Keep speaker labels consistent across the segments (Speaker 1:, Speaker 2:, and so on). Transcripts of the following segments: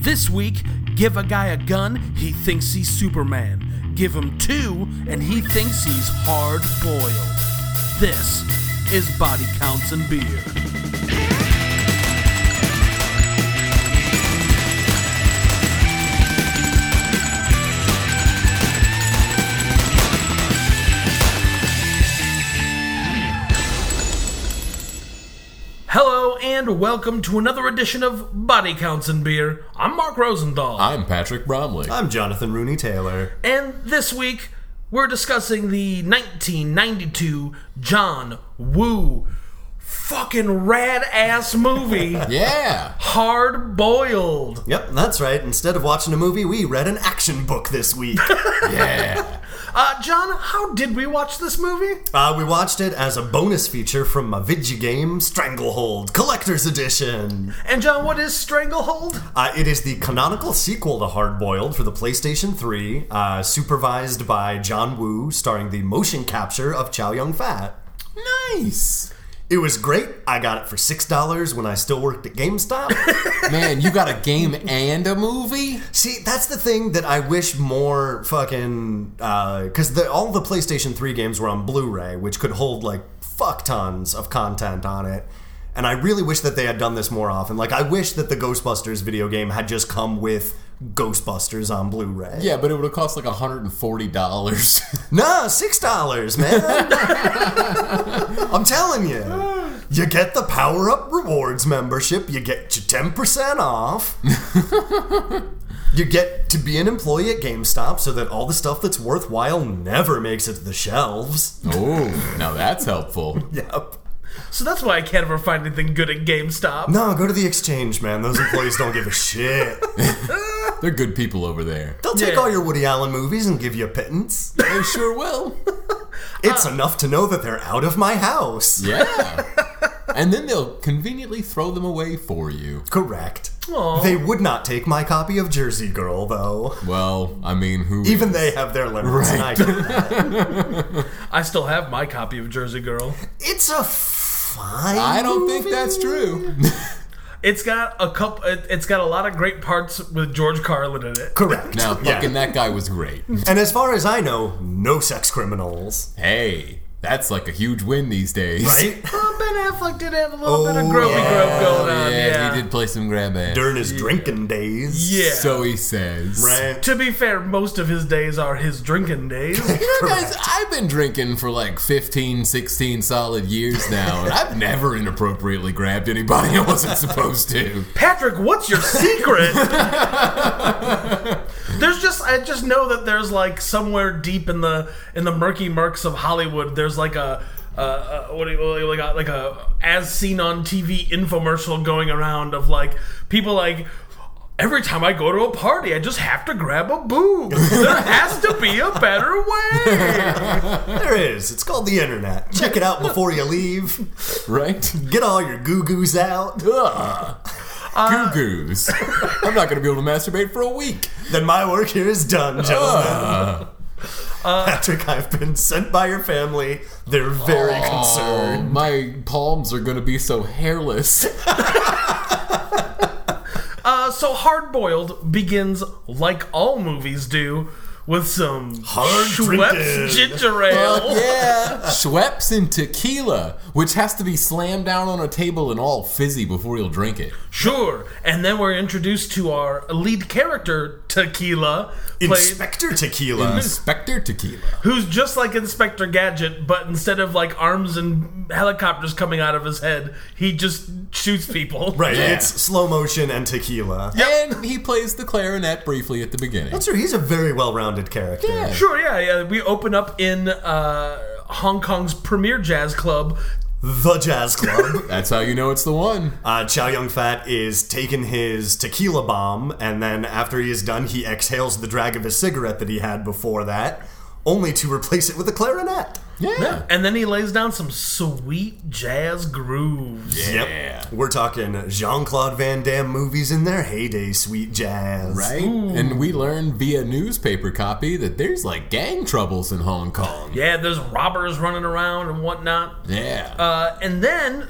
Speaker 1: This week, give a guy a gun, he thinks he's Superman. Give him two, and he thinks he's hard boiled. This is Body Counts and Beer. Hello, and welcome to another edition of Body Counts and Beer. I'm Mark Rosenthal.
Speaker 2: I'm Patrick Bromley.
Speaker 3: I'm Jonathan Rooney Taylor.
Speaker 1: And this week, we're discussing the 1992 John Woo fucking rad ass movie,
Speaker 2: Yeah.
Speaker 1: Hard Boiled.
Speaker 3: Yep, that's right. Instead of watching a movie, we read an action book this week.
Speaker 2: Yeah.
Speaker 1: Uh, John, how did we watch this movie?
Speaker 3: uh, we watched it as a bonus feature from my video game Stranglehold Collector's Edition.
Speaker 1: And John, what is Stranglehold?
Speaker 3: Uh, it is the canonical sequel to Hardboiled for the PlayStation 3, uh, supervised by John Woo, starring the motion capture of Chow Yun Fat.
Speaker 2: Nice.
Speaker 3: It was great. I got it for $6 when I still worked at GameStop.
Speaker 2: Man, you got a game and a movie?
Speaker 3: See, that's the thing that I wish more fucking because the, all the PlayStation 3 games were on Blu-ray, which could hold like fuck tons of content on it. And I really wish that they had done this more often. Like, I wish that the Ghostbusters video game had just come with Ghostbusters on Blu-ray.
Speaker 2: Yeah, but it would have cost like $140.
Speaker 3: Nah, six dollars, man. I'm telling you. You get the Power Up Rewards membership, you get your 10% off. you get to be an employee at GameStop so that all the stuff that's worthwhile never makes it to the shelves.
Speaker 2: oh, now that's helpful.
Speaker 3: Yep.
Speaker 1: So that's why I can't ever find anything good at GameStop.
Speaker 3: No, go to the exchange, man. Those employees don't give a shit.
Speaker 2: They're good people over there.
Speaker 3: They'll take
Speaker 1: Yeah.
Speaker 3: all your Woody Allen movies and give you a pittance.
Speaker 2: They sure will.
Speaker 3: It's enough to know that they're out of my house.
Speaker 2: Yeah. And then they'll conveniently throw them away for you.
Speaker 3: Correct.
Speaker 1: Aw.
Speaker 3: They would not take my copy of Jersey Girl, though.
Speaker 2: Well, I mean, who?
Speaker 3: Even they have their limits. and I get that.
Speaker 1: I still have my copy of Jersey Girl.
Speaker 3: It's a fine.
Speaker 2: I don't
Speaker 3: movie.
Speaker 2: think that's true.
Speaker 1: It's got a couple. it- It's got a lot of great parts with George Carlin in it.
Speaker 3: correct.
Speaker 2: Now,
Speaker 3: Yeah.
Speaker 2: fucking that guy was great.
Speaker 3: And as far as I know, no sex criminals.
Speaker 2: Hey, that's like a huge win these days.
Speaker 3: Right?
Speaker 1: Well, Oh, Ben Affleck did have a little bit of
Speaker 3: Oh,
Speaker 1: gropey
Speaker 3: yeah.
Speaker 1: grope going on.
Speaker 2: Yeah,
Speaker 1: Yeah,
Speaker 2: he did play some grab ass.
Speaker 3: During his drinking days.
Speaker 1: Yeah.
Speaker 2: So he says.
Speaker 3: Right.
Speaker 1: To be fair, most of his days are his drinking days.
Speaker 2: You know, guys, I've been drinking for like 15, 16 solid years now, and I've never inappropriately grabbed anybody I wasn't supposed to.
Speaker 1: Patrick, what's your secret? there's just I just know that there's like somewhere deep in the in the murky murks of Hollywood, there's like a uh, uh, what do you, what do you- like a, like a as seen on TV infomercial going around of like people like every time I go to a party I just have to grab a boob. There has to be a better way.
Speaker 3: There is. It's called the internet. Check it out before you leave.
Speaker 2: Right?
Speaker 3: Get all your goo goos out.
Speaker 2: Ugh. Goo goos. I'm not going to be able to masturbate for a week.
Speaker 3: Then my work here is done,
Speaker 2: Oh,
Speaker 3: gentlemen.
Speaker 2: Uh.
Speaker 3: Patrick, I've been sent by your family. They're very
Speaker 2: Oh,
Speaker 3: concerned.
Speaker 2: my palms are going to be so hairless.
Speaker 1: Uh, so hard boiled begins like all movies do with some
Speaker 3: Hard
Speaker 1: Schweppes
Speaker 3: drinking.
Speaker 1: ginger ale.
Speaker 2: yeah. Schweppes and tequila, which has to be slammed down on a table and all fizzy before you'll drink it.
Speaker 1: Sure. And then we're introduced to our lead character, Tequila, played,
Speaker 3: Inspector Tequila.
Speaker 2: Inspector Tequila.
Speaker 1: who's just like Inspector Gadget, but instead of like arms and helicopters coming out of his head, he just shoots people.
Speaker 3: Right,
Speaker 2: Yeah.
Speaker 3: it's slow motion and tequila.
Speaker 2: And he plays the clarinet briefly at the beginning.
Speaker 3: That's true. He's a very well-rounded character.
Speaker 2: Yeah.
Speaker 1: Sure, yeah, yeah. We open up in uh, Hong Kong's premier jazz club.
Speaker 3: The Jazz Club.
Speaker 2: That's how you know it's the one.
Speaker 3: uh, Chow Yun Fat is taking his tequila bomb, and then after he is done, he exhales the drag of his cigarette that he had before that, only to replace it with a clarinet.
Speaker 2: Yeah.
Speaker 1: And then he lays down some sweet jazz grooves.
Speaker 2: Yeah.
Speaker 3: Yep. We're talking Jean Claude Van Damme movies in their heyday, sweet jazz.
Speaker 2: Right? And we learned via newspaper copy that there's like gang troubles in Hong Kong.
Speaker 1: Yeah, there's robbers running around and whatnot.
Speaker 2: Yeah.
Speaker 1: Uh, and then,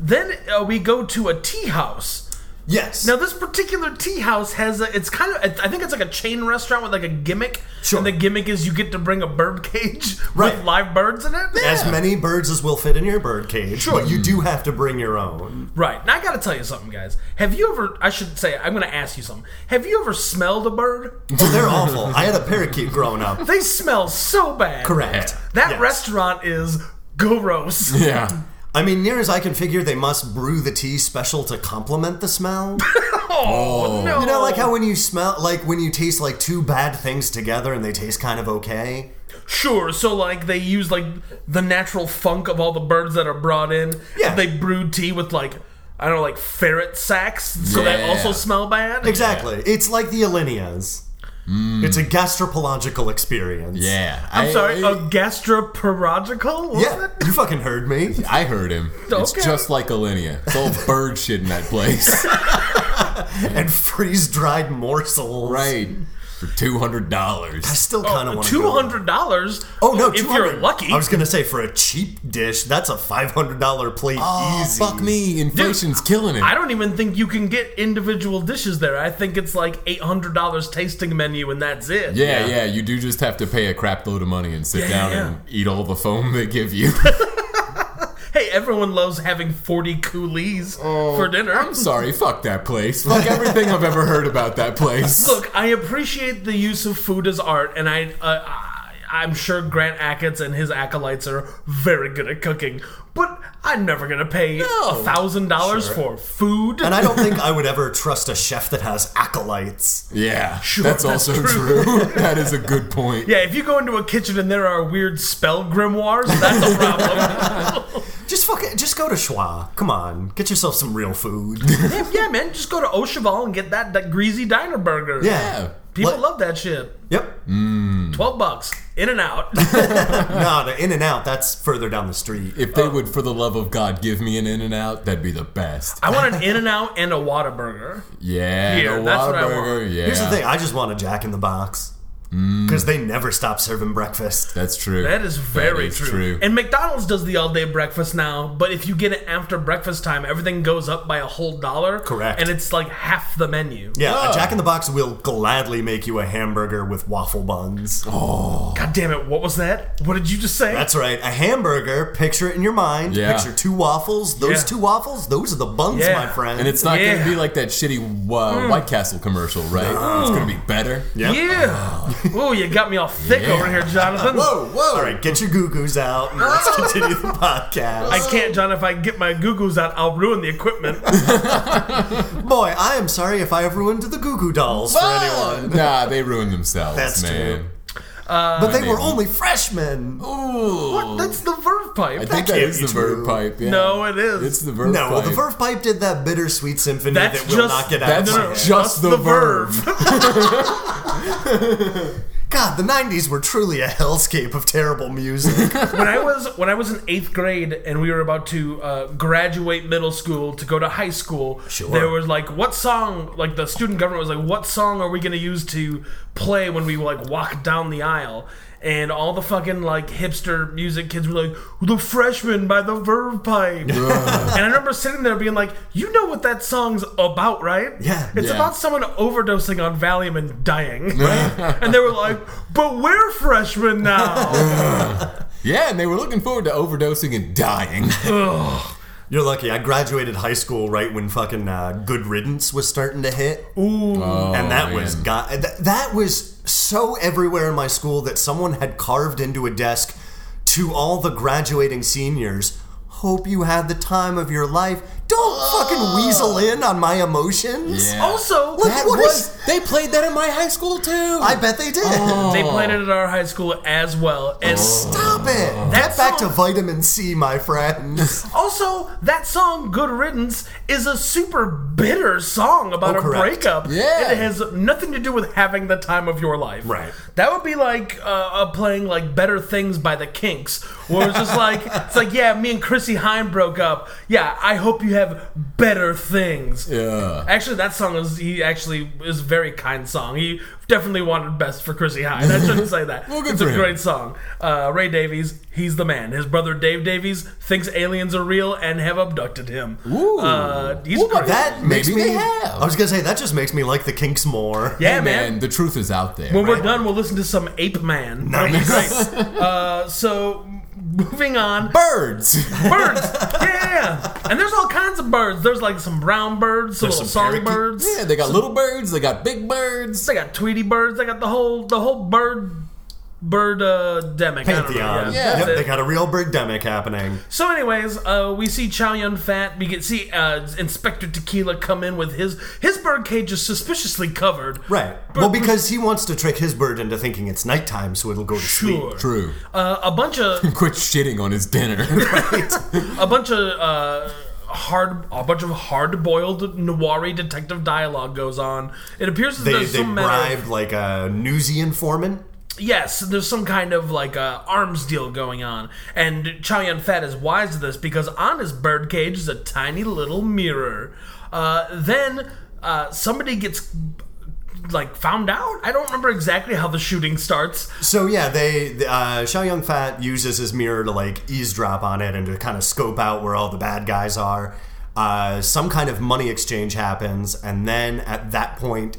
Speaker 1: then uh, we go to a tea house
Speaker 3: Yes.
Speaker 1: Now, this particular tea house has a, it's kind of, I think it's like a chain restaurant with like a gimmick.
Speaker 3: Sure.
Speaker 1: And the gimmick is you get to bring a bird cage
Speaker 3: Right.
Speaker 1: with live birds in it.
Speaker 3: As many birds as will fit in your bird cage, but you do have to bring your own.
Speaker 1: Right. Now, I got to tell you something, guys. Have you ever, I should say, I'm going to ask you something. Have you ever smelled a bird?
Speaker 3: Oh, they're awful. I had a parakeet growing up.
Speaker 1: They smell so bad.
Speaker 3: Correct.
Speaker 1: That
Speaker 3: Yes.
Speaker 1: restaurant is gross.
Speaker 2: Yeah.
Speaker 3: I mean, near as I can figure, they must brew the tea special to complement the smell.
Speaker 1: Oh, no.
Speaker 3: You know, like how when you smell, like when you taste like two bad things together and they taste kind of okay?
Speaker 1: Sure. So like they use like the natural funk of all the birds that are brought in.
Speaker 3: Yeah.
Speaker 1: They brewed tea with like I don't know like ferret sacks, so that
Speaker 2: Yeah.
Speaker 1: also smell bad.
Speaker 3: Exactly. It's like the Alineas.
Speaker 1: Hmm.
Speaker 3: It's a gastropological experience.
Speaker 2: Yeah.
Speaker 1: I'm
Speaker 2: I-
Speaker 1: sorry, uh,
Speaker 2: I,
Speaker 1: a gastroparagical. What
Speaker 3: Yeah,
Speaker 1: was it?
Speaker 3: you fucking heard me.
Speaker 2: I heard him. It's
Speaker 1: Okay.
Speaker 2: just like Alinea. It's all bird shit in that place.
Speaker 3: And freeze dried morsels.
Speaker 2: right. For two hundred dollars.
Speaker 3: Still kind of want
Speaker 1: Oh, Two hundred dollars.
Speaker 3: Oh no!
Speaker 1: If
Speaker 3: 200.
Speaker 1: you're lucky.
Speaker 3: I was gonna say for a cheap dish, that's a five hundred dollar plate.
Speaker 1: Oh,
Speaker 3: easy.
Speaker 2: Oh, Fuck me, inflation's killing it.
Speaker 1: I don't even think you can get individual dishes there. I think it's like eight hundred dollars tasting menu, and that's it.
Speaker 2: yeah, yeah, you do just have to pay a crap load of money and sit
Speaker 1: Yeah,
Speaker 2: down
Speaker 1: yeah,
Speaker 2: and eat all the foam they give you.
Speaker 1: Hey, everyone loves having forty coolies
Speaker 3: Oh.
Speaker 1: for dinner.
Speaker 2: I'm sorry, fuck that place. Fuck everything I've ever heard about that place.
Speaker 1: Look, I appreciate the use of food as art, and I, uh, I I'm sure Grant Achatz and his acolytes are very good at cooking. But I'm never gonna pay
Speaker 2: No.
Speaker 1: thousand dollars for food.
Speaker 3: And I don't think I would ever trust a chef that has acolytes.
Speaker 2: Yeah,
Speaker 1: Sure,
Speaker 2: that's,
Speaker 1: that's
Speaker 2: also
Speaker 1: true.
Speaker 2: true. that is a good point.
Speaker 1: yeah, if you go into a kitchen and there are weird spell grimoires, that's a problem.
Speaker 3: Just fucking, just go to Schwa. Come on, get yourself some real food.
Speaker 1: yeah, yeah, man, just go to Ocheval and get that, that greasy diner burger.
Speaker 3: Yeah.
Speaker 1: People
Speaker 3: What-
Speaker 1: love that shit.
Speaker 3: Yep.
Speaker 1: Twelve bucks, in and out.
Speaker 3: No, the In and Out. That's further down the street.
Speaker 2: If they would, for the love of God, give me an In and Out, that'd be the best.
Speaker 1: I want an In and Out and a Whataburger.
Speaker 2: Yeah,
Speaker 1: Here,
Speaker 2: no
Speaker 1: that's what I want.
Speaker 2: Whataburger, Yeah, Mm.
Speaker 3: Here's the thing. I just want a Jack in the Box because they never stop serving breakfast.
Speaker 2: that's true.
Speaker 1: That is very
Speaker 2: is
Speaker 1: true.
Speaker 2: true.
Speaker 1: And McDonald's does the all day breakfast now, but if you get it after breakfast time, everything goes up by a whole dollar.
Speaker 3: Correct.
Speaker 1: And it's like half the menu.
Speaker 3: Yeah,
Speaker 2: Oh.
Speaker 3: a Jack in the Box will gladly make you a hamburger with waffle buns.
Speaker 2: Oh.
Speaker 1: God damn it, what was that? What did you just say?
Speaker 3: That's right. A hamburger, picture it in your mind.
Speaker 2: Yeah.
Speaker 3: Picture two waffles. Those
Speaker 1: Yeah.
Speaker 3: two waffles, those are the buns,
Speaker 1: Yeah.
Speaker 3: my friend.
Speaker 2: and it's not
Speaker 1: Yeah.
Speaker 2: going to be like that shitty uh, White Castle commercial, right? It's going to be better.
Speaker 3: Yep.
Speaker 1: Yeah. Oh, you got me all thick
Speaker 2: Yeah.
Speaker 1: over here, Jonathan.
Speaker 2: Whoa, whoa!
Speaker 3: All right, get your goo goos out and let's continue the podcast.
Speaker 1: I can't, John. If I get my goo goos out, I'll ruin the equipment.
Speaker 3: Boy, I am sorry if I have ruined the goo goo dolls for
Speaker 2: Ah!
Speaker 3: anyone.
Speaker 2: Nah, they ruined themselves,
Speaker 3: That's
Speaker 2: man.
Speaker 3: But they were
Speaker 2: maybe.
Speaker 3: only freshmen.
Speaker 2: Ooh,
Speaker 1: What? That's the verve pipe.
Speaker 2: I think
Speaker 3: That
Speaker 2: that
Speaker 3: can't
Speaker 2: is
Speaker 3: be
Speaker 2: the verb
Speaker 3: true.
Speaker 2: pipe. Yeah.
Speaker 1: No, it is.
Speaker 2: It's the verb
Speaker 3: No,
Speaker 2: pipe.
Speaker 3: well, the Verve Pipe did that bittersweet symphony
Speaker 1: That's
Speaker 3: that will
Speaker 1: just-
Speaker 3: not get out
Speaker 2: That's
Speaker 3: of my head.
Speaker 2: just the, verb.
Speaker 3: God, the 90s were truly a hellscape of terrible music.
Speaker 1: when I was when I was in eighth grade and we were about to uh, graduate middle school to go to high school,
Speaker 3: Sure.
Speaker 1: there was like what song? Like the student government was like, what song are we going to use to play when we like walk down the aisle? And all the fucking like hipster music kids were like, "The Freshman" by the Verve Pipe, and I remember sitting there being like, "You know what that song's about, right?
Speaker 3: Yeah.
Speaker 1: it's
Speaker 2: Yeah.
Speaker 1: about someone overdosing on Valium and dying, right?" and they were like, "But we're freshmen now."
Speaker 2: Yeah, and they were looking forward to overdosing and dying.
Speaker 3: You're lucky. I graduated high school right when fucking uh, Good Riddance was starting to hit.
Speaker 1: Ooh.
Speaker 2: Oh,
Speaker 3: and that
Speaker 2: man.
Speaker 3: was God. That, that was so everywhere in my school that someone had carved into a desk to all the graduating seniors. Hope you had the time of your life. Don't fucking weasel in on my emotions.
Speaker 2: Oh. Yeah.
Speaker 1: Also,
Speaker 3: Look-
Speaker 2: That
Speaker 3: What
Speaker 2: was.
Speaker 3: is-
Speaker 2: They played that in my high school too.
Speaker 3: I bet they did.
Speaker 2: Oh.
Speaker 1: they played it at our high school as well. And
Speaker 3: Stop it. Get back to
Speaker 1: song-
Speaker 3: vitamin C, my
Speaker 2: Oh.
Speaker 3: friends.
Speaker 1: also, that song "Good Riddance" is a super bitter song about
Speaker 3: Oh,
Speaker 1: a
Speaker 3: correct.
Speaker 1: breakup.
Speaker 2: Yeah.
Speaker 1: it has nothing to do with having the time of your life.
Speaker 3: Right.
Speaker 1: That would be like uh, uh, playing like "Better Things" by the Kinks, where it's just like it's like, yeah, me and Chrissy Hine broke up. Yeah, I hope you have better things.
Speaker 2: Yeah.
Speaker 1: Actually, that song is he actually is a very kind song. He definitely wanted best for Chrissy Hine. I shouldn't say that.
Speaker 2: Well, good
Speaker 1: it's
Speaker 2: for
Speaker 1: a
Speaker 2: him.
Speaker 1: great song. Uh, Ray Davies, he's the man. His brother Dave Davies thinks aliens are real and have abducted him.
Speaker 2: Ooh.
Speaker 1: uh, he's
Speaker 2: What about
Speaker 1: great.
Speaker 3: That makes
Speaker 2: Maybe
Speaker 3: me.
Speaker 2: they have.
Speaker 3: I was gonna say that just makes me like the Kinks more.
Speaker 1: Yeah,
Speaker 2: Hey,
Speaker 1: man.
Speaker 2: man, the truth is out there.
Speaker 1: When
Speaker 2: right?
Speaker 1: we're done, we'll listen to some Ape Man.
Speaker 3: Nice.
Speaker 1: That'll be great. Uh, so, moving on.
Speaker 2: Birds.
Speaker 1: Birds! Yeah! And there's all kinds of birds. There's like some brown birds, some
Speaker 3: There's
Speaker 1: little
Speaker 3: some parakeet-
Speaker 1: songbirds.
Speaker 2: yeah, they got little birds. They got big birds.
Speaker 1: They got Tweety birds. They got the whole the whole bird bird uh demic.
Speaker 3: Pantheon.
Speaker 2: Yeah.
Speaker 3: Yep, they got a real birdemic happening.
Speaker 1: So, anyways, uh, we see Chow Yun Fat. We get see uh, Inspector Tequila come in with his his bird cage is suspiciously covered.
Speaker 3: Right. well, because he wants to trick his bird into thinking it's nighttime, so it'll go to
Speaker 1: Sure.
Speaker 3: sleep.
Speaker 2: True.
Speaker 1: Uh, a bunch of
Speaker 2: Quit shitting on his dinner.
Speaker 1: a bunch of uh, hard a bunch of hard boiled Nawari detective dialogue goes on. It appears that
Speaker 3: They,
Speaker 1: there's
Speaker 3: they
Speaker 1: some matter
Speaker 3: bribed like a newsy informant.
Speaker 1: yes, there's some kind of like uh, arms deal going on, and Chow Yun Fat is wise to this because on his birdcage is a tiny little mirror. Uh, then uh, somebody gets like found out. I don't remember exactly how the shooting starts.
Speaker 3: So yeah, they uh, Xiao Young Fat uses his mirror to like eavesdrop on it and to kind of scope out where all the bad guys are. Uh, some kind of money exchange happens, and then at that point,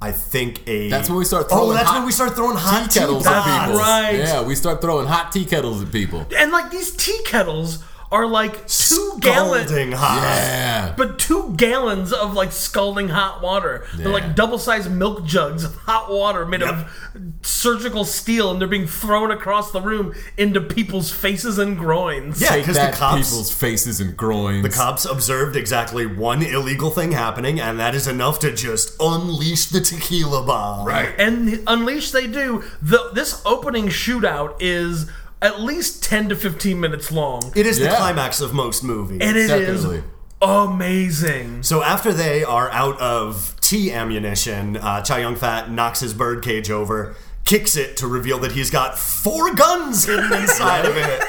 Speaker 3: I think a
Speaker 2: That's when we start
Speaker 3: Oh,
Speaker 2: throwing
Speaker 3: that's
Speaker 2: hot
Speaker 3: when we start throwing hot
Speaker 2: tea kettles at
Speaker 3: teapots.
Speaker 2: people.
Speaker 1: Right.
Speaker 2: Yeah, we start throwing hot tea kettles at people.
Speaker 1: And like these tea kettles are like two gallons.
Speaker 3: Scalding hot.
Speaker 2: Yeah.
Speaker 1: but two gallons of like scalding hot water. They're
Speaker 2: Yeah.
Speaker 1: like double-sized milk jugs of hot water made of surgical steel, and they're being thrown across the room into people's faces and groins.
Speaker 3: Yeah,
Speaker 2: Take
Speaker 3: because the
Speaker 2: that,
Speaker 3: cops
Speaker 2: people's faces and groins.
Speaker 3: the cops observed exactly one illegal thing happening, and that is enough to just unleash the tequila bomb. Right.
Speaker 1: And unleash they do. The, this opening shootout is at least ten to fifteen minutes long,
Speaker 3: It is the
Speaker 2: Yeah.
Speaker 3: climax of most movies.
Speaker 1: and it is
Speaker 2: Definitely.
Speaker 1: amazing.
Speaker 3: So after they are out of tea ammunition, uh, Chow Yun Fat knocks his birdcage over, kicks it to reveal that he's got four guns hidden inside of it.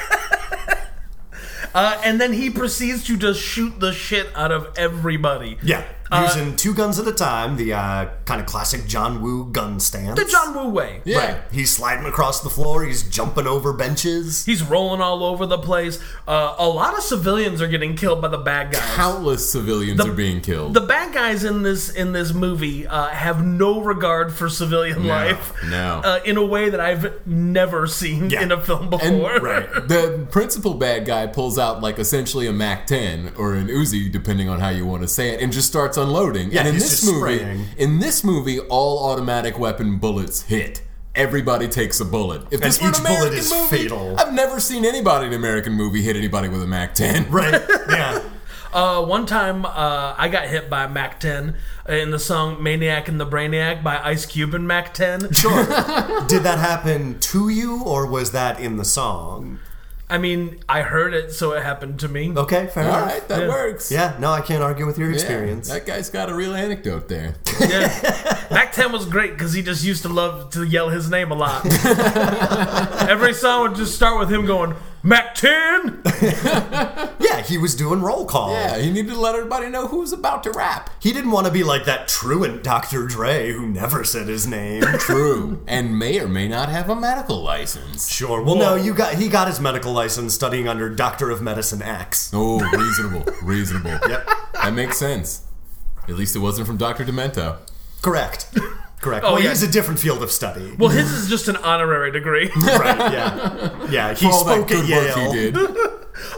Speaker 1: Uh, and then he proceeds to just shoot the shit out of everybody.
Speaker 3: Yeah,
Speaker 2: Uh,
Speaker 3: using two guns at a time, the uh, kind of classic John Woo gun stance.
Speaker 1: The John Woo way.
Speaker 2: Yeah.
Speaker 3: Right. He's sliding across the floor. He's jumping over benches.
Speaker 1: He's rolling all over the place. Uh, a lot of civilians are getting killed by the bad guys.
Speaker 2: Countless civilians are being killed.
Speaker 1: the bad guys in this in this movie uh, have no regard for civilian life.
Speaker 2: no.
Speaker 1: Uh, in a way that I've never seen
Speaker 3: Yeah.
Speaker 1: in a film
Speaker 2: and
Speaker 1: before.
Speaker 2: the principal bad guy pulls out like essentially a Mac 10 or an Uzi, depending on how you want to say it, and just starts unloading.
Speaker 3: Yeah,
Speaker 2: and in
Speaker 3: he's
Speaker 2: this
Speaker 3: just
Speaker 2: movie,
Speaker 3: spraying.
Speaker 2: in this movie, all automatic weapon bullets hit. Everybody takes a bullet. If this
Speaker 3: And
Speaker 2: were an
Speaker 3: each bullet
Speaker 2: American
Speaker 3: is
Speaker 2: movie,
Speaker 3: fatal.
Speaker 2: I've never seen anybody in an American movie hit anybody with a Mac 10.
Speaker 3: Right. Yeah.
Speaker 1: Uh, one time, uh, I got hit by a Mac 10 in the song "Maniac and the Brainiac" by Ice Cube and Mac 10.
Speaker 3: Sure. Did that happen to you, or was that in the song?
Speaker 1: I mean, I heard it, so it happened to me.
Speaker 3: Okay, fair
Speaker 2: All
Speaker 3: enough.
Speaker 2: right, that works.
Speaker 3: Yeah, no, I can't argue with your
Speaker 2: Yeah,
Speaker 3: experience.
Speaker 2: that guy's got a real anecdote there.
Speaker 1: Yeah. Mac 10 was great because he just used to love to yell his name a lot. Every song would just start with him going, Mac 10!
Speaker 3: Yeah, he was doing roll call.
Speaker 2: Yeah, he needed to let everybody know who's about to rap.
Speaker 3: He didn't want to be like that truant Dr. Dre who never said his name.
Speaker 2: True, and may or may not have a medical license.
Speaker 3: sure. Well, no, you got he got his medical license studying under Doctor of Medicine X.
Speaker 2: Oh, reasonable, reasonable.
Speaker 3: Yep.
Speaker 2: That makes sense. At least it wasn't from Dr. Demento.
Speaker 3: Correct. Correct.
Speaker 1: Oh,
Speaker 3: well,
Speaker 1: yeah.
Speaker 3: he has a different field of study.
Speaker 1: Well, his is just an honorary degree.
Speaker 3: right, yeah. Yeah, he
Speaker 2: All that
Speaker 3: spoke at
Speaker 2: good work
Speaker 3: Yale.
Speaker 2: he did.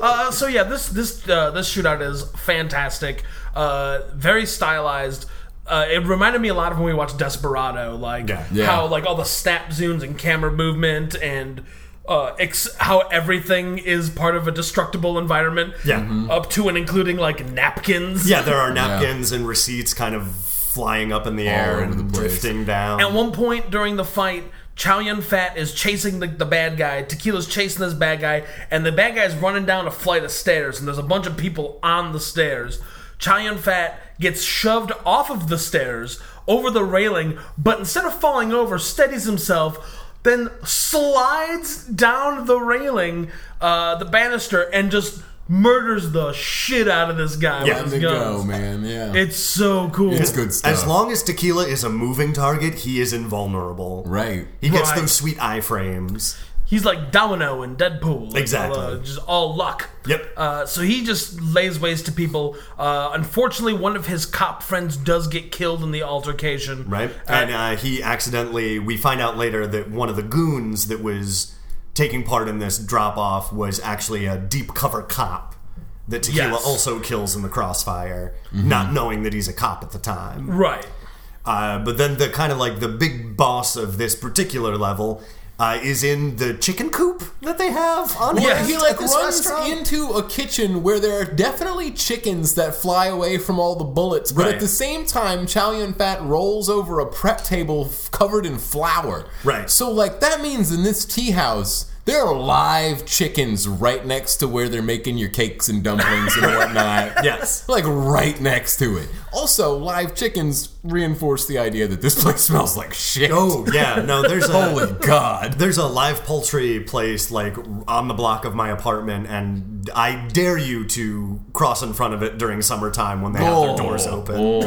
Speaker 1: Uh, so yeah, this this uh, this shootout is fantastic. Uh, very stylized. Uh, it reminded me a lot of when we watched Desperado, like
Speaker 3: Yeah.
Speaker 2: Yeah.
Speaker 1: how like all the snap zooms and camera movement and uh, ex- how everything is part of a destructible environment.
Speaker 3: Yeah. Mhm.
Speaker 1: up to and including like napkins.
Speaker 3: Yeah, there are napkins and receipts kind of flying up in the air
Speaker 2: over
Speaker 3: and
Speaker 2: the place.
Speaker 3: drifting down.
Speaker 1: At one point during the fight, Chow Yun Fat is chasing the, the bad guy. Tequila's chasing this bad guy, and the bad guy's running down a flight of stairs, and there's a bunch of people on the stairs. Chow Yun Fat gets shoved off of the stairs over the railing, but instead of falling over, steadies himself, then slides down the railing, uh, the banister, and just murders the shit out of this guy with
Speaker 2: Let
Speaker 3: Yeah.
Speaker 1: his
Speaker 2: it go,
Speaker 1: guns.
Speaker 2: man. Yeah.
Speaker 1: It's so cool.
Speaker 2: It's good stuff.
Speaker 3: As long as Tequila is a moving target, he is invulnerable.
Speaker 2: right.
Speaker 3: He gets
Speaker 1: Right.
Speaker 3: those sweet iframes.
Speaker 1: He's like Domino in Deadpool. Like,
Speaker 3: Exactly.
Speaker 1: uh, just all luck.
Speaker 3: Yep.
Speaker 1: Uh, so he just lays waste to people. Uh, unfortunately, one of his cop friends does get killed in the altercation.
Speaker 3: Right? and uh, he accidentally, we find out later that one of the goons that was taking part in this drop off was actually a deep cover cop that Tequila
Speaker 1: Yes.
Speaker 3: also kills in the crossfire,
Speaker 2: Mm-hmm.
Speaker 3: not knowing that he's a cop at the time.
Speaker 1: Right.
Speaker 3: Uh, but then the kind of like the big boss of this particular level. Uh, is in the chicken coop that they have on
Speaker 2: Well,
Speaker 1: Yes,
Speaker 2: he
Speaker 3: hand
Speaker 2: like
Speaker 3: at this
Speaker 2: runs
Speaker 3: restaurant.
Speaker 2: into a kitchen where there are definitely chickens that fly away from all the bullets, but
Speaker 3: Right.
Speaker 2: at the same time, Chow Yun Fat rolls over a prep table f- covered in flour.
Speaker 3: Right.
Speaker 2: So like that means in this tea house. There are live chickens right next to where they're making your cakes and dumplings and whatnot.
Speaker 3: Yes.
Speaker 2: Like right next to it. Also, live chickens reinforce the idea that this place smells like shit.
Speaker 3: Oh yeah, no, there's a
Speaker 2: Holy God.
Speaker 3: There's a live poultry place like on the block of my apartment, and I dare you to cross in front of it during summertime when they have
Speaker 2: Oh.
Speaker 3: their doors open.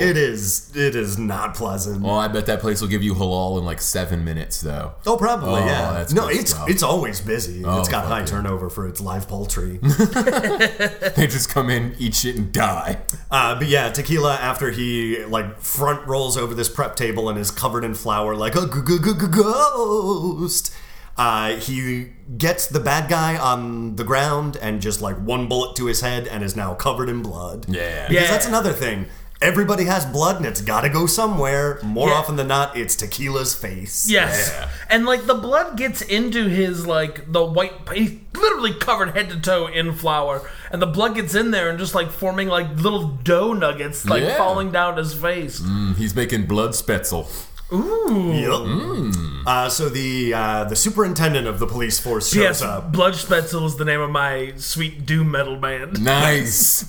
Speaker 3: It is it is not pleasant.
Speaker 2: Oh, I bet that place will give you halal in like seven minutes, though.
Speaker 3: Oh, probably
Speaker 2: Oh,
Speaker 3: yeah.
Speaker 2: that's
Speaker 3: no,
Speaker 2: good
Speaker 3: it's
Speaker 2: stuff. Oh,
Speaker 3: it's always busy. it's got
Speaker 2: fuck
Speaker 3: high
Speaker 2: yeah.
Speaker 3: turnover for its live poultry.
Speaker 2: They just come in, eat shit, and die.
Speaker 3: uh, but yeah, tequila after he like front rolls over this prep table and is covered in flour like a g- g- g- g- ghost. Uh, he gets the bad guy on the ground and just like one bullet to his head and is now covered in blood.
Speaker 2: Yeah.
Speaker 1: Yeah.
Speaker 3: Because that's another thing. Everybody has blood and it's gotta go somewhere. More
Speaker 1: Yeah.
Speaker 3: often than not, it's tequila's face.
Speaker 1: Yes.
Speaker 2: Yeah.
Speaker 1: And like the blood gets into his like the white he's literally covered head to toe in flour and the blood gets in there and just like forming like little dough nuggets like
Speaker 2: Yeah.
Speaker 1: falling down his face.
Speaker 2: Mm, He's making blood spetzel.
Speaker 1: Ooh.
Speaker 3: Yup.
Speaker 2: Mm.
Speaker 3: Uh, so the uh, the superintendent of the police force shows
Speaker 1: Yes,
Speaker 3: up.
Speaker 1: Blood Spetzel is the name of my sweet doom metal band.
Speaker 2: Nice.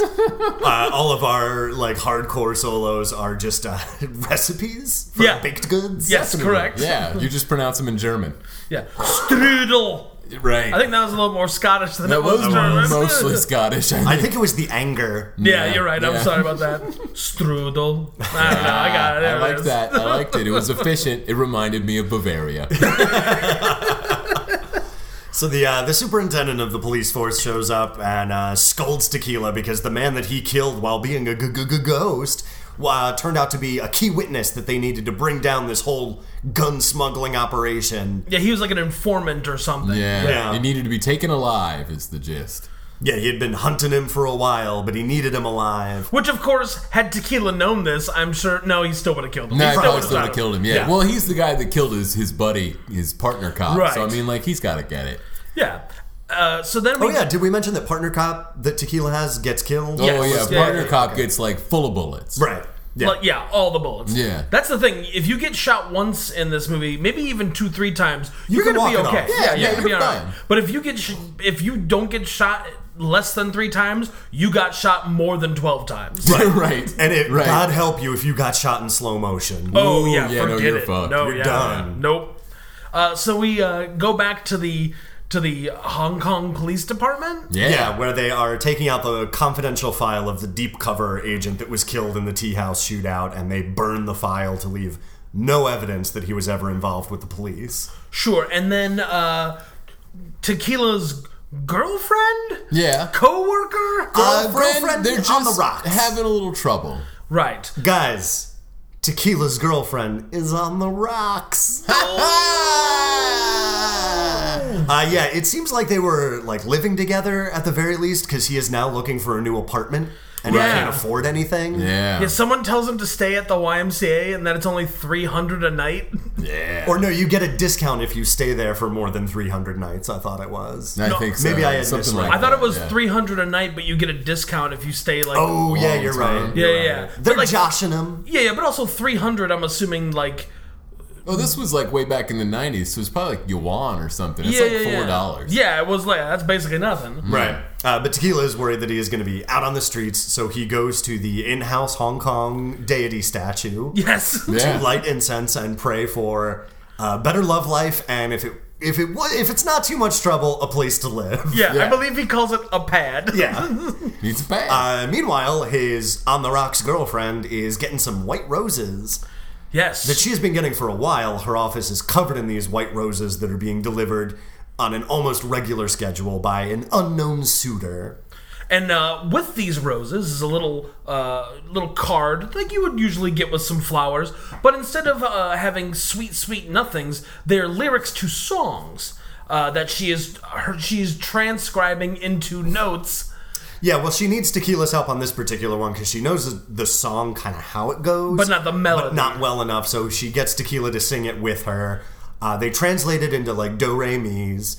Speaker 3: uh, all of our like hardcore solos are just uh, recipes for
Speaker 1: Yeah.
Speaker 3: baked goods.
Speaker 1: Yes, correct.
Speaker 2: yeah, you just pronounce them in German.
Speaker 1: Yeah. Strudel.
Speaker 2: Right.
Speaker 1: I think that was a little more Scottish than
Speaker 2: that
Speaker 1: it was
Speaker 2: was
Speaker 1: German.
Speaker 2: mostly Scottish. I
Speaker 3: I
Speaker 2: think.
Speaker 3: think it was the anger.
Speaker 1: Yeah,
Speaker 2: Yeah,
Speaker 1: you're right. I'm
Speaker 2: yeah.
Speaker 1: sorry about that. Strudel. I don't know. I got it. There
Speaker 2: I
Speaker 1: it
Speaker 2: liked
Speaker 1: is.
Speaker 2: that. I liked it. It was efficient. It reminded me of Bavaria.
Speaker 3: So the uh, the superintendent of the police force shows up and uh, scolds Tequila because the man that he killed while being a g- g- g- ghost uh, turned out to be a key witness that they needed to bring down this whole gun smuggling operation.
Speaker 1: Yeah, he was like an informant or something.
Speaker 2: Yeah.
Speaker 3: Yeah.
Speaker 2: It needed to be taken alive, is the gist.
Speaker 3: Yeah, he had been hunting him for a while, but he needed him alive.
Speaker 1: Which, of course, had Tequila known this, I'm sure. No, he still would have killed him.
Speaker 2: No, he
Speaker 1: still
Speaker 2: probably
Speaker 1: would've
Speaker 2: still would have
Speaker 1: shot
Speaker 2: killed him. Yeah.
Speaker 3: Yeah.
Speaker 2: Well, he's the guy that killed his, his buddy, his partner cop.
Speaker 1: Right.
Speaker 2: So, I mean, like, he's got to get it.
Speaker 1: Yeah. Uh, so then we.
Speaker 3: Oh yeah, did we mention that partner cop that Tequila has gets killed?
Speaker 1: Yes.
Speaker 2: Oh, yeah.
Speaker 1: Yeah,
Speaker 2: partner
Speaker 1: yeah,
Speaker 2: cop gets, like, full of bullets.
Speaker 3: Right. Yeah.
Speaker 1: Like, yeah, all the bullets.
Speaker 2: Yeah.
Speaker 1: That's the thing. If you get shot once in this movie, maybe even two, three times, you're
Speaker 3: can
Speaker 1: going to be
Speaker 3: walk it
Speaker 1: okay.
Speaker 3: off.
Speaker 2: Yeah, yeah,
Speaker 1: you're gonna be
Speaker 2: you're
Speaker 1: all right.
Speaker 2: fine.
Speaker 1: But if you get sh- if you don't get shot less than three times, you got shot more than 12 times.
Speaker 2: Right. right.
Speaker 3: And it,
Speaker 2: right.
Speaker 3: God help you if you got shot in slow motion.
Speaker 1: Oh
Speaker 2: Ooh,
Speaker 1: yeah,
Speaker 2: yeah, no,
Speaker 1: forget
Speaker 2: you're
Speaker 1: it.
Speaker 2: fucked.
Speaker 1: No,
Speaker 2: You're
Speaker 1: yeah,
Speaker 3: done.
Speaker 1: Nope. Uh, so we uh, go back to the to the Hong Kong Police Department.
Speaker 2: Yeah.
Speaker 3: Yeah, where they are taking out the confidential file of the deep cover agent that was killed in the tea house shootout, and they burn the file to leave no evidence that he was ever involved with the police.
Speaker 1: Sure, and then uh, Tequila's girlfriend,
Speaker 2: Yeah.
Speaker 1: coworker,
Speaker 2: Uh,
Speaker 3: Girlfriend
Speaker 2: Bren, they're
Speaker 3: on
Speaker 2: just
Speaker 3: the rocks.
Speaker 2: having a little trouble.
Speaker 1: right?
Speaker 3: Guys, Tequila's girlfriend is on the rocks. Uh, yeah, it seems like they were like living together at the very least because he is now looking for a new apartment and
Speaker 1: Right.
Speaker 3: he can't afford anything.
Speaker 2: yeah.
Speaker 1: Yeah, someone tells him to stay at the YMCA and that it's only three hundred a night.
Speaker 2: yeah.
Speaker 3: Or no, you get a discount if you stay there for more than 300 nights. I thought it was.
Speaker 2: I think so.
Speaker 3: maybe I had
Speaker 2: Something
Speaker 3: misread.
Speaker 2: like
Speaker 1: I thought
Speaker 2: that,
Speaker 1: it was
Speaker 2: yeah.
Speaker 1: three hundred a night, but you get a discount if you stay like.
Speaker 3: Oh yeah,
Speaker 2: Long
Speaker 3: you're
Speaker 2: time.
Speaker 3: right.
Speaker 1: yeah,
Speaker 3: You're
Speaker 1: yeah,
Speaker 3: right.
Speaker 1: yeah.
Speaker 3: They're
Speaker 1: But, like,
Speaker 3: joshing him.
Speaker 1: yeah, yeah, but also three hundred. I'm assuming like.
Speaker 2: Oh, this was like way back in the 90s, so it's probably like yuan or something. It's
Speaker 1: yeah,
Speaker 2: like
Speaker 1: yeah, yeah.
Speaker 2: $4.
Speaker 1: Yeah, it was like that's basically nothing.
Speaker 3: Right. Uh, but Tequila is worried that he is going to be out on the streets, so he goes to the in-house Hong Kong deity statue
Speaker 1: Yes.
Speaker 2: Yeah.
Speaker 3: to light incense and pray for uh, better love life, and if it if it wa- if it's not too much trouble, a place to live.
Speaker 1: Yeah,
Speaker 2: Yeah.
Speaker 1: I believe he calls it a pad.
Speaker 3: Yeah.
Speaker 2: Needs a pad.
Speaker 3: Uh, meanwhile, his on the rocks girlfriend is getting some white roses
Speaker 1: Yes.
Speaker 3: that she's been getting for a while. Her office is covered in these white roses that are being delivered on an almost regular schedule by an unknown suitor.
Speaker 1: And uh, with these roses is a little uh, little card like you would usually get with some flowers, but instead of uh, having sweet sweet nothings, they're lyrics to songs uh, that she is her, she's transcribing into notes.
Speaker 3: Yeah, well, she needs Tequila's help on this particular one because she knows the- the song kind of how it goes,
Speaker 1: But not the melody.
Speaker 3: but not well enough. So she gets Tequila to sing it with her. Uh, they translate it into like do re mi's.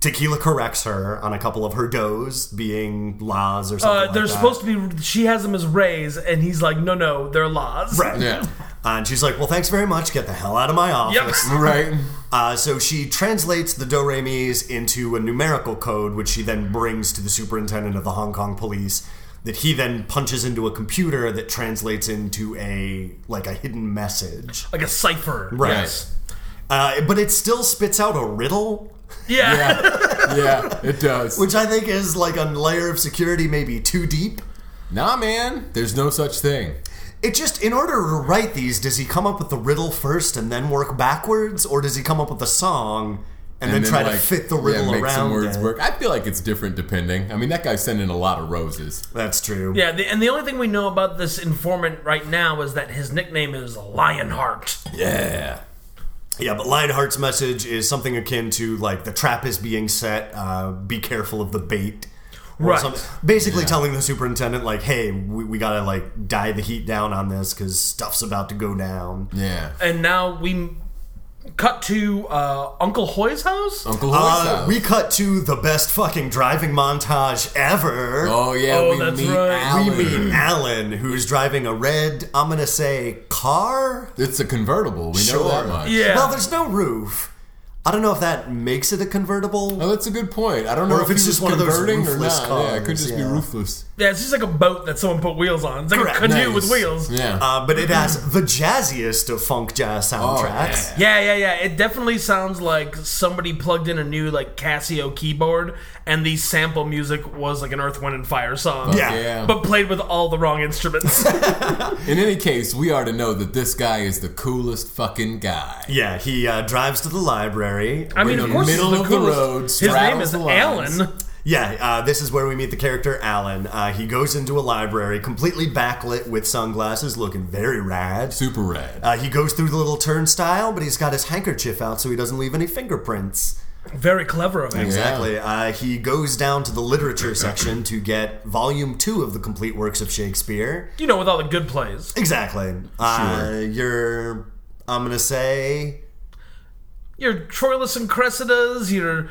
Speaker 3: Tequila corrects her on a couple of her do's being las or something.
Speaker 1: Uh,
Speaker 3: like
Speaker 1: they're
Speaker 3: that.
Speaker 1: supposed to be. She has them as rays, and he's like, no, no, they're laws.
Speaker 3: Right.
Speaker 2: yeah.
Speaker 3: Uh, and she's like, "Well, thanks very much. Get the hell out of my
Speaker 1: Yep.
Speaker 3: office."
Speaker 2: Right.
Speaker 3: Uh, so she translates the do re mi's into a numerical code, which she then brings to the superintendent of the Hong Kong police. That he then punches into a computer that translates into a like a hidden message.
Speaker 1: Like a cipher.
Speaker 2: Right.
Speaker 3: Uh, but it still spits out a riddle,
Speaker 1: Yeah.
Speaker 2: Yeah. Yeah, it does.
Speaker 3: which I think is like a layer of security maybe too deep.
Speaker 2: Nah, man. There's no such thing.
Speaker 3: It just in order to write these, does he come up with the riddle first and then work backwards, or does he come up with a song and, then, try
Speaker 2: like,
Speaker 3: to fit the
Speaker 2: yeah,
Speaker 3: riddle
Speaker 2: make
Speaker 3: around
Speaker 2: some words
Speaker 3: it?
Speaker 2: work. I feel like it's different depending. I mean, that guy's sending a lot of roses.
Speaker 3: That's true.
Speaker 1: Yeah, the, and the only thing we know about this informant right now is that his nickname is Lionheart.
Speaker 2: Yeah.
Speaker 3: Yeah, but Lionheart's message is something akin to like the trap is being set. Uh, be careful of the bait. or
Speaker 1: Right.
Speaker 3: something. Basically,
Speaker 2: Yeah.
Speaker 3: telling the superintendent like, "Hey, we, we gotta like die the heat down on this because stuff's about to go down."
Speaker 2: Yeah.
Speaker 1: And now we m- cut to uh, Uncle Hoy's house.
Speaker 2: Uncle Hoy's
Speaker 3: Uh,
Speaker 2: house.
Speaker 3: we cut to the best fucking driving montage ever.
Speaker 2: Oh yeah,
Speaker 1: Oh,
Speaker 2: we
Speaker 1: that's
Speaker 2: meet
Speaker 1: right.
Speaker 2: Alan.
Speaker 3: We meet Alan, who's driving a red. I'm gonna say car.
Speaker 2: It's a convertible. We know
Speaker 3: Sure.
Speaker 2: that much.
Speaker 1: Yeah.
Speaker 3: Well, there's no roof. I don't know if that makes it a convertible.
Speaker 2: Oh, that's a good point. I don't know
Speaker 3: Or
Speaker 2: if, it's just one of those
Speaker 3: roofless
Speaker 2: or not. yeah, it could
Speaker 3: cars,
Speaker 2: just be
Speaker 3: yeah.
Speaker 2: roofless.
Speaker 1: yeah, it's just like a boat that someone put wheels on. It's like
Speaker 3: Correct.
Speaker 1: a canoe
Speaker 2: Nice.
Speaker 1: with wheels.
Speaker 2: Yeah.
Speaker 3: Uh, but it has the jazziest of funk jazz soundtracks.
Speaker 2: Mm-hmm. Oh, yeah.
Speaker 1: Yeah, yeah, yeah. It definitely sounds like somebody plugged in a new like Casio keyboard, and the sample music was like an Earth, Wind, and Fire song.
Speaker 3: Yeah.
Speaker 2: Yeah.
Speaker 1: but played with all the wrong instruments.
Speaker 2: In any case, we are to know that this guy is the coolest fucking guy.
Speaker 3: Yeah, he uh, drives to the library.
Speaker 1: I mean, uh,
Speaker 2: In
Speaker 1: of
Speaker 2: the
Speaker 1: course, he's
Speaker 2: middle of the
Speaker 1: coolest.
Speaker 2: road,
Speaker 1: His name
Speaker 2: straddles
Speaker 1: is
Speaker 2: the lines.
Speaker 1: Alan.
Speaker 3: yeah, uh, this is where we meet the character Alan. Uh, he goes into a library, completely backlit with sunglasses, looking very rad.
Speaker 2: Super rad.
Speaker 3: Uh, he goes through the little turnstile, but he's got his handkerchief out so he doesn't leave any fingerprints.
Speaker 1: Very clever of him.
Speaker 3: Exactly. Uh, he goes down to the literature section to get volume two of the complete works of Shakespeare.
Speaker 1: You know, with all the good plays.
Speaker 3: Exactly. Uh,
Speaker 2: Sure.
Speaker 3: You're, I'm going to say,
Speaker 1: your Troilus and Cressidas, your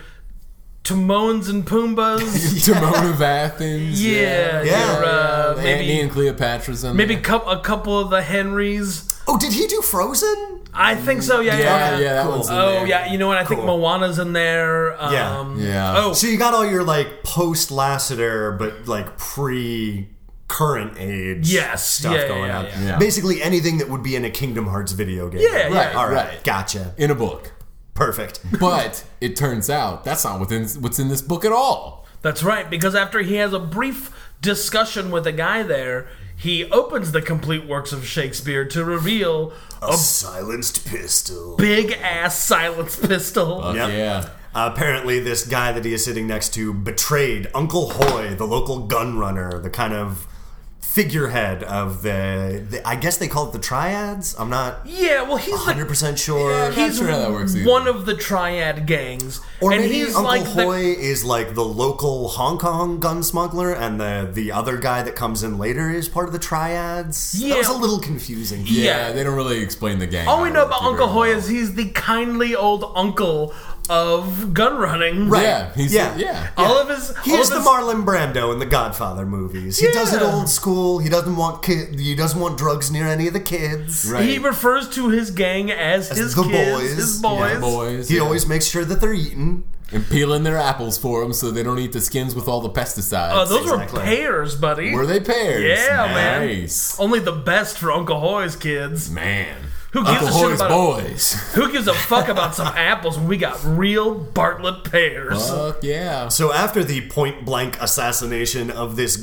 Speaker 1: Timons and Pumbas.
Speaker 2: Timon of Athens.
Speaker 1: yeah,
Speaker 3: Yeah.
Speaker 1: your, uh,
Speaker 2: Antony
Speaker 1: maybe
Speaker 2: and Cleopatra's in
Speaker 1: maybe
Speaker 2: there.
Speaker 1: cou- a couple of the Henrys.
Speaker 3: oh, did he do Frozen?
Speaker 1: I think so. Yeah,
Speaker 2: Yeah,
Speaker 1: yeah.
Speaker 2: yeah, that
Speaker 3: Cool.
Speaker 2: one's in
Speaker 1: Oh
Speaker 2: there.
Speaker 1: yeah, you know what? I think
Speaker 3: Cool.
Speaker 1: Moana's in there.
Speaker 3: Yeah.
Speaker 1: Um,
Speaker 2: Yeah.
Speaker 1: Oh,
Speaker 3: So you got all your like post Lassiter, but like pre current age
Speaker 1: Yes.
Speaker 3: stuff
Speaker 1: Yeah, yeah,
Speaker 3: going
Speaker 1: yeah,
Speaker 3: on.
Speaker 1: yeah.
Speaker 2: Yeah.
Speaker 3: Basically anything that would be in a Kingdom Hearts video game.
Speaker 1: Yeah, yeah,
Speaker 2: Right,
Speaker 3: All right.
Speaker 2: right.
Speaker 3: Gotcha.
Speaker 2: In a book.
Speaker 3: Perfect.
Speaker 2: But it turns out that's not within what's in this book at all.
Speaker 1: that's right. Because after he has a brief discussion with a guy there, he opens the complete works of Shakespeare to reveal a
Speaker 3: silenced pistol.
Speaker 1: big ass silenced pistol.
Speaker 2: Fuck
Speaker 3: Yep.
Speaker 2: Yeah.
Speaker 3: apparently, this guy that he is sitting next to betrayed Uncle Hoy, the local gun runner, the kind of figurehead of the, the I guess they call it the triads. I'm not
Speaker 1: Yeah. Well, he's the
Speaker 3: 100% sure.
Speaker 2: Yeah, I'm not
Speaker 1: he's
Speaker 2: sure how that works either.
Speaker 1: one of the triad gangs,
Speaker 3: Or
Speaker 1: and
Speaker 3: maybe
Speaker 1: he's
Speaker 3: Uncle
Speaker 1: like the-
Speaker 3: Hoy is like the local Hong Kong gun smuggler, and the the other guy that comes in later is part of the triads.
Speaker 1: Yeah.
Speaker 3: That was a little confusing.
Speaker 2: Yeah,
Speaker 1: Yeah.
Speaker 2: they don't really explain the gang.
Speaker 1: All we know
Speaker 2: member
Speaker 1: about
Speaker 2: too
Speaker 1: Uncle
Speaker 2: very
Speaker 1: Hoy
Speaker 2: well.
Speaker 1: is he's the kindly old uncle of gun running.
Speaker 3: Right.
Speaker 2: Yeah, he's
Speaker 3: Yeah.
Speaker 2: yeah. yeah.
Speaker 1: All of his. all
Speaker 3: He's
Speaker 1: of
Speaker 3: the
Speaker 1: his-
Speaker 3: Marlon Brando in the Godfather movies. He does it
Speaker 1: Yeah.
Speaker 3: old school. He doesn't want kid, he doesn't want drugs near any of the kids.
Speaker 2: Right.
Speaker 1: He refers to his gang as, his
Speaker 3: the
Speaker 1: kids,
Speaker 3: boys.
Speaker 1: his
Speaker 3: Yeah,
Speaker 1: boys.
Speaker 2: Yeah, boys.
Speaker 3: He
Speaker 2: yeah.
Speaker 3: always makes sure that they're eating.
Speaker 2: and peeling their apples for them so they don't eat the skins with all the pesticides.
Speaker 1: Uh, those
Speaker 3: Exactly.
Speaker 1: were pairs, buddy.
Speaker 2: Were they pears?
Speaker 1: Yeah, man.
Speaker 2: nice.
Speaker 1: Only the best for Uncle Hoy's kids.
Speaker 2: man.
Speaker 1: Who gives
Speaker 2: Uncle
Speaker 1: a shit
Speaker 2: Hoy's
Speaker 1: about
Speaker 2: boys.
Speaker 1: Who gives a fuck about some apples when we got real Bartlett pears?
Speaker 2: Fuck yeah.
Speaker 3: So after the point blank assassination of this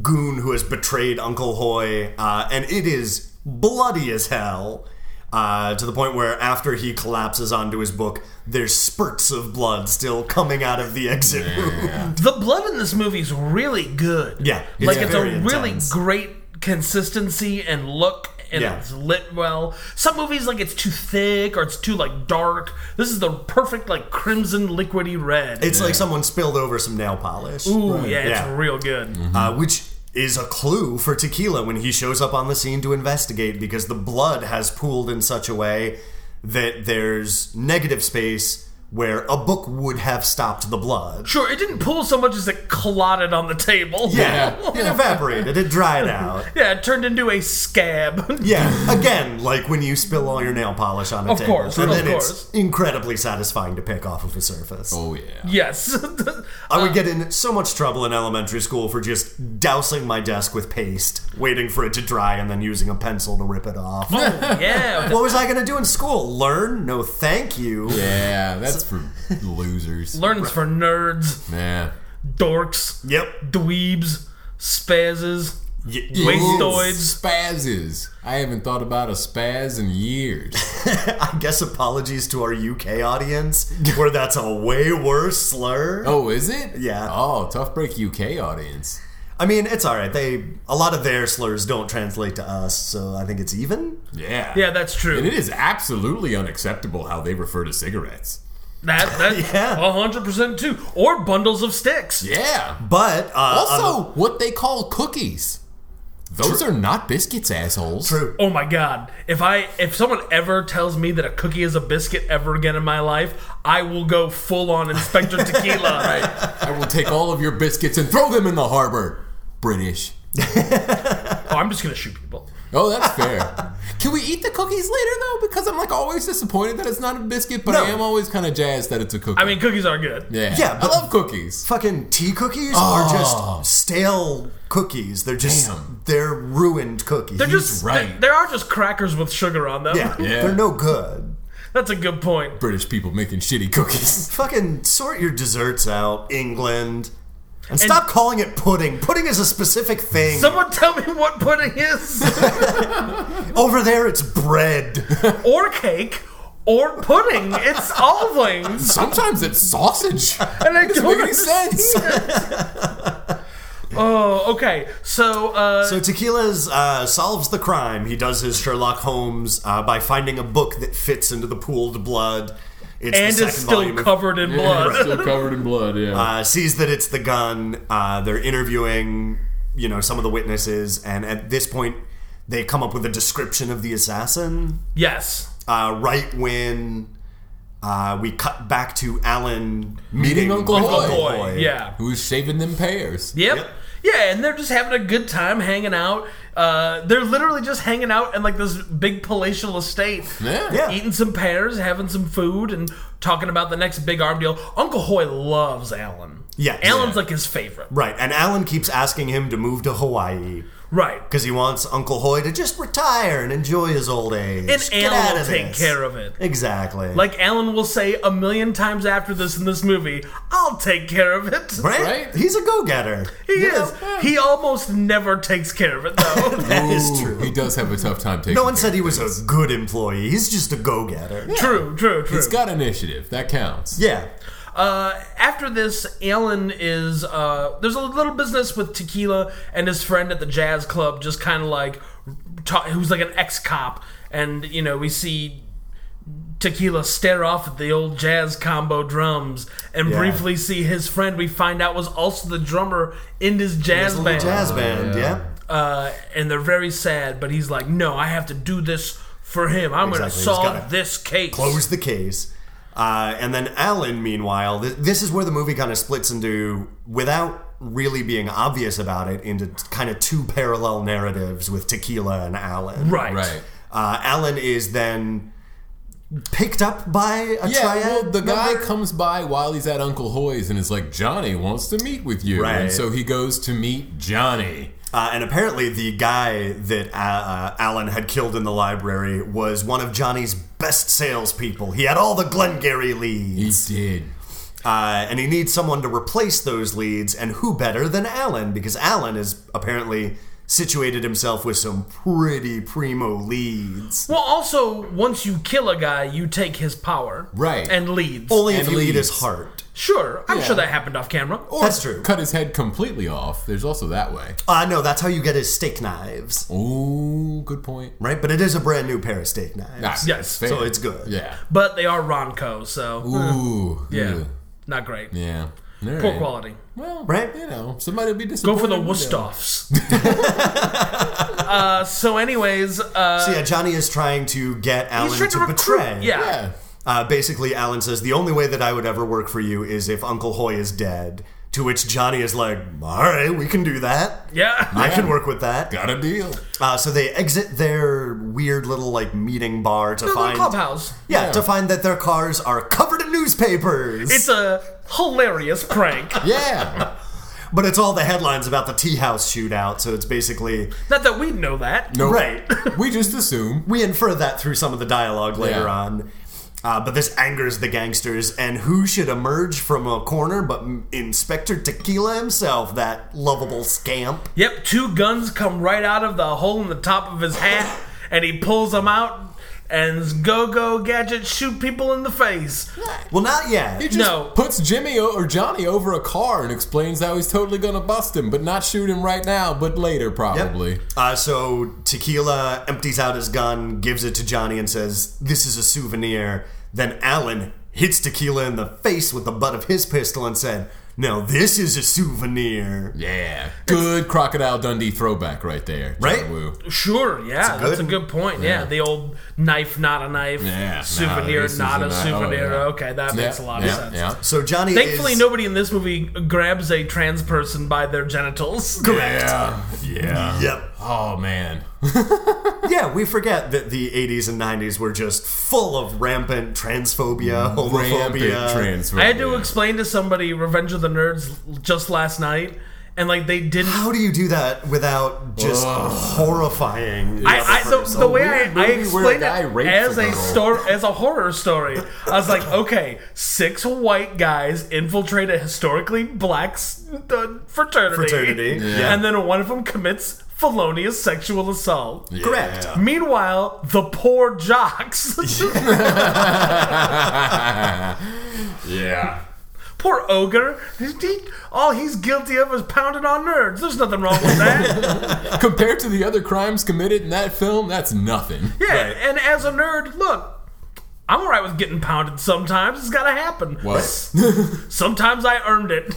Speaker 3: goon who has betrayed Uncle Hoy, uh, and it is bloody as hell. Uh, to the point where after he collapses onto his book, there's spurts of blood still coming out of the exit wound.
Speaker 1: the blood in this movie's really good.
Speaker 3: Yeah, it's
Speaker 1: like it's a
Speaker 3: very
Speaker 1: really
Speaker 3: intense.
Speaker 1: great consistency and look. And
Speaker 3: Yeah.
Speaker 1: it's lit well. Some movies like it's too thick or it's too like dark. This is the perfect like crimson liquidy red.
Speaker 3: It's like someone spilled over some nail polish.
Speaker 1: Ooh, yeah, it's
Speaker 3: Yeah.
Speaker 1: real good.
Speaker 3: uh, which is a clue for Tequila when he shows up on the scene to investigate because the blood has pooled in such a way that there's negative space where a book would have stopped the blood.
Speaker 1: Sure, it didn't pull so much as it clotted on the table.
Speaker 3: Yeah,
Speaker 2: Yeah.
Speaker 3: it evaporated, it dried out.
Speaker 1: yeah, it turned into a scab.
Speaker 3: Yeah, again, like when you spill all your nail polish on a
Speaker 1: Of
Speaker 3: table.
Speaker 1: course,
Speaker 3: and
Speaker 1: of
Speaker 3: then
Speaker 1: course.
Speaker 3: it's incredibly satisfying to pick off of a surface.
Speaker 2: Oh yeah.
Speaker 1: yes. Oh,
Speaker 3: I would get in so much trouble in elementary school for just dousing my desk with paste, waiting for it to dry, and then using a pencil to rip it off.
Speaker 1: yeah.
Speaker 3: What was I going to do in school? Learn? No, thank you.
Speaker 2: Yeah, that's for losers.
Speaker 1: Learns for nerds,
Speaker 2: Yeah.
Speaker 1: dorks,
Speaker 3: Yep.
Speaker 1: dweebs, spazzes.
Speaker 3: Y-
Speaker 1: Wastoids.
Speaker 2: Spazzes. I haven't thought about a spaz in years.
Speaker 3: I guess apologies to our UK audience, where that's a way worse slur.
Speaker 2: Oh, is it?
Speaker 3: Yeah.
Speaker 2: Oh, Tough Break UK audience.
Speaker 3: I mean, it's all right. They a lot of their slurs don't translate to us, so I think it's even.
Speaker 2: Yeah.
Speaker 1: Yeah, that's true.
Speaker 2: And it is absolutely unacceptable how they refer to cigarettes.
Speaker 1: That that
Speaker 3: Yeah.
Speaker 1: hundred percent too. Or bundles of sticks.
Speaker 2: Yeah.
Speaker 3: But uh, on
Speaker 2: Also, what they call cookies. Those are not biscuits, assholes.
Speaker 3: True.
Speaker 1: Oh my god. If I if someone ever tells me that a cookie is a biscuit ever again in my life, I will go full on Inspector Tequila.
Speaker 2: I will take all of your biscuits and throw them in the harbor. British.
Speaker 1: Oh, I'm just gonna shoot people.
Speaker 2: Oh, that's fair. Can we eat the cookies later though? Because I'm like always disappointed that it's not a biscuit, but
Speaker 3: No.
Speaker 2: I am always kind of jazzed that it's a cookie.
Speaker 1: I mean cookies are good.
Speaker 2: yeah,
Speaker 3: Yeah,
Speaker 2: I
Speaker 3: but-
Speaker 2: love cookies.
Speaker 3: fucking tea cookies
Speaker 2: Oh.
Speaker 3: are just stale cookies. They're just
Speaker 2: Damn.
Speaker 3: they're ruined cookies.
Speaker 1: They're just
Speaker 2: right.
Speaker 1: they- there are just crackers with sugar on them.
Speaker 3: yeah,
Speaker 2: Yeah.
Speaker 3: they're no good.
Speaker 1: That's a good point.
Speaker 2: British people making shitty cookies.
Speaker 3: Fucking sort your desserts out, England. And, stop calling it pudding. Pudding is a specific thing.
Speaker 1: Someone tell me what pudding is
Speaker 3: Over there, it's bread.
Speaker 1: or cake. Or pudding. It's all things.
Speaker 2: Sometimes it's sausage.
Speaker 1: And I
Speaker 2: It doesn't
Speaker 1: don't
Speaker 2: make any sense.
Speaker 1: Oh, okay. So uh
Speaker 3: so Tequila's uh, solves the crime. He does his Sherlock Holmes uh, by finding a book that fits into the pooled blood. It's
Speaker 1: and
Speaker 3: the
Speaker 1: it's
Speaker 3: second
Speaker 1: still
Speaker 3: volume of-
Speaker 1: covered in blood.
Speaker 2: Still covered in blood. Yeah.
Speaker 3: uh, sees that it's the gun. Uh, they're interviewing, you know, some of the witnesses, and at this point, they come up with a description of the assassin.
Speaker 1: Yes.
Speaker 3: Uh, right when uh, we cut back to Alan
Speaker 2: Meeting
Speaker 3: meeting
Speaker 2: Uncle
Speaker 3: with
Speaker 2: Hoy.
Speaker 1: boy. Yeah.
Speaker 2: Uh, Who's shaving them pears?
Speaker 1: Yep.
Speaker 3: Yep.
Speaker 1: Yeah, and they're just having a good time hanging out. Uh, they're literally just hanging out in like this big palatial estate,
Speaker 2: Yeah.
Speaker 3: Yeah.
Speaker 1: eating some pears, having some food, and talking about the next big arm deal. Uncle Hoy loves Alan.
Speaker 3: Yeah.
Speaker 1: Alan's like his favorite.
Speaker 3: Right, and Alan keeps asking him to move to Hawaii
Speaker 1: Right.
Speaker 3: because he wants Uncle Hoy to just retire and enjoy his old age.
Speaker 1: And
Speaker 3: Get
Speaker 1: Alan
Speaker 3: out
Speaker 1: will
Speaker 3: of
Speaker 1: take
Speaker 3: this.
Speaker 1: care of it.
Speaker 3: Exactly.
Speaker 1: Like Alan will say a million times after this in this movie, I'll take care of it.
Speaker 3: right?
Speaker 2: Right?
Speaker 3: He's a go-getter.
Speaker 1: He
Speaker 3: Yeah.
Speaker 1: is. He almost never takes care of it though.
Speaker 3: That is
Speaker 2: Ooh,
Speaker 3: true.
Speaker 2: He does have a tough time taking.
Speaker 3: No one
Speaker 2: care
Speaker 3: said
Speaker 2: of
Speaker 3: he was
Speaker 2: things.
Speaker 3: a good employee. He's just a go-getter.
Speaker 1: True, true, true.
Speaker 2: He's got initiative. That counts.
Speaker 3: Yeah.
Speaker 1: Uh, after this, Alan is uh, there's a little business with Tequila and his friend at the jazz club, just kind of like ta- who's like an ex cop, and you know we see Tequila stare off at the old jazz combo drums and
Speaker 3: Yeah.
Speaker 1: briefly see his friend. We find out was also the drummer in his jazz
Speaker 3: His little
Speaker 1: band,
Speaker 3: jazz band, Oh, yeah.
Speaker 1: Uh, and they're very sad. But he's like, no, I have to do this for him. I'm going to
Speaker 3: Exactly. He's gotta
Speaker 1: solve this case.
Speaker 3: Close the case. Uh, and then Alan, meanwhile, th- this is where the movie kind of splits into, without really being obvious about it, into kind of two parallel narratives with Tequila and Alan.
Speaker 1: right,
Speaker 2: Right.
Speaker 3: Uh, Alan is then picked up by a
Speaker 2: Yeah,
Speaker 3: triad.
Speaker 2: well, the guy
Speaker 3: member?
Speaker 2: comes by while he's at Uncle Hoy's and is like, Johnny wants to meet with you.
Speaker 3: Right.
Speaker 2: And so he goes to meet Johnny.
Speaker 3: Uh, and apparently, the guy that uh, uh, Alan had killed in the library was one of Johnny's best salespeople. He had all the Glengarry
Speaker 2: He
Speaker 3: leads.
Speaker 2: did.
Speaker 3: Uh, and he needs someone to replace those leads, and who better than Alan? Because Alan has apparently situated himself with some pretty primo leads.
Speaker 1: Well, also, once you kill a guy, you take his power.
Speaker 2: Right.
Speaker 1: And leads.
Speaker 3: Only if
Speaker 2: And
Speaker 3: you eat
Speaker 2: leads.
Speaker 3: his heart.
Speaker 1: sure. I'm
Speaker 2: Yeah.
Speaker 1: sure that happened off camera.
Speaker 3: That's true.
Speaker 2: Cut his head completely off. There's also that way.
Speaker 3: Uh, no, that's how you get his steak knives,
Speaker 2: Oh, good point.
Speaker 3: right? But it is a brand new pair of steak knives.
Speaker 2: Nah, it's
Speaker 1: Yes,
Speaker 2: fair.
Speaker 3: So it's good. Uh,
Speaker 2: yeah.
Speaker 1: But they are Ronco, so.
Speaker 2: Ooh.
Speaker 1: Yeah.
Speaker 2: ooh,
Speaker 1: Not great.
Speaker 2: Yeah. All
Speaker 1: Poor
Speaker 2: right.
Speaker 1: quality.
Speaker 2: Well,
Speaker 3: Right?
Speaker 2: You know, somebody will be
Speaker 1: Go
Speaker 2: disappointed.
Speaker 1: for the
Speaker 2: with that.
Speaker 1: Wustoffs. uh, so, anyways, uh,
Speaker 3: So yeah, Johnny is trying to get Alan
Speaker 1: he's trying to,
Speaker 3: to
Speaker 1: recruit.
Speaker 3: betray.
Speaker 1: Yeah.
Speaker 2: Yeah.
Speaker 3: Uh, basically, Alan says the only way that I would ever work for you is if Uncle Hoy is dead. To which Johnny is like, "All right, we can do that.
Speaker 1: Yeah.
Speaker 3: I can work with that."
Speaker 2: Got a deal.
Speaker 3: Uh, so they exit their weird little like meeting bar to
Speaker 1: The little
Speaker 3: find
Speaker 1: clubhouse.
Speaker 3: Yeah,
Speaker 2: Yeah.
Speaker 3: to find that their cars are covered in newspapers.
Speaker 1: It's a hilarious prank.
Speaker 2: Yeah.
Speaker 3: but it's all the headlines about the tea house shootout. So it's basically
Speaker 1: Not that we know that.
Speaker 2: No.
Speaker 3: right.
Speaker 2: We just assume.
Speaker 3: we infer that through some of the dialogue later
Speaker 2: Yeah.
Speaker 3: on. Uh, but this angers the gangsters, and who should emerge from a corner but M- Inspector Tequila himself, that lovable scamp?
Speaker 1: Yep, two guns come right out of the hole in the top of his hat, and he pulls them out and go go gadget shoot people in the face.
Speaker 3: Well, not
Speaker 2: He
Speaker 3: yet.
Speaker 2: just
Speaker 1: No.
Speaker 2: puts Jimmy o- or Johnny over a car and explains how he's totally gonna bust him, but not shoot him right now, but later probably.
Speaker 3: Uh, so Tequila empties out his gun, gives it to Johnny, and says, This is a souvenir. Then Alan hits Tequila in the face with the butt of his pistol and said, Now this is a souvenir.
Speaker 2: Yeah. Good crocodile Dundee throwback right there. John
Speaker 3: Right?
Speaker 2: Woo.
Speaker 1: Sure, yeah, that's a good,
Speaker 3: good
Speaker 1: point. Yeah. the old knife, not a knife,
Speaker 2: Yeah, nah,
Speaker 1: souvenir,
Speaker 2: this is
Speaker 1: not
Speaker 2: a
Speaker 1: a
Speaker 2: knife. Oh,
Speaker 1: souvenir.
Speaker 2: yeah.
Speaker 1: Okay, that makes a lot
Speaker 2: yeah,
Speaker 1: of sense.
Speaker 2: Yeah.
Speaker 3: So Johnny
Speaker 1: Thankfully,
Speaker 3: is-
Speaker 1: nobody in this movie grabs a trans person by their genitals.
Speaker 2: Yeah. Yeah.
Speaker 3: Yep.
Speaker 2: Oh man.
Speaker 3: Yeah, we forget that the 80s and 90s were just full of rampant transphobia,
Speaker 2: Mm, Rampant
Speaker 3: homophobia.
Speaker 2: transphobia.
Speaker 1: I had to explain to somebody Revenge of the Nerds just last night, and like they didn't.
Speaker 3: How do you do that without just horrifying? Oh, the other
Speaker 1: I, I, the,
Speaker 3: person?
Speaker 1: the way I, I
Speaker 2: weird movie where a
Speaker 1: explained
Speaker 2: guy
Speaker 1: it
Speaker 2: rapes
Speaker 1: as
Speaker 2: a
Speaker 1: a
Speaker 2: girl.
Speaker 1: story, as a horror story, I was like, okay, six white guys infiltrate a historically black s- uh, fraternity,
Speaker 3: Fraternity, yeah.
Speaker 1: and then one of them commits felonious sexual assault.
Speaker 3: Correct.
Speaker 2: Yeah.
Speaker 1: Meanwhile, the poor jocks,
Speaker 2: Yeah.
Speaker 1: poor ogre, he- all he's guilty of is pounding on nerds. There's nothing wrong with that.
Speaker 2: Compared to the other crimes committed in that film, that's nothing.
Speaker 1: yeah,
Speaker 3: Right.
Speaker 1: and as a nerd, look. I'm alright with getting pounded sometimes. It's gotta happen.
Speaker 2: What?
Speaker 1: Sometimes I earned it.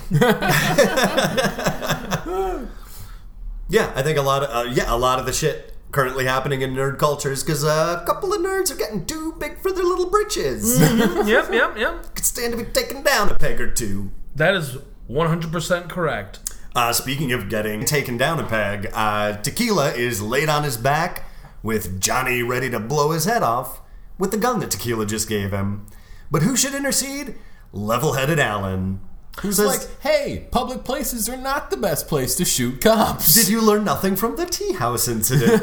Speaker 3: Yeah, I think a lot of uh, yeah, a lot of the shit currently happening in nerd cultures because uh, a couple of nerds are getting too big for their little britches.
Speaker 1: Mm. yep, yep, yep.
Speaker 3: Could stand to be taken down a peg or two.
Speaker 1: That is 100% correct.
Speaker 3: Uh, speaking of getting taken down a peg, uh, Tequila is laid on his back with Johnny ready to blow his head off with the gun that Tequila just gave him. But who should intercede? Level headed Alan. Who
Speaker 2: It's like, hey, public places are not the best place to shoot cops.
Speaker 3: Did you learn nothing from the tea house incident?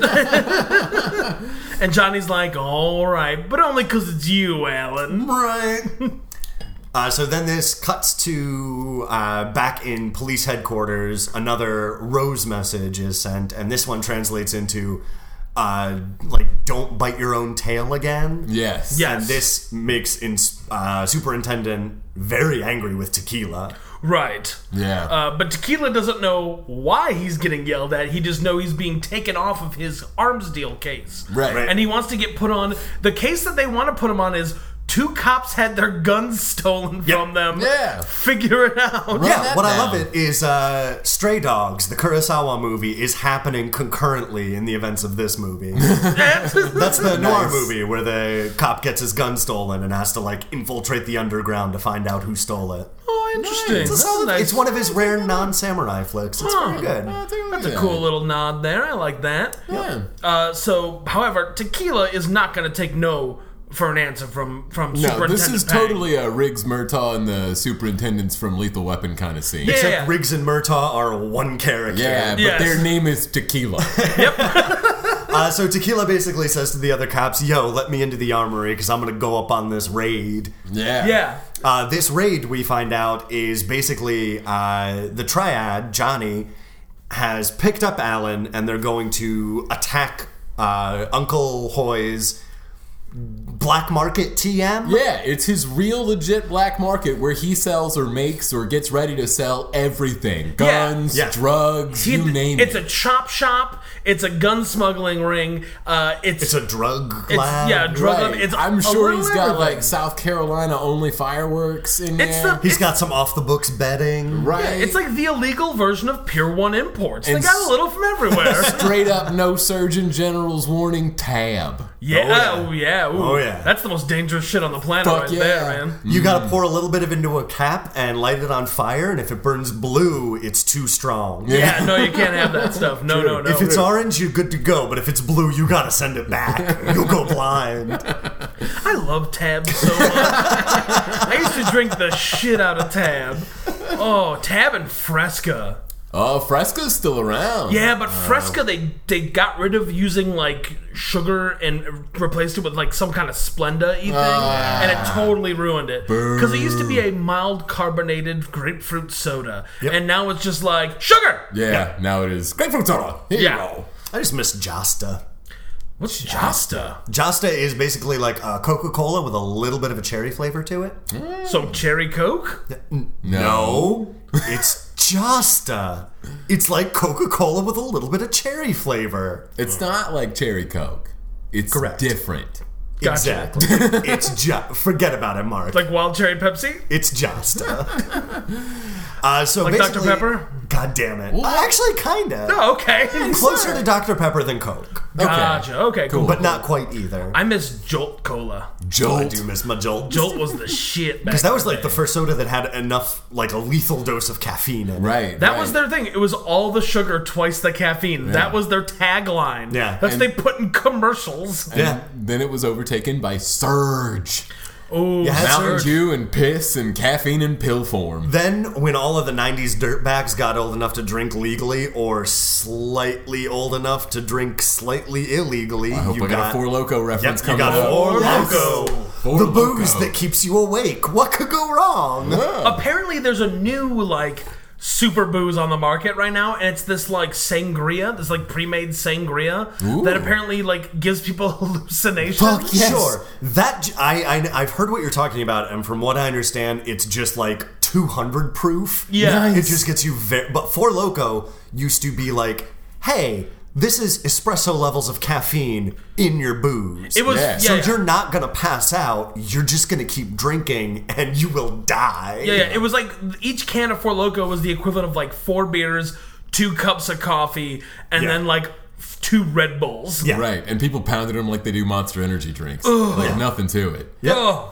Speaker 1: And Johnny's like, all right, but only because it's you, Alan.
Speaker 3: right. Uh, so then this cuts to uh, back in police headquarters. Another Rose message is sent, and this one translates into uh, like, don't bite your own tail again.
Speaker 2: Yes.
Speaker 1: Yeah.
Speaker 3: And this makes ins- uh, Superintendent very angry with Tequila.
Speaker 1: Right.
Speaker 2: Yeah.
Speaker 1: Uh, but Tequila doesn't know why he's getting yelled at. He just knows he's being taken off of his arms deal case.
Speaker 2: Right. Right.
Speaker 1: And he wants to get put on. The case that they want to put him on is two cops had their guns stolen from them.
Speaker 2: Yeah.
Speaker 1: Figure it out.
Speaker 2: Run
Speaker 3: Yeah,
Speaker 2: that
Speaker 3: what I
Speaker 2: down.
Speaker 3: love it is uh, Stray Dogs, the Kurosawa movie, is happening concurrently in the events of this movie. That's the noir
Speaker 2: Nice.
Speaker 3: movie where the cop gets his gun stolen and has to like infiltrate the underground to find out who stole it.
Speaker 1: Oh, interesting.
Speaker 2: Nice.
Speaker 1: That's
Speaker 3: So
Speaker 1: nice.
Speaker 3: It's one of his rare non-samurai flicks. It's
Speaker 1: Huh.
Speaker 3: pretty good.
Speaker 2: Oh, there we
Speaker 1: That's a
Speaker 2: go.
Speaker 1: cool little nod there. I like that.
Speaker 2: Yeah.
Speaker 1: Uh, so, however, Tequila is not going to take no for an answer from from
Speaker 2: No,
Speaker 1: Superintendent
Speaker 2: this is
Speaker 1: Pang.
Speaker 2: totally a Riggs Murtaugh and the superintendents from Lethal Weapon kind of scene.
Speaker 1: Yeah.
Speaker 2: Yeah,
Speaker 3: Except Riggs and Murtaugh are one character.
Speaker 2: but
Speaker 1: Yes.
Speaker 2: their name is Tequila.
Speaker 3: Uh, so Tequila basically says to the other cops, "Yo, let me into the armory because I'm gonna go up on this raid."
Speaker 2: yeah.
Speaker 1: yeah.
Speaker 3: Uh, this raid, we find out, is basically uh, the triad, Johnny, has picked up Alan and they're going to attack uh, Uncle Hoy's black market TM.
Speaker 2: Yeah, it's his real legit black market where he sells or makes or gets ready to sell everything. Guns,
Speaker 3: Yeah.
Speaker 2: drugs, you name
Speaker 1: it's a
Speaker 2: it.
Speaker 1: chop shop. It's a gun smuggling ring. Uh, it's,
Speaker 3: It's a drug
Speaker 1: it's-
Speaker 3: lab.
Speaker 1: yeah, drug.
Speaker 2: Right.
Speaker 1: It's
Speaker 2: I'm
Speaker 1: a
Speaker 2: sure
Speaker 1: little
Speaker 2: he's got
Speaker 1: everything.
Speaker 2: like South Carolina only fireworks in
Speaker 1: It's
Speaker 2: there.
Speaker 1: the-
Speaker 3: He's got some off the books betting.
Speaker 2: right.
Speaker 1: It's like the illegal version of Pier One imports. They
Speaker 2: And
Speaker 1: got
Speaker 2: s-
Speaker 1: a little from everywhere.
Speaker 2: straight up no Surgeon General's warning tab.
Speaker 1: yeah. Oh yeah. ooh.
Speaker 3: Oh, yeah.
Speaker 1: That's the most dangerous shit on the planet
Speaker 2: Fuck
Speaker 1: right
Speaker 2: yeah.
Speaker 1: there, man.
Speaker 3: You gotta pour a little bit of it into a cap and light it on fire, and if it burns blue, it's too strong.
Speaker 1: Yeah. No, you can't have that stuff. No, no, no.
Speaker 3: If it's orange, you're good to go, but if it's blue, you gotta send it back. You'll go blind.
Speaker 1: I love Tab so much. I used to drink the shit out of Tab. Oh, Tab and Fresca.
Speaker 2: Oh, Fresca's still around.
Speaker 1: Yeah,
Speaker 3: Uh,
Speaker 1: but Fresca they they got rid of using like sugar and replaced it with like some kind of Splenda thing,
Speaker 3: Ah.
Speaker 1: and it totally ruined it. Because it used to be a mild carbonated grapefruit soda, and now it's just like sugar.
Speaker 2: Yeah, now it is grapefruit soda. Here
Speaker 1: Yeah.
Speaker 2: you go.
Speaker 3: I just miss Josta.
Speaker 1: What's Jasta?
Speaker 3: Josta is basically like uh, Coca Cola with a little bit of a cherry flavor to it.
Speaker 1: So cherry coke?
Speaker 3: No, it's Josta. It's like Coca Cola with a little bit of cherry flavor.
Speaker 2: It's not like cherry coke. It's
Speaker 3: Correct.
Speaker 2: different.
Speaker 1: Gotcha.
Speaker 3: Exactly. it's jo- forget about it, Mark.
Speaker 1: Like wild cherry Pepsi?
Speaker 3: it's Josta. uh, so
Speaker 1: Like Dr
Speaker 3: basically-
Speaker 1: Pepper?
Speaker 3: God damn it! Uh, actually, kinda
Speaker 1: Oh, okay.
Speaker 3: closer to Dr Pepper than Coke,
Speaker 2: Okay.
Speaker 1: Gotcha. Okay, cool.
Speaker 3: but not quite either.
Speaker 1: I miss Jolt Cola.
Speaker 3: I
Speaker 2: Jolt.
Speaker 3: do miss my Jolt.
Speaker 1: Jolt was the shit.
Speaker 3: Because that was like the first soda that had enough, like a lethal dose of caffeine in it.
Speaker 2: Right.
Speaker 1: That
Speaker 2: right.
Speaker 1: was their thing. It was all the sugar, twice the caffeine. That was their tagline.
Speaker 3: Yeah.
Speaker 1: that's
Speaker 2: And-
Speaker 1: what they put in commercials.
Speaker 3: Yeah.
Speaker 2: Then it was overtaken by Surge.
Speaker 1: Oh,
Speaker 3: Yeah, that's
Speaker 2: Mountain
Speaker 3: Surge.
Speaker 2: Dew and piss and caffeine in pill form.
Speaker 3: Then, when all of the 90s dirtbags got old enough to drink legally or slightly old enough to drink slightly illegally,
Speaker 2: I hope
Speaker 3: you
Speaker 2: I got,
Speaker 3: got,
Speaker 2: a Four Loco reference
Speaker 3: Yep, you
Speaker 2: coming
Speaker 3: got
Speaker 2: up.
Speaker 3: Four
Speaker 1: Yes.
Speaker 3: Loko.
Speaker 2: Four
Speaker 3: the
Speaker 2: Loko.
Speaker 3: booze that keeps you awake. What could go wrong?
Speaker 1: apparently there's a new like super booze on the market right now, and it's this like sangria, this like pre-made sangria that apparently like gives people hallucinations.
Speaker 2: Fuck yes.
Speaker 3: Sure. That j- I, I have heard what you're talking about, and from what I understand, it's just like 200 proof.
Speaker 1: Yeah. Nice.
Speaker 3: It just gets you very. But Four Loco used to be like, hey, this is espresso levels of caffeine in your booze.
Speaker 1: It was
Speaker 2: Yeah.
Speaker 1: yeah.
Speaker 2: So
Speaker 1: yeah,
Speaker 3: You're not gonna pass out. You're just gonna keep drinking, and you will die.
Speaker 1: Yeah, yeah, it was like each can of Four Loco was the equivalent of like four beers, two cups of coffee, and
Speaker 3: Yeah.
Speaker 1: then like f- two Red Bulls.
Speaker 3: Yeah.
Speaker 2: Right, and people pounded them like they do Monster Energy drinks. like nothing to it.
Speaker 1: Ugh.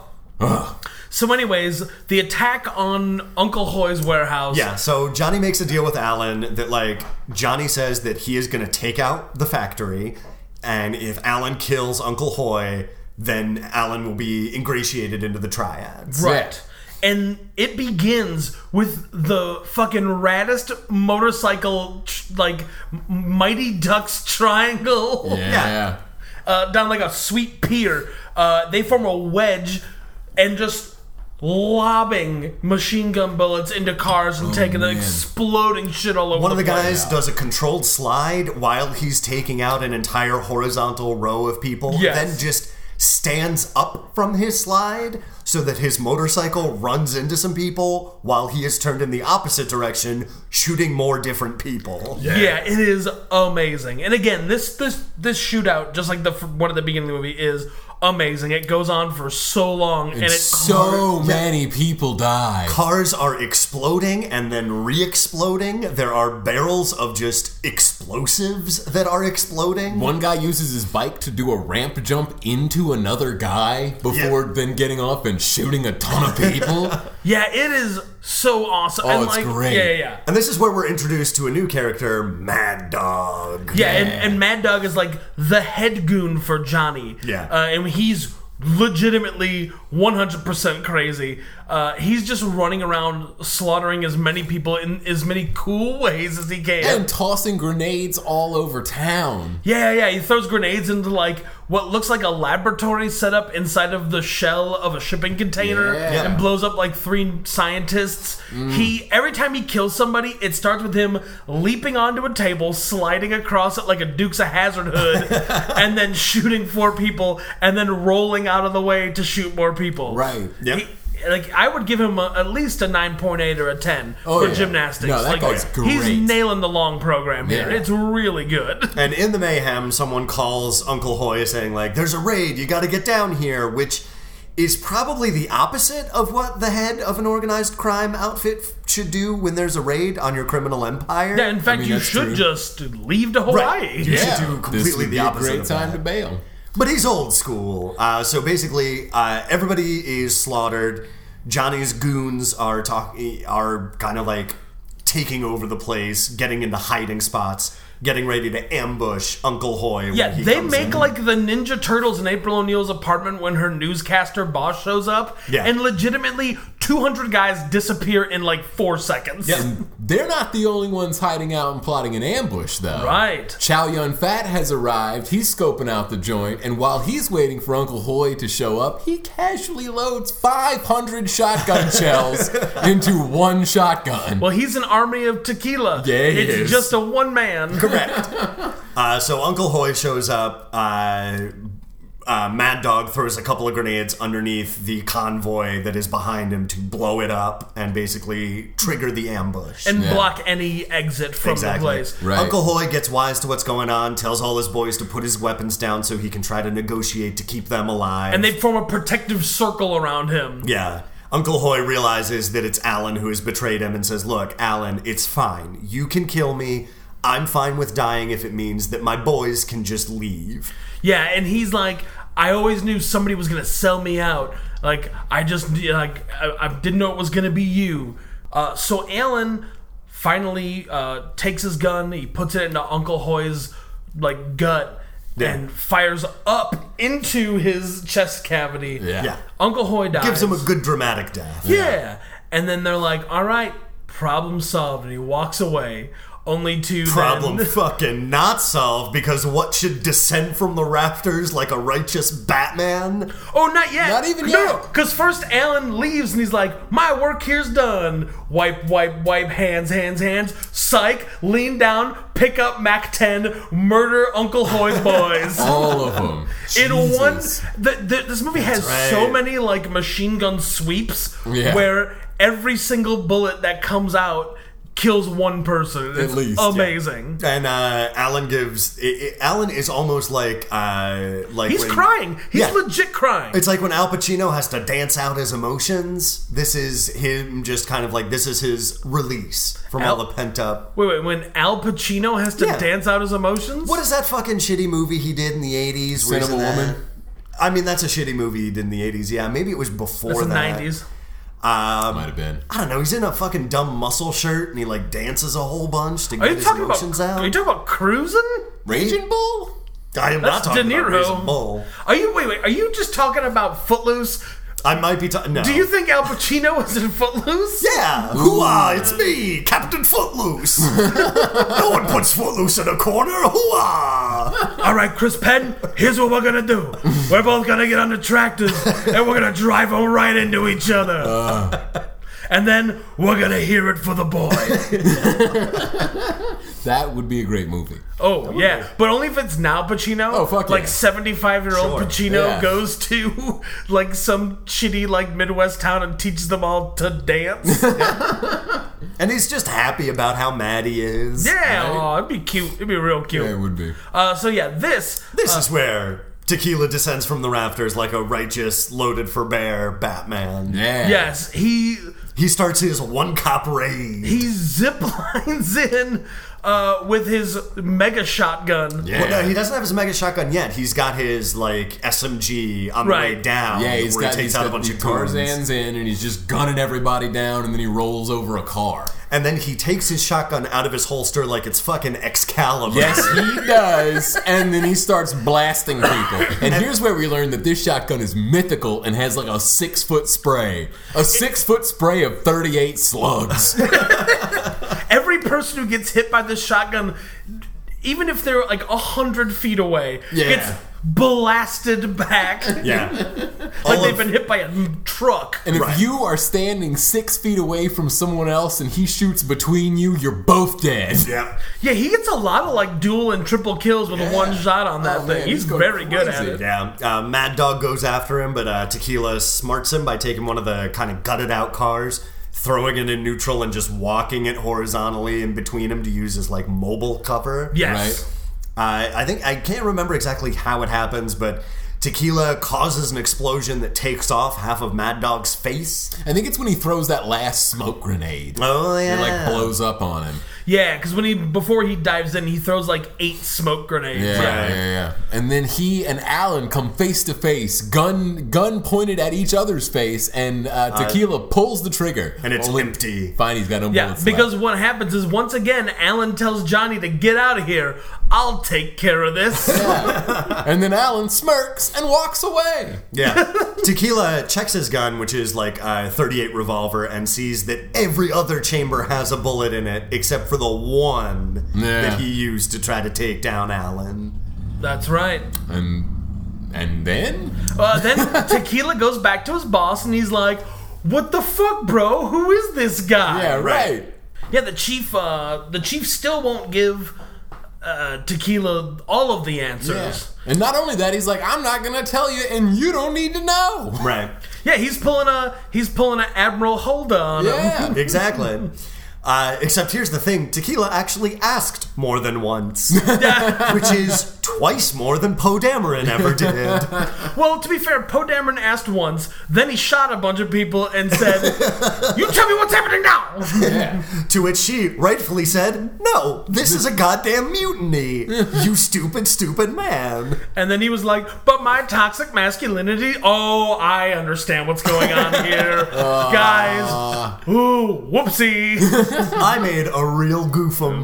Speaker 1: So, anyways, the attack on Uncle Hoy's warehouse.
Speaker 3: Yeah, so Johnny makes a deal with Alan that, like, Johnny says that he is going to take out the factory, and if Alan kills Uncle Hoy, then Alan will be ingratiated into the triads.
Speaker 1: Right. And it begins with the fucking raddest motorcycle, tr- like m- Mighty Ducks triangle
Speaker 2: Yeah.
Speaker 3: Yeah.
Speaker 1: uh, down like a sweet pier. Uh, they form a wedge and just lobbing machine gun bullets into cars and taking the
Speaker 2: man.
Speaker 1: exploding shit all over.
Speaker 3: Oh, One of the
Speaker 1: place.
Speaker 3: guys does a controlled slide while he's taking out an entire horizontal row of people,
Speaker 1: Yes.
Speaker 3: then just stands up from his slide so that his motorcycle runs into some people while he is turned in the opposite direction, shooting more different people.
Speaker 1: Yeah. it is amazing. And again, this this this shootout, just like the f- one at the beginning of the movie, is amazing. It goes on for so long, and, it
Speaker 2: so many people die.
Speaker 3: Cars are exploding and then re exploding. There are barrels of just explosives that are exploding.
Speaker 2: One guy uses his bike to do a ramp jump into another guy before then getting off and shooting a ton of people.
Speaker 1: yeah, it is so awesome.
Speaker 2: Oh,
Speaker 1: and
Speaker 2: it's
Speaker 1: like,
Speaker 2: great.
Speaker 1: Yeah, yeah, yeah.
Speaker 3: And this is where we're introduced to a new character, Mad Dog.
Speaker 1: Yeah, And, and Mad Dog is like the head goon for Johnny.
Speaker 3: Yeah.
Speaker 1: uh, and he's legitimately 100% crazy. Uh, he's just running around slaughtering as many people in as many cool ways as he can.
Speaker 2: and tossing grenades all over town.
Speaker 1: Yeah, yeah, he throws grenades into like what looks like a laboratory setup inside of the shell of a shipping container
Speaker 2: Yeah. Mm.
Speaker 1: and blows up like three scientists. He every time he kills somebody, it starts with him leaping onto a table, sliding across it like a Dukes of Hazard hood, and then shooting four people and then rolling out of the way to shoot more people.
Speaker 2: Right.
Speaker 3: Yep.
Speaker 1: He- like I would give him a, at least a 9.8 or a 10
Speaker 2: Oh,
Speaker 1: for
Speaker 2: yeah.
Speaker 1: gymnastics.
Speaker 2: No, that
Speaker 1: like,
Speaker 2: guy's
Speaker 1: He's
Speaker 2: great.
Speaker 1: nailing the long program here.
Speaker 2: Yeah.
Speaker 1: It's really good.
Speaker 3: And in the mayhem, someone calls Uncle Hoy saying, like, there's a raid, you gotta get down here, which is probably the opposite of what the head of an organized crime outfit f- should do when there's a raid on your criminal empire.
Speaker 1: Yeah, in fact,
Speaker 2: mean,
Speaker 1: you
Speaker 2: that's
Speaker 1: should
Speaker 2: true.
Speaker 1: just leave to Hawaii.
Speaker 3: You should
Speaker 2: Yeah,
Speaker 3: do
Speaker 2: this
Speaker 3: completely
Speaker 2: would
Speaker 3: the
Speaker 2: be a
Speaker 3: opposite
Speaker 2: Great
Speaker 3: of
Speaker 2: time
Speaker 3: that.
Speaker 2: to bail.
Speaker 3: But he's old school. Uh, so basically, uh, everybody is slaughtered. Johnny's goons are talk- are kind of like taking over the place, getting into hiding spots, getting ready to ambush Uncle Hoy. when
Speaker 1: Yeah,
Speaker 3: he
Speaker 1: they
Speaker 3: comes
Speaker 1: make
Speaker 3: in.
Speaker 1: like the Ninja Turtles in April O'Neil's apartment when her newscaster boss shows up,
Speaker 3: Yeah.
Speaker 1: and legitimately 200 guys disappear in like four seconds.
Speaker 2: And they're not the only ones hiding out and plotting an ambush, though.
Speaker 1: Right.
Speaker 2: Chow Yun Fat has arrived. He's scoping out the joint, and while he's waiting for Uncle Hoy to show up, he casually loads 500 shotgun shells into one shotgun.
Speaker 1: Well, he's an army of tequila.
Speaker 2: Yeah, he
Speaker 1: it's
Speaker 2: is.
Speaker 1: just a one man.
Speaker 3: Correct. uh, so Uncle Hoy shows up. Uh, uh, Mad Dog throws a couple of grenades underneath the convoy that is behind him to blow it up and basically trigger the ambush.
Speaker 1: And
Speaker 2: Yeah.
Speaker 1: block any exit from
Speaker 3: exactly.
Speaker 1: the place.
Speaker 2: Right.
Speaker 3: Uncle Hoy gets wise to what's going on, tells all his boys to put his weapons down so he can try to negotiate to keep them alive.
Speaker 1: And they form a protective circle around him.
Speaker 3: yeah. Uncle Hoy realizes that it's Alan who has betrayed him and says, Look, Alan, it's fine. You can kill me. I'm fine with dying if it means that my boys can just leave.
Speaker 1: Yeah, and he's like, I always knew somebody was gonna sell me out. Like I just like I, I didn't know it was gonna be you. Uh, so Alan finally uh, takes his gun. He puts it into Uncle Hoy's like gut
Speaker 3: Yeah.
Speaker 1: and fires up into his chest cavity.
Speaker 2: yeah.
Speaker 3: Yeah.
Speaker 1: Uncle Hoy dies.
Speaker 3: Gives him a good dramatic death.
Speaker 1: yeah. And then they're like, "All right, problem solved." And he walks away, only to then-
Speaker 3: Problem fucking not solved because what should descend from the rafters like a righteous Batman?
Speaker 1: Oh, not yet.
Speaker 2: Not even
Speaker 1: no,
Speaker 2: yet.
Speaker 1: Because first Alan leaves and he's like, "My work here's done." Wipe, wipe, wipe. Hands, hands, hands. Psych. Lean down. Pick up Mac Ten. Murder Uncle Hoy's boys.
Speaker 3: Oh,
Speaker 2: All of them.
Speaker 1: In one,
Speaker 2: Jesus.
Speaker 1: the, the, this movie has
Speaker 3: That's
Speaker 1: so
Speaker 3: right.
Speaker 1: many like machine gun sweeps
Speaker 2: Yeah.
Speaker 1: where every single bullet that comes out kills one person. It's
Speaker 2: least, yeah.
Speaker 1: amazing.
Speaker 3: And uh, Alan gives. i i Alan is almost like uh, like
Speaker 1: He's
Speaker 3: when-
Speaker 1: crying. He's
Speaker 3: Yeah.
Speaker 1: legit crying.
Speaker 3: It's like when Al Pacino has to dance out his emotions. This is him just kind of like this is his release from all the pent up.
Speaker 1: wait, wait. When Al Pacino has to
Speaker 3: Yeah.
Speaker 1: dance out his emotions,
Speaker 3: What is that fucking shitty movie he did in the eighties?
Speaker 2: Son of a Woman?
Speaker 3: I mean, that's a shitty movie he did in the eighties. Yeah, maybe it was before
Speaker 1: That's the
Speaker 3: that.
Speaker 1: nineties.
Speaker 3: Um,
Speaker 2: Might have been.
Speaker 3: I don't know. He's in a fucking dumb muscle shirt and he like dances a whole bunch to
Speaker 1: Are
Speaker 3: get
Speaker 1: you
Speaker 3: his
Speaker 1: talking about?
Speaker 3: emotions
Speaker 1: Are you
Speaker 3: out.
Speaker 1: talking about cruising?
Speaker 2: Raging Bull?
Speaker 3: I am
Speaker 1: That's
Speaker 3: not talking
Speaker 1: De
Speaker 3: about
Speaker 1: Niro.
Speaker 3: Raging Bull.
Speaker 1: Are you wait wait? Are you just talking about Footloose?
Speaker 3: I might be talking. No.
Speaker 1: Do you think Al Pacino was in Footloose?
Speaker 3: Yeah, hooah, it's me, Captain Footloose. no one puts Footloose in a corner, hooah.
Speaker 1: All right, Chris Penn. Here's what we're gonna do. We're both gonna get on the tractors and we're gonna drive them right into each other. And then we're gonna hear it for the boy.
Speaker 2: That would be a great movie.
Speaker 1: Oh yeah, but only if it's now Pacino.
Speaker 2: Oh, fuck
Speaker 1: Like
Speaker 2: yeah.
Speaker 1: seventy-five-year-old
Speaker 3: Sure.
Speaker 1: Pacino
Speaker 2: Yeah.
Speaker 1: goes to like some shitty like Midwest town and teaches them all to dance.
Speaker 3: And he's just happy about how mad he is.
Speaker 1: Yeah, aw, it'd be cute. It'd be real cute.
Speaker 2: Yeah, it would be.
Speaker 1: Uh, so yeah, this
Speaker 3: This is where Tequila descends from the rafters like a righteous, loaded for bear Batman.
Speaker 2: Yeah.
Speaker 1: yes, he
Speaker 3: He starts his one cop raid.
Speaker 1: he zip lines in uh, with his mega shotgun.
Speaker 2: Yeah.
Speaker 3: Well, no, he doesn't have his mega shotgun yet. He's got his like SMG on the way
Speaker 1: Right.
Speaker 3: down.
Speaker 2: Yeah, he's
Speaker 3: where
Speaker 2: got,
Speaker 3: he takes
Speaker 2: he's
Speaker 3: out
Speaker 2: got
Speaker 3: a bunch
Speaker 2: the
Speaker 3: of guns.
Speaker 2: Tarzan's in, and he's just gunning everybody down, and then he rolls over a car.
Speaker 3: and then he takes his shotgun out of his holster like it's fucking Excalibur.
Speaker 2: Yes, he does. And then he starts blasting people. And here's where we learn that this shotgun is mythical and has like a six foot spray. A six foot spray of 38 slugs.
Speaker 1: Every person who gets hit by this shotgun, even if they're like a hundred feet away,
Speaker 2: Yeah.
Speaker 1: gets blasted back
Speaker 3: Yeah.
Speaker 1: like
Speaker 3: All
Speaker 1: they've
Speaker 3: of-
Speaker 1: been hit by a truck.
Speaker 2: And if
Speaker 3: Right.
Speaker 2: you are standing six feet away from someone else and he shoots between you, you're both dead.
Speaker 3: Yeah.
Speaker 1: Yeah, he gets a lot of like dual and triple kills with
Speaker 2: Yeah.
Speaker 1: one shot on that
Speaker 2: Oh,
Speaker 1: thing.
Speaker 2: man,
Speaker 1: he's
Speaker 2: he's going
Speaker 1: very good at
Speaker 2: crazy.
Speaker 1: it.
Speaker 3: Yeah, uh, Mad Dog goes after him, but uh, Tequila smarts him by taking one of the kind of gutted out cars, throwing it in neutral, and just walking it horizontally in between him to use as like mobile cover.
Speaker 1: Yes.
Speaker 3: Uh, I think I can't remember exactly how it happens, but Tequila causes an explosion that takes off half of Mad Dog's face.
Speaker 2: I think it's when he throws that last smoke grenade.
Speaker 3: Oh yeah,
Speaker 2: It like blows up on him.
Speaker 1: Yeah, because when he before he dives in, he throws like eight smoke grenades.
Speaker 2: Yeah,
Speaker 3: Right.
Speaker 2: yeah, yeah. And then he and Alan come face to face, gun gun pointed at each other's face, and uh, Tequila pulls the trigger.
Speaker 3: and it's
Speaker 2: Only-
Speaker 3: empty.
Speaker 2: Fine, he's got no
Speaker 1: Yeah,
Speaker 2: bullets
Speaker 1: because
Speaker 2: left.
Speaker 1: what happens is once again, Alan tells Johnny to get out of here. I'll take care of this.
Speaker 2: and then Alan smirks and walks away.
Speaker 3: Yeah. Tequila checks his gun, which is like a 38 revolver, and sees that every other chamber has a bullet in it except for the one
Speaker 2: Yeah.
Speaker 3: that he used to try to take down Alan.
Speaker 1: That's right.
Speaker 2: And and then
Speaker 1: Uh, then Tequila goes back to his boss and he's like, "What the fuck, bro? Who is this guy?"
Speaker 2: yeah,
Speaker 3: right.
Speaker 2: right.
Speaker 1: Yeah, the chief. Uh, the chief still won't give uh, Tequila all of the
Speaker 2: Yeah.
Speaker 1: answers.
Speaker 2: And not only that, he's like, I'm not gonna tell you, and you don't need to know.
Speaker 3: Right.
Speaker 1: Yeah, he's pulling a he's pulling an Admiral Holder on him.
Speaker 2: Yeah.
Speaker 3: Exactly. Uh, except here's the thing Tequila actually asked more than once, which is twice more than Poe Dameron ever did.
Speaker 1: Well, to be fair, Poe Dameron asked once, then he shot a bunch of people and said, "You tell me what's happening now."
Speaker 2: yeah.
Speaker 3: to which she rightfully said, No, this is a goddamn mutiny, you stupid, stupid man.
Speaker 1: And then he was like, "But my toxic masculinity. Oh, I understand what's going on here, guys. Ooh, whoopsie.
Speaker 3: I made a real goofum.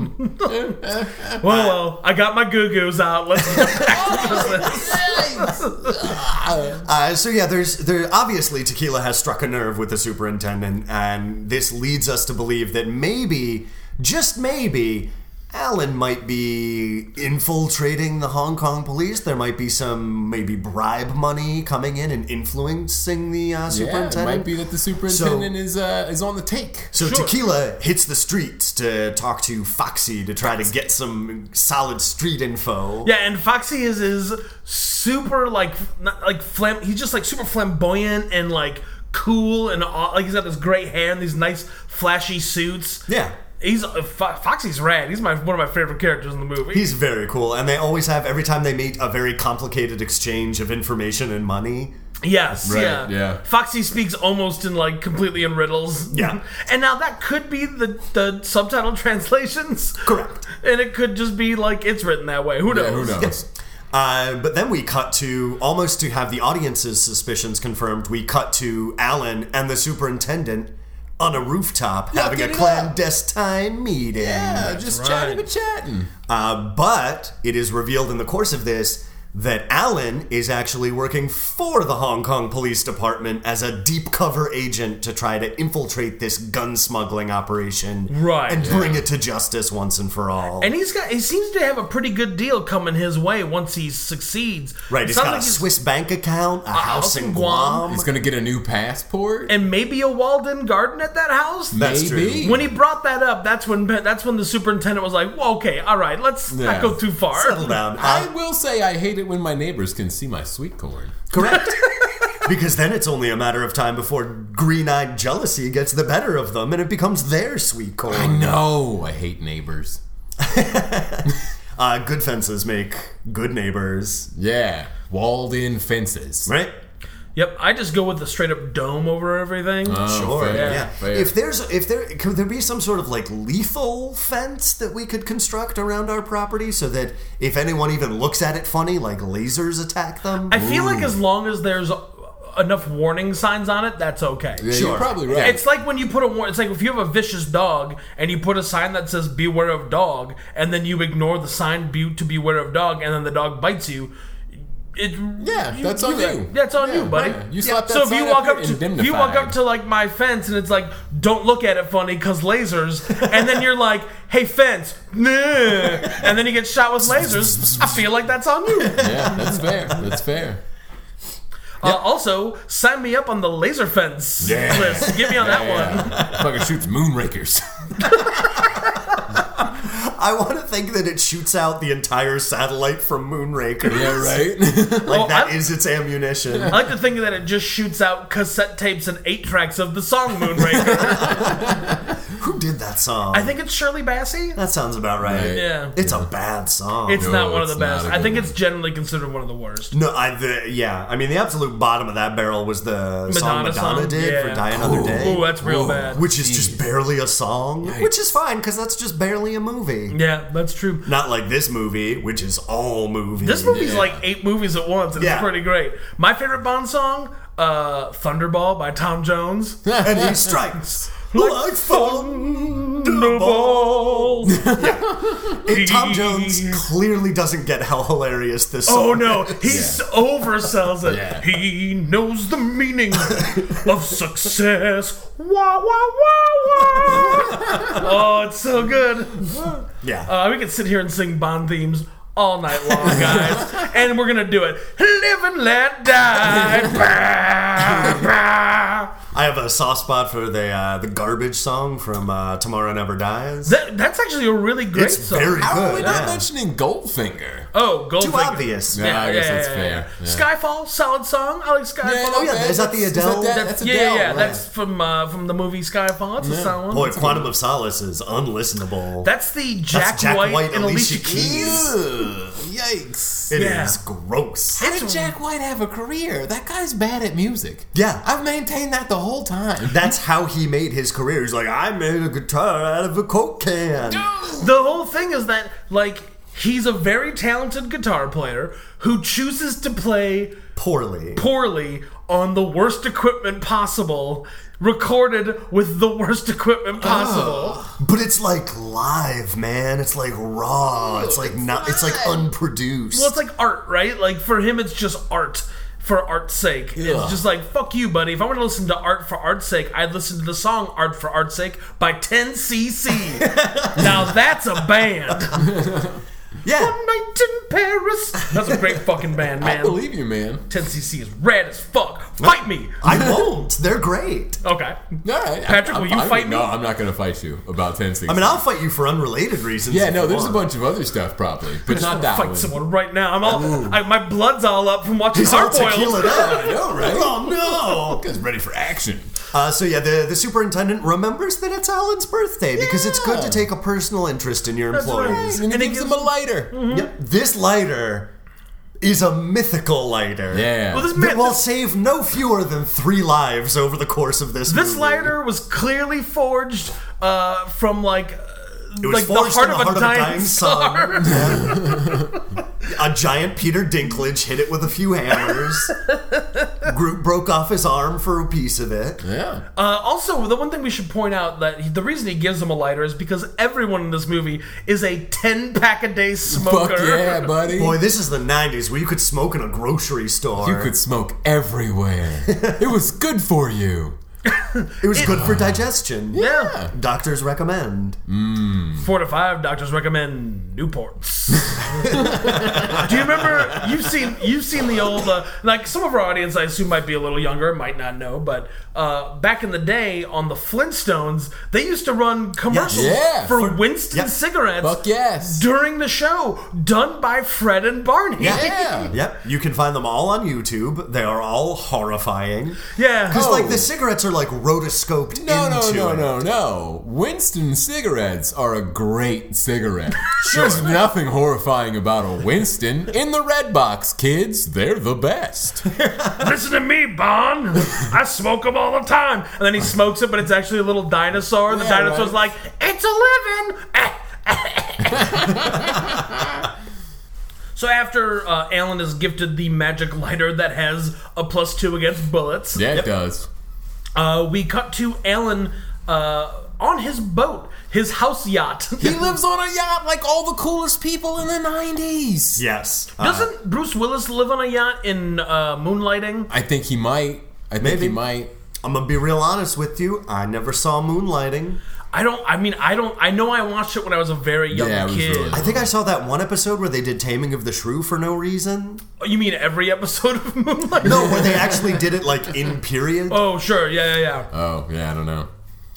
Speaker 1: Well, well, I got my goo goos out. Let's get back to business.
Speaker 3: Uh, so yeah, there's there obviously tequila has struck a nerve with the superintendent, and this leads us to believe that maybe, just maybe, Alan might be infiltrating the Hong Kong police. There might be some maybe bribe money coming in and influencing the uh,
Speaker 2: yeah.
Speaker 3: superintendent.
Speaker 2: It might be that the superintendent is uh, is on the take.
Speaker 3: so
Speaker 1: Sure.
Speaker 3: tequila hits the streets to talk to Foxy to try to get some solid street info.
Speaker 1: Yeah, and Foxy is is super like not, like flam. He's just like super flamboyant and like cool and aw- like he's got this great hair and these nice flashy suits.
Speaker 3: Yeah.
Speaker 1: He's uh, Fo- Foxy's rad. He's my one of my favorite characters in the movie.
Speaker 3: He's very cool, and they always have every time they meet a very complicated exchange of information and money.
Speaker 1: yes,
Speaker 2: Right,
Speaker 1: yeah.
Speaker 2: yeah.
Speaker 1: Foxy speaks almost in like completely in riddles.
Speaker 3: Yeah.
Speaker 1: and now that could be the the subtitle translations,
Speaker 3: Correct.
Speaker 1: and it could just be like it's written that way. Who knows?
Speaker 2: Yeah, who knows?
Speaker 3: Uh, but then we cut to almost to have the audience's suspicions confirmed. We cut to Alan and the superintendent on a rooftop having a
Speaker 2: it up.
Speaker 3: clandestine meeting.
Speaker 2: Yeah, just chatting but chatting.
Speaker 3: Uh, but it is revealed in the course of this that Alan is actually working for the Hong Kong Police Department as a deep cover agent to try to infiltrate this gun smuggling operation
Speaker 1: Right.
Speaker 3: and bring it to justice once and for all.
Speaker 1: And he's got he seems to have a pretty good deal coming his way once he succeeds.
Speaker 3: right,
Speaker 1: It
Speaker 3: he's
Speaker 1: sounds
Speaker 3: got
Speaker 1: like
Speaker 3: a Swiss bank account, a, house in Guam.
Speaker 2: He's gonna get a new passport.
Speaker 1: and maybe a Walden garden at that house.
Speaker 3: That's
Speaker 2: Maybe.
Speaker 3: true.
Speaker 1: when he brought that up, that's when that's when the superintendent was like, well, "Okay, all right, let's
Speaker 2: Yeah.
Speaker 1: not go too far."
Speaker 3: Settle down.
Speaker 2: I
Speaker 3: Uh,
Speaker 2: will say I hate it when my neighbors can see my sweet corn.
Speaker 3: correct. because then it's only a matter of time before green eyed jealousy gets the better of them and it becomes their sweet corn.
Speaker 2: No, I hate neighbors.
Speaker 3: Uh, good fences make good neighbors.
Speaker 2: Yeah, walled-in fences.
Speaker 3: Right?
Speaker 1: Yep, I just go with the straight up dome over everything.
Speaker 2: Oh,
Speaker 3: Sure.
Speaker 2: fair,
Speaker 3: yeah.
Speaker 2: fair.
Speaker 3: If there's, if there, could there be some sort of like lethal fence that we could construct around our property so that if anyone even looks at it funny, like lasers attack them?
Speaker 1: I feel like as long as there's enough warning signs on it, that's okay.
Speaker 2: Yeah,
Speaker 3: Sure.
Speaker 2: You're probably right.
Speaker 1: It's like when you put a war- it's like if you have a vicious dog and you put a sign that says beware of dog and then you ignore the sign be- to beware of dog and then the dog bites you. It,
Speaker 2: Yeah, that's on you.
Speaker 1: That's on you, buddy.
Speaker 2: yeah. You slapped
Speaker 1: so
Speaker 2: that
Speaker 1: if you
Speaker 2: sign up,
Speaker 1: walk up
Speaker 2: you're
Speaker 1: to if you walk up
Speaker 2: indemnified.
Speaker 1: to like my fence and it's like, don't look at it funny because lasers, and then you're like, hey fence, nah. and then you get shot with lasers. I feel like that's on you.
Speaker 2: yeah, that's fair. That's fair.
Speaker 1: Uh, also, sign me up on the laser fence
Speaker 2: Yeah.
Speaker 1: list. Get me on that one.
Speaker 2: Yeah. Fucking shoots moonrakers.
Speaker 3: I want to think that it shoots out the entire satellite from Moonraker.
Speaker 2: yeah, right.
Speaker 3: Like
Speaker 1: Well,
Speaker 3: that
Speaker 1: I'm-
Speaker 3: is its ammunition.
Speaker 1: I like to think that it just shoots out cassette tapes and eight tracks of the song Moonraker.
Speaker 3: Who did that song?
Speaker 1: I think it's Shirley Bassey.
Speaker 3: that sounds about right.
Speaker 2: Right.
Speaker 1: Yeah.
Speaker 3: It's a bad song.
Speaker 1: It's
Speaker 2: No,
Speaker 1: not one of the
Speaker 2: it's not
Speaker 1: best.
Speaker 2: a
Speaker 1: I
Speaker 2: good
Speaker 1: think
Speaker 2: one.
Speaker 1: it's generally considered one of the worst.
Speaker 3: no, I the yeah. I mean, the absolute bottom of that barrel was the song
Speaker 1: Madonna
Speaker 3: Madonna
Speaker 1: song?
Speaker 3: did
Speaker 1: Yeah.
Speaker 3: for "Die Another Day,"
Speaker 1: Ooh, that's real
Speaker 2: Whoa.
Speaker 1: bad.
Speaker 3: which is just barely a song, which is fine because that's just barely a movie.
Speaker 1: Yeah, that's true.
Speaker 3: Not like this movie, which is all movie.
Speaker 1: This movie's
Speaker 2: Yeah.
Speaker 1: like eight movies at once. and It's
Speaker 3: Yeah.
Speaker 1: pretty great. My favorite Bond song, uh, Thunderball by Tom Jones.
Speaker 3: and he strikes like thunderbolt.
Speaker 1: Thunderball.
Speaker 3: And Tom Jones clearly doesn't get how hilarious this song.
Speaker 1: Oh no, he s oversells it.
Speaker 2: Yeah.
Speaker 1: He knows the meaning of success. Wah wah wah wah. oh, it's so good.
Speaker 3: is. Yeah.
Speaker 1: Uh, we could sit here and sing Bond themes all night long, guys, and we're gonna do it. Live and let die. Bah, bah.
Speaker 3: I have a soft spot for the uh, the garbage song from uh, Tomorrow Never Dies.
Speaker 1: That, that's actually a really great
Speaker 3: It's
Speaker 1: song.
Speaker 3: very
Speaker 2: How are we
Speaker 3: good.
Speaker 2: not
Speaker 3: yeah.
Speaker 2: mentioning Goldfinger?
Speaker 1: oh, Goldfinger.
Speaker 3: Too obvious.
Speaker 2: Yeah. I guess that's fair.
Speaker 1: yeah.
Speaker 2: Yeah.
Speaker 1: Skyfall, solid song. I like Skyfall.
Speaker 3: oh, yeah,
Speaker 2: okay,
Speaker 3: is that the
Speaker 2: that's-
Speaker 3: Adele?
Speaker 2: that-
Speaker 3: That's-
Speaker 2: That's
Speaker 1: yeah,
Speaker 2: Adele.
Speaker 1: yeah, yeah.
Speaker 2: right.
Speaker 1: That's from uh, from the movie Skyfall. It's a solid one.
Speaker 3: Boy, Quantum of Solace is unlistenable.
Speaker 1: That's the Jack,
Speaker 3: Jack
Speaker 1: White,
Speaker 3: White,
Speaker 1: and Alicia,
Speaker 3: Alicia
Speaker 1: Keys.
Speaker 3: Keys.
Speaker 2: Ugh, yikes.
Speaker 3: It is
Speaker 1: yeah.
Speaker 3: gross.
Speaker 2: How did Jack White have a career? That guy's bad at music.
Speaker 3: Yeah.
Speaker 2: I've maintained that the whole time.
Speaker 3: That's how he made his career. He's like, I made a guitar out of a coke can.
Speaker 1: The whole thing is that like he's a very talented guitar player who chooses to play
Speaker 3: Poorly.
Speaker 1: poorly on the worst equipment possible, recorded with the worst equipment
Speaker 3: Oh.
Speaker 1: possible.
Speaker 3: But it's like live, man. It's like raw. It's like not. It's like unproduced.
Speaker 1: Well, it's like art, right? Like for him, it's just art for art's sake. It's
Speaker 2: Ugh.
Speaker 1: just like fuck you, buddy. If I want to listen to art for art's sake, I'd listen to the song "Art for Art's Sake" by 10cc. now that's a band.
Speaker 3: yeah.
Speaker 1: One night in Paris. That's a great fucking band,
Speaker 2: I
Speaker 1: man.
Speaker 2: believe you, man.
Speaker 1: 10cc is rad as fuck. Fight me.
Speaker 3: I won't. They're great.
Speaker 1: Okay.
Speaker 2: All right.
Speaker 1: Patrick,
Speaker 2: I'm-
Speaker 1: will you
Speaker 2: I'm-
Speaker 1: fight me?
Speaker 2: No, I'm not going to fight you about 10
Speaker 3: I mean, I'll fight you for unrelated reasons.
Speaker 2: Yeah,
Speaker 3: if
Speaker 2: no,
Speaker 3: you
Speaker 2: there's a
Speaker 3: want.
Speaker 2: bunch of other stuff probably, but not that
Speaker 1: Fight
Speaker 2: one.
Speaker 1: someone right now. I'm all. I, my blood's all up from watching
Speaker 3: He's all
Speaker 1: Hardboiled.
Speaker 3: tequilaed up.
Speaker 2: I know, right?
Speaker 3: Oh
Speaker 2: Guy's ready for action.
Speaker 3: no! Uh, so yeah, the the superintendent remembers that it's Alan's birthday because it's good to
Speaker 2: Yeah.
Speaker 3: take a personal interest in your
Speaker 2: And
Speaker 3: employees.
Speaker 2: he
Speaker 1: And it
Speaker 2: gives
Speaker 1: gives-
Speaker 2: him a lighter.
Speaker 1: Mm-hmm.
Speaker 3: Yep, this lighter is a mythical lighter.
Speaker 2: Yeah.
Speaker 1: Well, this
Speaker 3: That
Speaker 1: man,
Speaker 3: will
Speaker 1: this,
Speaker 3: save no fewer than three lives over the course of this.
Speaker 1: this
Speaker 3: movie.
Speaker 1: lighter was clearly forged uh, from like, uh,
Speaker 3: It was
Speaker 1: like the
Speaker 3: forged
Speaker 1: heart,
Speaker 3: in
Speaker 1: of, a dying star.
Speaker 3: sun. Yeah. a giant Peter Dinklage hit it with a few hammers. Groot broke off his arm for a piece of it.
Speaker 2: yeah.
Speaker 1: Uh, also, the one thing we should point out that he, the reason he gives him a lighter is because everyone in this movie is a ten pack a day smoker.
Speaker 2: Fuck yeah, buddy.
Speaker 3: Boy, this is the '90s where you could smoke in a grocery store.
Speaker 2: you could smoke everywhere. it was good for you.
Speaker 3: It was good for digestion.
Speaker 1: yeah.
Speaker 3: Doctors recommend.
Speaker 1: Four to five doctors recommend Newports. Do you remember? You've seen you've seen the old uh, like some of our audience, I assume, might be a little younger, might not know, but uh, back in the day on the Flintstones, they used to run commercials
Speaker 2: Yeah,
Speaker 1: for,
Speaker 2: for-
Speaker 1: Winston
Speaker 3: yeah.
Speaker 1: cigarettes
Speaker 2: Fuck yes.
Speaker 1: during the show, done by Fred and Barney.
Speaker 2: yeah.
Speaker 3: Yep, you can find them all on YouTube. They are all horrifying.
Speaker 1: Yeah.
Speaker 3: Because, like,
Speaker 2: Oh.
Speaker 3: the cigarettes are, like, rotoscoped
Speaker 2: No, no,
Speaker 3: into
Speaker 2: no,
Speaker 3: it.
Speaker 2: no, no. Winston cigarettes are a great cigarette. There's nothing horrifying about a Winston. In the red box, kids, they're the best.
Speaker 1: Listen to me, Bon. I smoke them all the time. And then he smokes it, but it's actually a little dinosaur. And the
Speaker 2: Yeah,
Speaker 1: dinosaur's
Speaker 2: right.
Speaker 1: like, it's a living. So after uh, Alan is gifted the magic lighter that has a plus two against bullets,
Speaker 2: Yeah, it does.
Speaker 1: uh, we cut to Alan uh, on his boat, his house yacht.
Speaker 2: He lives on a yacht like all the coolest people in the 90s.
Speaker 3: Yes. Uh,
Speaker 1: Doesn't Bruce Willis live on a yacht in uh, Moonlighting?
Speaker 2: I think he might. I think he
Speaker 3: Maybe.
Speaker 2: might.
Speaker 3: I'm gonna be real honest with you. I never saw Moonlighting.
Speaker 1: I don't. I mean, I don't. I know I watched it when I was a very young
Speaker 2: Yeah, it was
Speaker 1: kid.
Speaker 2: really-
Speaker 3: I think I saw that one episode where they did Taming of the Shrew for no reason.
Speaker 1: Oh, You mean every episode of Moonlighting?
Speaker 3: No, where they actually did it like in period.
Speaker 1: Oh, sure. Yeah, yeah,
Speaker 2: Oh, yeah, I don't know.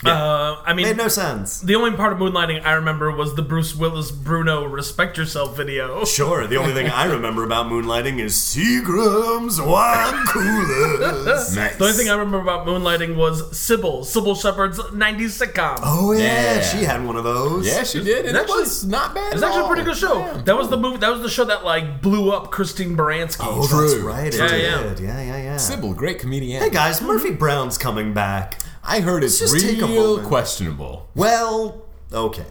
Speaker 1: yeah. Uh, I mean,
Speaker 3: Made no sense.
Speaker 1: the only part of Moonlighting I remember was the Bruce Willis Bruno Respect Yourself video.
Speaker 3: Sure, the only thing I remember about Moonlighting is Seagram's wine coolers.
Speaker 2: Nice.
Speaker 1: The only thing I remember about Moonlighting was Sybil, Sybil Shepherd's 90s sitcom.
Speaker 3: Oh yeah,
Speaker 2: Yeah.
Speaker 3: she had one of those.
Speaker 2: yeah, she did, and it
Speaker 1: actually-
Speaker 2: was not bad.
Speaker 1: It's
Speaker 2: at
Speaker 1: actually a
Speaker 2: all.
Speaker 1: pretty good show.
Speaker 2: Yeah.
Speaker 1: That was the movie. That was the show that like blew up Christine Baranski.
Speaker 3: Oh, that's
Speaker 2: True.
Speaker 3: right. It
Speaker 1: Yeah, yeah.
Speaker 3: did. Yeah, yeah, yeah.
Speaker 2: Sybil, great comedian.
Speaker 3: Hey guys, Murphy Brown's coming back.
Speaker 2: I heard it's
Speaker 3: just take a
Speaker 2: real
Speaker 3: moment.
Speaker 2: questionable.
Speaker 3: Well, okay.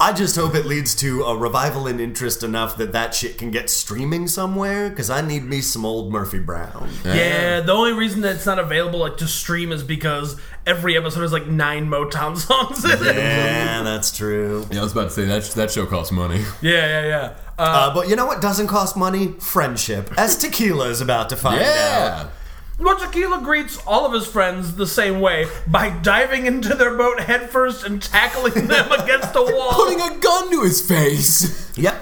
Speaker 3: I just hope it leads to a revival in interest enough that that shit can get streaming somewhere, because I need me some old Murphy Brown.
Speaker 1: Yeah, the only reason that it's not available like to stream is because every episode has like nine Motown songs in it.
Speaker 3: Yeah, that's true.
Speaker 2: Yeah, I was about to say that that show costs money.
Speaker 1: Yeah, yeah, yeah. Uh,
Speaker 3: Uh, but you know what doesn't cost money? Friendship. As Tequila is about to find out.
Speaker 2: Yeah,
Speaker 1: Mochakila greets all of his friends the same way by diving into their boat headfirst and tackling them against the wall.
Speaker 2: putting a gun to his face.
Speaker 3: Yep.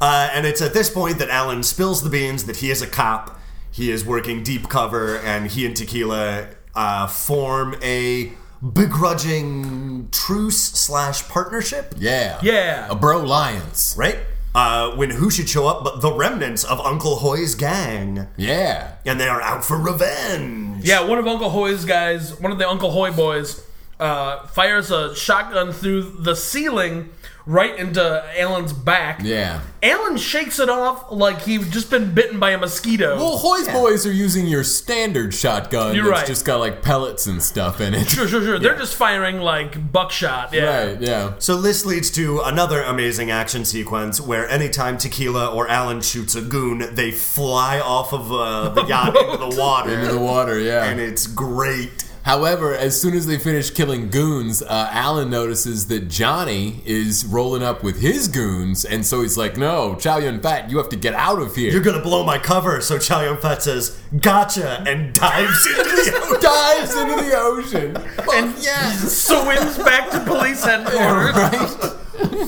Speaker 3: Uh, and it's at this point that Alan spills the beans that he is a cop, he is working deep cover, and he and Tequila uh, form a begrudging truce slash partnership.
Speaker 2: Yeah,
Speaker 1: Yeah.
Speaker 2: a bro lions.
Speaker 3: right? Uh, when who should show up but the remnants of Uncle Hoy's gang,
Speaker 2: Yeah,
Speaker 3: and they are out for revenge.
Speaker 1: Yeah, one of Uncle Hoy's guys, one of the Uncle Hoy boys, uh, fires a shotgun through the ceiling right into Alan's back.
Speaker 2: yeah.
Speaker 1: Alan shakes it off like he's just been bitten by a mosquito.
Speaker 2: Well, Hoy's boys are using your standard shotgun.
Speaker 1: You're
Speaker 2: that's
Speaker 1: right.
Speaker 2: just got like pellets and stuff in it.
Speaker 1: sure, sure, sure. They're just firing like buckshot. Yeah.
Speaker 2: Right. Yeah.
Speaker 3: So this leads to another amazing action sequence where anytime Tequila or Alan shoots a goon, they fly off of uh, the yacht into the
Speaker 2: Into the
Speaker 3: water,
Speaker 2: water. Yeah.
Speaker 3: and it's great.
Speaker 2: However, as soon as they finish killing goons, uh, Alan notices that Johnny is rolling up with his goons, and so he's like, "No, Chow Yun Fat, you have to get out of here."
Speaker 3: You're gonna blow my cover, so Chow Yun Fat says, "Gotcha," and dives into the ocean.
Speaker 2: Dives into the ocean. and yes,
Speaker 1: Swims back to police headquarters.
Speaker 2: right?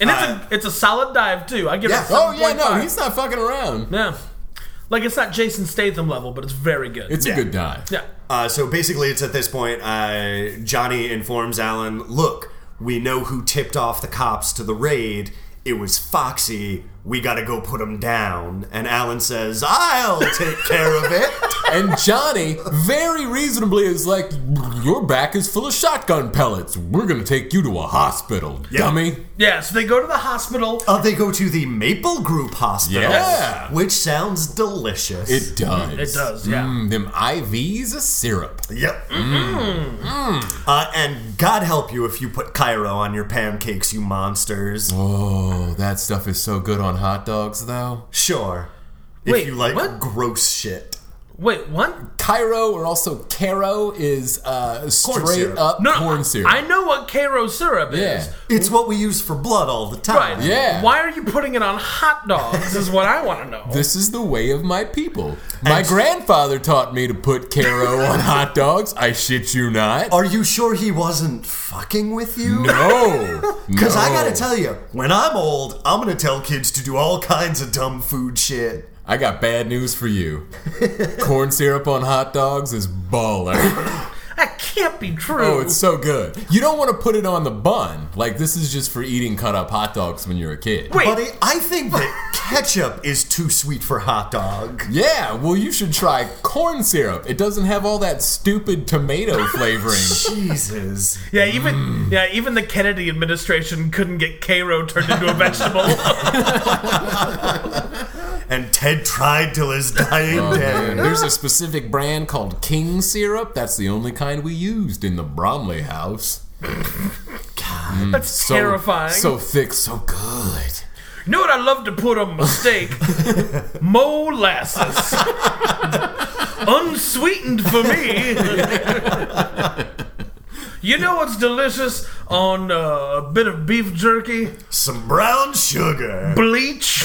Speaker 1: And it's, a, it's a solid dive, too. I give
Speaker 3: Yeah.
Speaker 1: it a
Speaker 2: Oh yeah, no,
Speaker 1: 7.5.
Speaker 2: he's not fucking around.
Speaker 1: Yeah. Like, it's not Jason Statham level, but it's very good.
Speaker 2: It's a
Speaker 3: Yeah.
Speaker 2: good dive.
Speaker 1: yeah.
Speaker 3: Uh, so basically, it's at this point uh, Johnny informs Alan, "Look, we know who tipped off the cops to the raid. It was Foxy. We gotta go put him down." And Alan says, "I'll take care of it."
Speaker 2: And Johnny, very reasonably, is like, "Your back is full of shotgun pellets. We're gonna take you to a hospital, dummy."
Speaker 1: Yeah, so they go to the hospital.
Speaker 3: Uh, they go to the Maple Group Hospital,
Speaker 2: Yeah.
Speaker 3: which sounds delicious.
Speaker 2: It does.
Speaker 1: It does, yeah.
Speaker 2: Mm, them IVs, a syrup.
Speaker 3: yep.
Speaker 2: Mm.
Speaker 3: Uh, and God help you if you put Cairo on your pancakes, you monsters.
Speaker 2: Oh, that stuff is so good on hot dogs, though.
Speaker 3: Sure,
Speaker 1: Wait,
Speaker 3: if you like
Speaker 1: what?
Speaker 3: gross shit.
Speaker 1: Wait, what?
Speaker 2: Cairo, or also Caro, is uh, straight
Speaker 3: syrup.
Speaker 2: up
Speaker 1: No,
Speaker 2: corn syrup.
Speaker 1: I know what Cairo syrup
Speaker 2: yeah.
Speaker 1: is.
Speaker 3: It's what we use for blood all the time.
Speaker 1: Right.
Speaker 2: Yeah.
Speaker 1: Why are you putting it on hot dogs? Is what I want to know.
Speaker 2: This is the way of my people. My grandfather taught me to put Caro on hot dogs. I shit you not.
Speaker 3: Are you sure he wasn't fucking with you?
Speaker 2: No.
Speaker 3: Because I
Speaker 2: No.
Speaker 3: gotta tell you, when I'm old, I'm gonna tell kids to do all kinds of dumb food shit.
Speaker 2: I got bad news for you. Corn syrup on hot dogs is baller.
Speaker 1: that can't be true.
Speaker 2: Oh, it's so good. You don't want to put it on the bun. Like, this is just for eating cut up hot dogs when you're a kid.
Speaker 1: Wait,
Speaker 3: Buddy, I think that ketchup is too sweet for hot dog.
Speaker 2: Yeah, well, you should try corn syrup. It doesn't have all that stupid tomato flavoring.
Speaker 3: Jesus.
Speaker 1: yeah, even
Speaker 2: Mm.
Speaker 1: yeah, even the Kennedy administration couldn't get Cairo turned into a vegetable.
Speaker 2: Mm.
Speaker 3: And Ted tried till his dying
Speaker 2: Oh, And
Speaker 3: day.
Speaker 2: Um, there's a specific brand called King Syrup. That's the only kind we used in the Bromley house.
Speaker 1: That's terrifying.
Speaker 2: So thick, so good.
Speaker 1: You know what I love to put on my steak? Molasses. Unsweetened for me. you know what's delicious on uh, a bit of beef jerky?
Speaker 3: Some brown sugar.
Speaker 1: Bleach.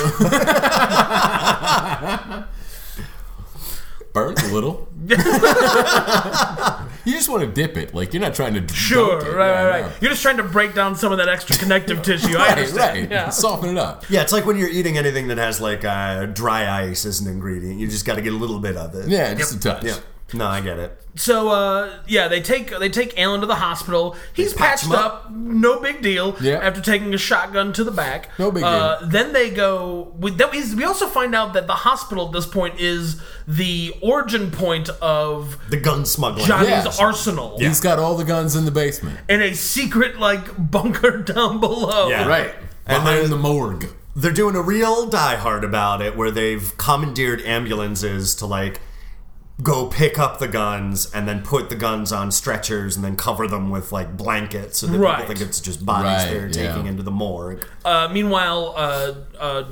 Speaker 2: Burns a little. you just want to dip it. Like you're not trying to.
Speaker 1: Sure,
Speaker 2: dunk it.
Speaker 1: right,
Speaker 2: Yeah,
Speaker 1: right, right.
Speaker 2: no.
Speaker 1: You're just trying to break down some of that extra connective tissue. I
Speaker 2: Right,
Speaker 1: understand.
Speaker 2: right.
Speaker 1: Yeah.
Speaker 2: Soften it up.
Speaker 3: Yeah, it's like when you're eating anything that has like uh, dry ice as an ingredient. You just got to get a little bit of it.
Speaker 2: Yeah, just a touch.
Speaker 3: Yeah. No, I get it.
Speaker 1: So uh, yeah, they take they take Alan to the hospital. He's
Speaker 3: patch
Speaker 1: patched
Speaker 3: him
Speaker 1: up.
Speaker 3: up.
Speaker 1: no big deal.
Speaker 2: Yeah.
Speaker 1: After taking a shotgun to the back,
Speaker 2: No big
Speaker 1: Uh, then they go. We, that is, we also find out that the hospital at this point is the origin point of
Speaker 3: The gun smuggling.
Speaker 1: Johnny's
Speaker 2: Yeah.
Speaker 1: arsenal
Speaker 2: He's got all the guns in the basement.
Speaker 1: in a secret like bunker down below.
Speaker 3: Yeah.
Speaker 2: Right.
Speaker 3: And
Speaker 2: Behind
Speaker 3: then-
Speaker 2: the morgue.
Speaker 3: They're doing a real diehard about it where they've commandeered ambulances to like go pick up the guns and then put the guns on stretchers and then cover them with like blankets so that
Speaker 1: Right.
Speaker 3: people think it's just bodies
Speaker 2: Right,
Speaker 3: they're
Speaker 2: yeah.
Speaker 3: taking into the morgue.
Speaker 1: Uh, meanwhile, uh, uh,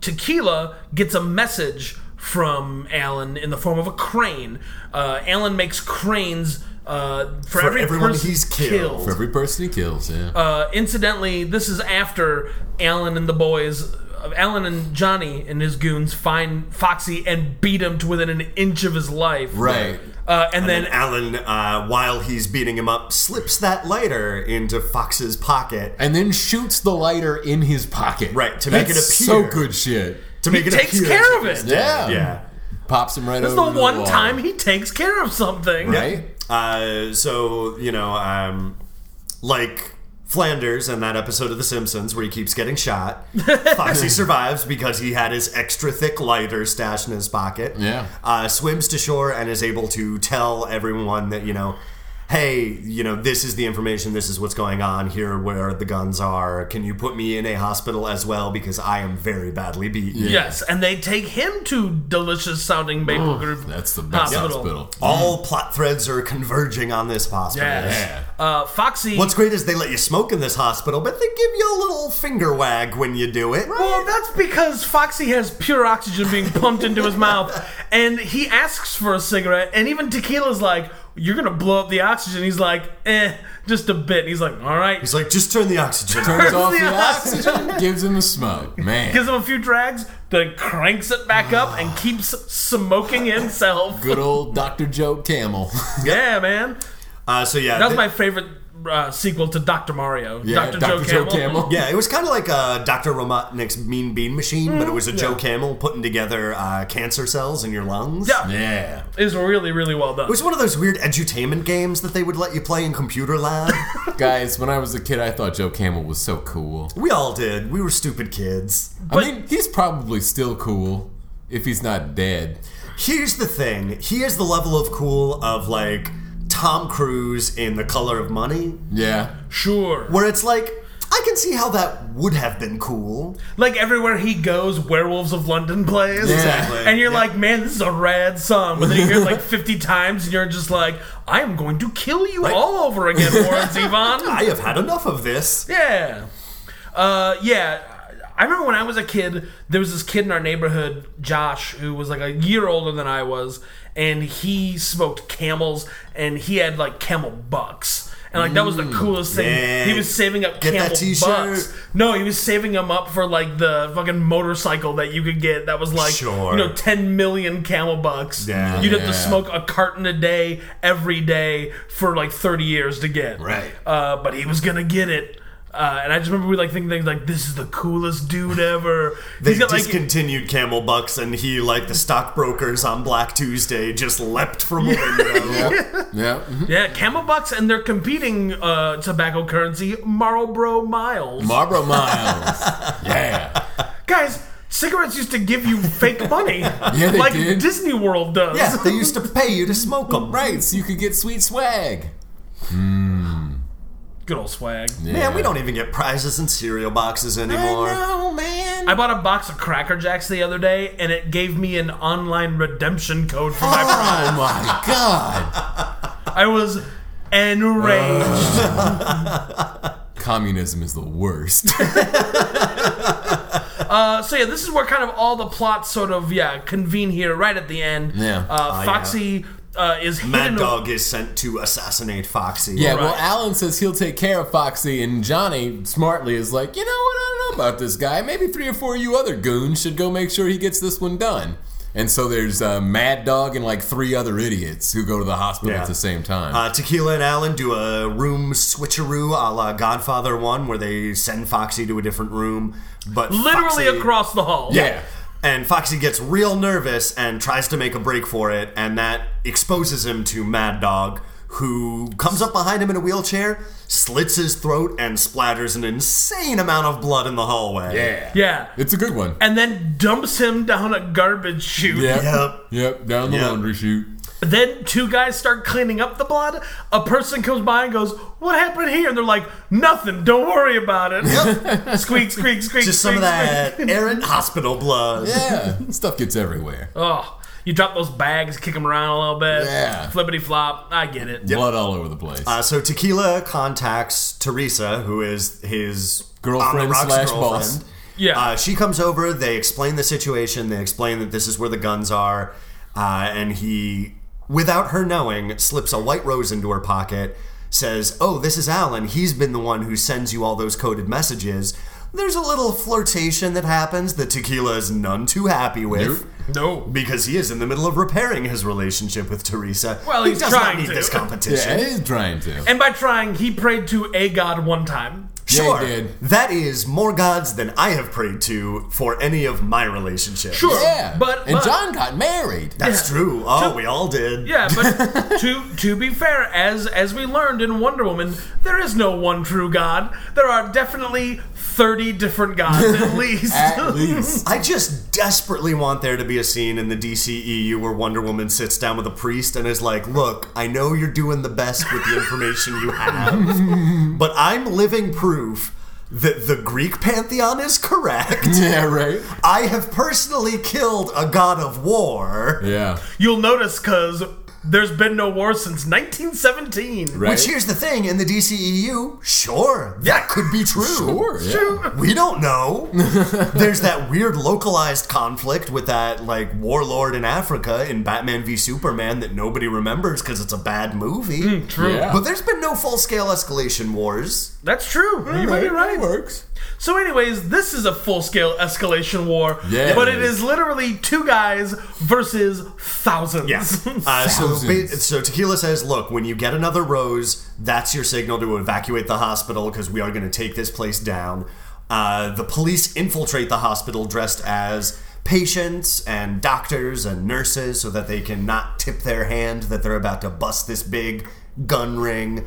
Speaker 1: Tequila gets a message from Alan in the form of a crane. Uh, Alan makes cranes uh, for,
Speaker 3: For
Speaker 1: every
Speaker 3: everyone
Speaker 1: person
Speaker 3: he's killed.
Speaker 2: For every person he kills, yeah.
Speaker 1: Uh, incidentally, this is after Alan and the boys. uh, Alan and Johnny and his goons find Foxy and beat him to within an inch of his life.
Speaker 2: right.
Speaker 1: Uh, and, then
Speaker 3: And Alan, uh, while he's beating him up, slips that lighter into Fox's pocket
Speaker 2: And then shoots the lighter in his pocket.
Speaker 3: Right, to make
Speaker 2: That's
Speaker 3: it
Speaker 2: So
Speaker 3: appear.
Speaker 2: good shit.
Speaker 3: to make
Speaker 1: he
Speaker 3: it
Speaker 1: takes
Speaker 3: appear
Speaker 1: care
Speaker 3: as
Speaker 1: of
Speaker 3: if he's
Speaker 1: it.
Speaker 2: Yeah.
Speaker 3: dead. Yeah.
Speaker 2: Pops him right
Speaker 1: That's the
Speaker 2: over. to
Speaker 1: one
Speaker 2: wall.
Speaker 1: time he takes care of something.
Speaker 2: Right?
Speaker 3: Uh, so you know, um, like Flanders in that episode of The Simpsons where he keeps getting shot, Foxy survives because he had his extra thick lighter stashed in his pocket.
Speaker 2: Yeah.
Speaker 3: uh, swims to shore and is able to tell everyone that you know. Hey, you know, this is the information, this is what's going on here, where the guns are. Can you put me in a hospital as well? Because I am very badly beaten.
Speaker 1: Yes, and they take him to delicious sounding Maple Grove.
Speaker 2: That's the best hospital.
Speaker 3: All plot threads are converging on this hospital.
Speaker 1: Yes.
Speaker 2: Yeah.
Speaker 1: Uh, Foxy.
Speaker 3: What's great is they let you smoke in this hospital, but they give you a little finger wag when you do it.
Speaker 1: well, that's because Foxy has pure oxygen being pumped into his mouth, and he asks for a cigarette, and even Tequila's like, "You're gonna blow up the oxygen." He's like, "Eh, just a bit." He's like, "All right."
Speaker 3: He's like, just turn the oxygen on.
Speaker 2: Turns off
Speaker 1: the
Speaker 2: the oxygen, gives him a smoke. Man.
Speaker 1: Gives him a few drags, then cranks it back up and keeps smoking himself.
Speaker 2: Good old Dr. Joe Camel.
Speaker 1: Yeah, man.
Speaker 3: Uh, so yeah,
Speaker 1: That's
Speaker 3: th-
Speaker 1: my favorite uh, sequel to Dr. Mario.
Speaker 2: Yeah,
Speaker 1: Dr.
Speaker 2: Dr.
Speaker 1: Joe, Camel.
Speaker 3: yeah. It was kind of like uh, Doctor Robotnik's Mean Bean Machine,
Speaker 1: Mm-hmm.
Speaker 3: but it was a Joe Camel putting together uh, cancer cells in your lungs.
Speaker 1: Yeah.
Speaker 2: Yeah.
Speaker 1: Is really, really well done.
Speaker 3: It was one of those weird edutainment games that they would let you play in computer lab.
Speaker 2: Guys, when I was a kid, I thought Joe Camel was so cool.
Speaker 3: we all did. We were stupid kids.
Speaker 1: But-
Speaker 2: I mean, he's probably still cool if he's not dead.
Speaker 3: Here's the thing. He is the level of cool of like Tom Cruise in The Color of Money,
Speaker 2: Yeah.
Speaker 1: Sure.
Speaker 3: where it's like, I can see how that would have been cool.
Speaker 1: Like everywhere he goes, Werewolves of London plays.
Speaker 2: Exactly.
Speaker 1: And you're like, man, this is a rad song. But then you hear it like 50 times and you're just like, I am going to kill you all over again, Warren Zevon.
Speaker 3: I have had enough of this.
Speaker 1: yeah. Uh, yeah. I remember when I was a kid, there was this kid in our neighborhood, Josh, who was like a year older than I was, and he smoked camels and he had like camel bucks. And like that was the coolest thing.
Speaker 3: Mm, Yeah.
Speaker 1: He was saving up
Speaker 3: Get that
Speaker 1: camel
Speaker 3: t-shirt.
Speaker 1: bucks. No, he was saving them up for like the fucking motorcycle that you could get. That was like
Speaker 3: Sure.
Speaker 1: you know ten million camel bucks.
Speaker 3: Yeah.
Speaker 1: You'd have
Speaker 2: Yeah.
Speaker 1: to smoke a carton a day every day for like thirty years to get.
Speaker 2: Right.
Speaker 1: Uh, but he was gonna get it. Uh, and I just remember we like thinking things like, "This is the coolest dude ever."
Speaker 3: They
Speaker 1: He's got like
Speaker 3: discontinued Camel Bucks, and he, like the stockbrokers on Black Tuesday, just leapt from a window.
Speaker 2: Yeah. Mhm.
Speaker 1: yeah, camel bucks, and they're competing uh, tobacco currency Marlboro Miles.
Speaker 2: Marlboro Miles. Yeah.
Speaker 1: Guys, cigarettes used to give you fake money,
Speaker 2: they
Speaker 1: like
Speaker 2: did.
Speaker 1: Disney World does.
Speaker 3: yeah, they used to pay you to smoke them.
Speaker 2: Right, so you could get sweet swag.
Speaker 1: Good old swag.
Speaker 3: Man, we don't even get prizes in cereal boxes anymore.
Speaker 2: know, man.
Speaker 1: I bought a box of Cracker Jacks the other day, and it gave me an online redemption code for my prize.
Speaker 2: Oh my god.
Speaker 1: I was enraged.
Speaker 2: Communism is the worst.
Speaker 1: Uh, so yeah, this is where kind of all the plots sort of yeah convene here right at the end.
Speaker 2: Yeah.
Speaker 1: Uh, Foxy uh, is hidden.
Speaker 3: Oh, Mad Dog is sent to assassinate Foxy.
Speaker 2: Yeah, well,
Speaker 1: Right.
Speaker 2: Alan says he'll take care of Foxy, and Johnny smartly is like, you know what? I don't know about this guy. Maybe three or four of you other goons should go make sure he gets this one done. And so there's uh, Mad Dog and like three other idiots who go to the hospital
Speaker 3: Yeah.
Speaker 2: at the same time.
Speaker 3: Uh, Tequila and Alan do a room switcheroo a la Godfather 1 where they send Foxy to a different room. But
Speaker 1: Literally
Speaker 3: Foxy-
Speaker 1: across the hall.
Speaker 2: Yeah.
Speaker 3: And Foxy gets real nervous and tries to make a break for it, and that exposes him to Mad Dog, who comes up behind him in a wheelchair, slits his throat, and splatters an insane amount of blood in the hallway.
Speaker 2: yeah.
Speaker 1: Yeah.
Speaker 2: It's a good one.
Speaker 1: And then dumps him down a garbage chute.
Speaker 2: Yep.
Speaker 3: Yep.
Speaker 2: Yep. Down the
Speaker 3: Yep.
Speaker 2: laundry chute.
Speaker 1: Then two guys start cleaning up the blood. A person comes by and goes, "What happened here?" And they're like, "Nothing. Don't worry about it." squeak, squeak, squeak.
Speaker 3: Just some of
Speaker 1: squeak,
Speaker 3: that
Speaker 1: squeak.
Speaker 3: errant hospital blood.
Speaker 2: Yeah. Stuff gets everywhere.
Speaker 1: Oh, you drop those bags, kick them around a little bit.
Speaker 2: Yeah.
Speaker 1: Flippity flop. I get it.
Speaker 2: Blood all over the place.
Speaker 3: Uh, so Tequila contacts Teresa, who is his
Speaker 2: Girlfriend
Speaker 3: on the rocks
Speaker 2: slash
Speaker 3: girlfriend.
Speaker 2: boss.
Speaker 1: Yeah.
Speaker 3: Uh, she comes over. They explain the situation. They explain that this is where the guns are, uh, and he, without her knowing, slips a white rose into her pocket. Says, "Oh, this is Alan. He's been the one who sends you all those coded messages." There's a little flirtation that happens that Tequila is none too happy with.
Speaker 1: No.
Speaker 3: Because he is in the middle of repairing his relationship with Teresa.
Speaker 1: Well,
Speaker 3: he
Speaker 1: he's
Speaker 3: does
Speaker 1: trying
Speaker 3: not need
Speaker 1: to.
Speaker 3: this
Speaker 2: yeah,
Speaker 3: competition.
Speaker 2: it is trying to.
Speaker 1: And by trying, he prayed to a god one time.
Speaker 2: Yeah, he
Speaker 3: Sure.
Speaker 2: did.
Speaker 3: That is more gods than I have prayed to for any of my relationships.
Speaker 1: Sure.
Speaker 2: yeah.
Speaker 1: But,
Speaker 2: and
Speaker 1: but-
Speaker 2: John got married.
Speaker 3: That's true. Oh, we all did.
Speaker 1: Yeah, but to to be fair, as as we learned in Wonder Woman, there is no one true God. There are definitely thirty different gods at least.
Speaker 2: At least.
Speaker 3: I just desperately want there to be a scene in the DCEU where Wonder Woman sits down with a priest and is like, Look, I know you're doing the best with the information you have, but I'm living proof that the Greek pantheon is correct.
Speaker 2: Yeah, right?
Speaker 3: I have personally killed a god of war.
Speaker 2: Yeah.
Speaker 1: You'll notice because there's been no war since 1917.
Speaker 2: Right.
Speaker 3: Which here's the thing in the DCEU, sure, that could be true.
Speaker 2: Sure. Yeah.
Speaker 3: We don't know. There's that weird localized conflict with that like warlord in Africa in Batman v Superman that nobody remembers because it's a bad movie.
Speaker 1: True.
Speaker 2: Yeah.
Speaker 3: But there's been no full scale escalation wars.
Speaker 1: That's true. You might be
Speaker 2: It
Speaker 1: right.
Speaker 2: works.
Speaker 1: So, anyways, this is a full-scale escalation war.
Speaker 2: Yeah,
Speaker 1: But
Speaker 2: it
Speaker 1: it
Speaker 2: is.
Speaker 1: is literally two guys versus thousands.
Speaker 3: Uh, so, ba-
Speaker 2: Thousands.
Speaker 3: so Tequila says, "Look, when you get another rose, that's your signal to evacuate the hospital because we are going to take this place down." Uh, the police infiltrate the hospital dressed as patients and doctors and nurses so that they can not tip their hand that they're about to bust this big gun ring.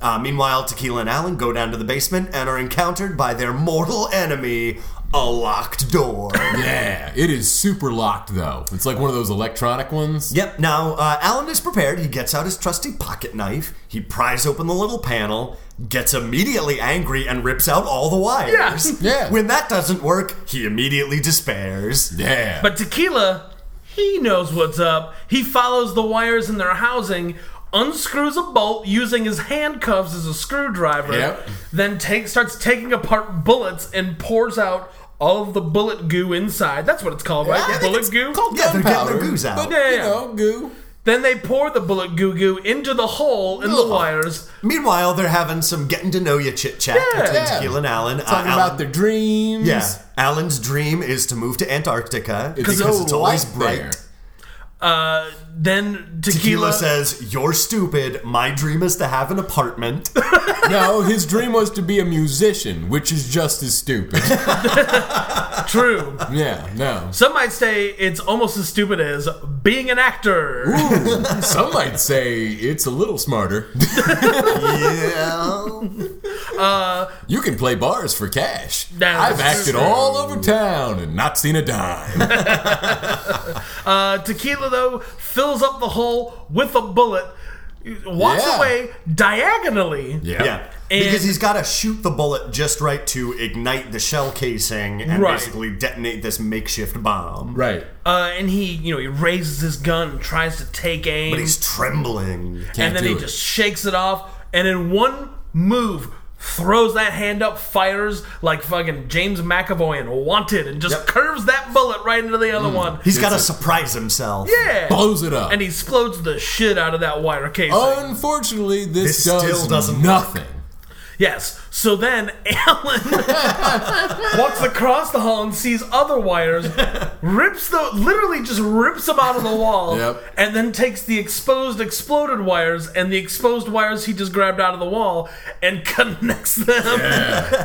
Speaker 3: Uh, meanwhile, Tequila and Alan go down to the basement and are encountered by their mortal enemy, a locked door.
Speaker 2: Yeah, it is super locked though. It's like one of those electronic ones.
Speaker 3: Yep. Now, uh, Alan is prepared. He gets out his trusty pocket knife. He pries open the little panel, gets immediately angry, and rips out all the wires.
Speaker 2: Yeah. Yeah.
Speaker 3: When that doesn't work, he immediately despairs.
Speaker 2: Yeah.
Speaker 1: But Tequila, he knows what's up. He follows the wires in their housing, unscrews a bolt using his handcuffs as a screwdriver,
Speaker 2: Yep.
Speaker 1: then take, starts taking apart bullets and pours out all of the bullet goo inside. That's what it's called, right?
Speaker 2: I think
Speaker 1: bullet
Speaker 2: it's
Speaker 1: goo?
Speaker 2: called
Speaker 3: Yeah, they're getting their
Speaker 2: gunpowder,
Speaker 3: goos out.
Speaker 2: But,
Speaker 1: Yeah,
Speaker 2: you
Speaker 1: yeah.
Speaker 2: know, goo.
Speaker 1: then they pour the bullet goo goo into the hole in
Speaker 2: Ugh.
Speaker 1: the wires.
Speaker 3: Meanwhile, they're having some getting to know you chit chat
Speaker 1: Yeah.
Speaker 3: between
Speaker 2: Yeah.
Speaker 3: Tequila and Alan.
Speaker 2: Talking
Speaker 3: uh, Alan
Speaker 2: about their dreams.
Speaker 3: yeah. Alan's dream is to move to Antarctica because
Speaker 2: so
Speaker 3: it's always
Speaker 2: light
Speaker 3: bright.
Speaker 2: there.
Speaker 1: Uh, then Tequila,
Speaker 3: Tequila says, You're stupid. My dream is to have an apartment.
Speaker 2: No, his dream was to be a musician, which is just as stupid.
Speaker 1: true.
Speaker 2: yeah, no.
Speaker 1: Some might say it's almost as stupid as being an actor.
Speaker 2: Ooh, some might say it's a little smarter.
Speaker 3: yeah.
Speaker 2: You can play bars for cash.
Speaker 1: That's
Speaker 2: I've acted
Speaker 1: true.
Speaker 2: all over town and not seen a dime.
Speaker 1: Uh, tequila, though, fills up the hole with a bullet, walks
Speaker 2: Yeah.
Speaker 1: away diagonally.
Speaker 3: Yeah.
Speaker 1: And-
Speaker 3: because he's got to shoot the bullet just right to ignite the shell casing and
Speaker 1: Right.
Speaker 3: basically detonate this makeshift bomb.
Speaker 2: Right.
Speaker 1: Uh, and he, you know, he raises his gun and tries to take aim.
Speaker 3: But he's trembling.
Speaker 2: Can't
Speaker 1: and then
Speaker 2: do
Speaker 1: he
Speaker 2: it.
Speaker 1: just shakes it off. And in one move, throws that hand up, fires like fucking James McAvoy and Wanted, and just
Speaker 3: Yep. Mm.
Speaker 1: curves that bullet right into the other one.
Speaker 3: He's got to surprise himself.
Speaker 1: yeah,
Speaker 2: blows it up.
Speaker 1: and he explodes the shit out of that wire casing.
Speaker 3: Oh,
Speaker 2: Unfortunately, this,
Speaker 3: This still
Speaker 2: does
Speaker 3: doesn't
Speaker 2: nothing.
Speaker 1: Yes. So then Alan walks across the hall and sees other wires, rips the literally just rips them out of the wall,
Speaker 2: Yep.
Speaker 1: and then takes the exposed exploded wires and the exposed wires he just grabbed out of the wall and connects them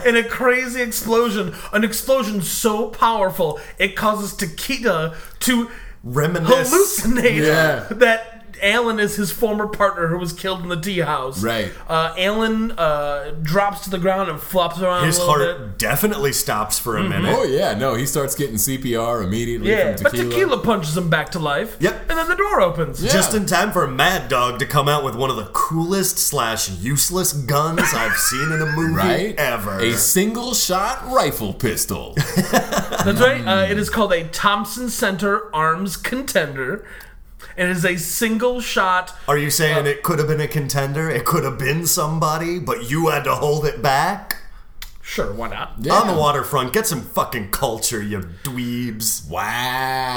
Speaker 1: in a crazy explosion. An explosion so powerful it causes Takeda to
Speaker 3: Reminisce.
Speaker 1: hallucinate
Speaker 2: Yeah.
Speaker 1: that Alan is his former partner who was killed in the tea house.
Speaker 2: Right.
Speaker 1: Uh, Alan uh, drops to the ground and flops around
Speaker 3: His
Speaker 1: a little Mm-hmm.
Speaker 3: heart definitely stops for a minute.
Speaker 2: Oh yeah, no, he starts getting CPR immediately
Speaker 1: bit. Yeah,
Speaker 2: from
Speaker 1: but
Speaker 2: tequila.
Speaker 1: tequila punches him back to life.
Speaker 3: Yep.
Speaker 1: And then the door opens.
Speaker 2: Yeah.
Speaker 3: Just in time for Mad Dog to come out with one of the coolest slash useless guns I've seen in a movie
Speaker 2: Right?
Speaker 3: ever.
Speaker 2: A single shot rifle pistol.
Speaker 1: That's right. Uh,
Speaker 2: Mm.
Speaker 1: it is called a Thompson Center Arms Contender. It is a single shot.
Speaker 3: Are you saying it could have been a contender? It could have been somebody, but you had to hold it back?
Speaker 1: Sure, why not?
Speaker 2: Yeah.
Speaker 3: On the waterfront, get some fucking culture, you dweebs.
Speaker 2: Wow.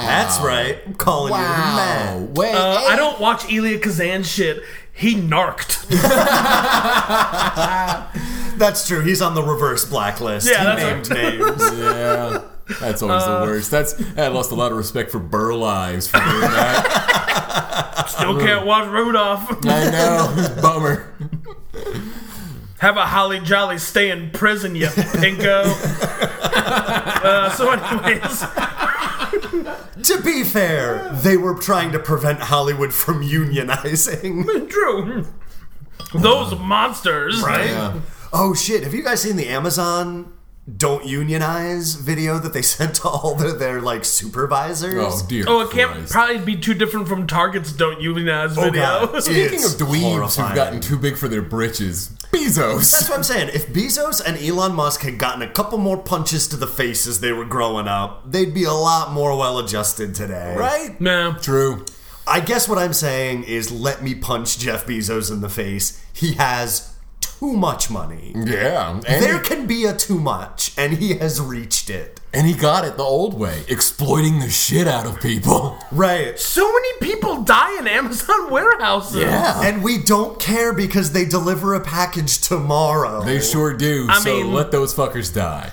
Speaker 3: That's right. I'm calling you the
Speaker 2: Wow.
Speaker 3: man.
Speaker 2: Wait.
Speaker 1: Uh, I don't watch Elia Kazan shit. He narked.
Speaker 3: That's true. He's on the reverse blacklist.
Speaker 1: Yeah,
Speaker 3: he
Speaker 1: that's
Speaker 3: named names.
Speaker 2: Yeah. That's always
Speaker 1: Uh.
Speaker 2: the worst. That's I lost a lot of respect for Burl Ives for doing that.
Speaker 1: Still can't watch Rudolph.
Speaker 2: I know. Bummer.
Speaker 1: Have a holly jolly stay in prison, you pinko. uh, so, anyways,
Speaker 3: to be fair, they were trying to prevent Hollywood from unionizing.
Speaker 1: Drew, those monsters.
Speaker 3: Right?
Speaker 2: Yeah.
Speaker 3: Oh shit, have you guys seen the Amazon don't unionize video that they sent to all their, their like supervisors?
Speaker 2: Oh dear.
Speaker 1: Oh, it can't
Speaker 2: Christ.
Speaker 1: probably be too different from Target's "Don't Unionize"
Speaker 3: Oh,
Speaker 1: video.
Speaker 3: God.
Speaker 2: Speaking of
Speaker 3: It's
Speaker 2: dweebs
Speaker 3: horrifying.
Speaker 2: who've gotten too big for their britches,
Speaker 3: That's
Speaker 2: Bezos.
Speaker 3: what I'm saying. If Bezos and Elon Musk had gotten a couple more punches to the face as they were growing up, they'd be a lot more well adjusted today.
Speaker 2: Right?
Speaker 1: Nah.
Speaker 2: True.
Speaker 3: I guess what I'm saying is let me punch Jeff Bezos in the face. He has too much money.
Speaker 2: Yeah. And,
Speaker 3: There
Speaker 2: he,
Speaker 3: can be a too much, and he has reached it.
Speaker 2: and he got it the old way, exploiting the shit out of people.
Speaker 3: Right.
Speaker 1: So many people die in Amazon warehouses.
Speaker 2: Yeah.
Speaker 3: And we don't care because they deliver a package tomorrow.
Speaker 2: They sure do.
Speaker 1: I
Speaker 2: so
Speaker 1: mean-
Speaker 2: let those fuckers die.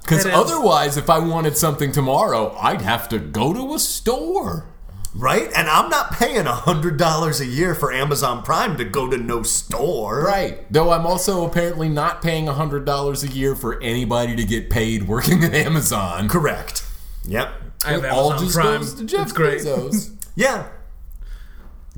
Speaker 2: Because
Speaker 1: It is.
Speaker 2: otherwise, if I wanted something tomorrow, I'd have to go to a store.
Speaker 3: right? And I'm not paying $100 a year for Amazon Prime to go to no store.
Speaker 2: Right. Though I'm also apparently not paying $100 a year for anybody to get paid working at Amazon.
Speaker 3: Correct. Yep.
Speaker 1: I have
Speaker 2: It all
Speaker 1: Amazon
Speaker 2: just
Speaker 1: Prime.
Speaker 2: goes to Jeff
Speaker 1: it's great.
Speaker 2: Bezos.
Speaker 3: Yeah.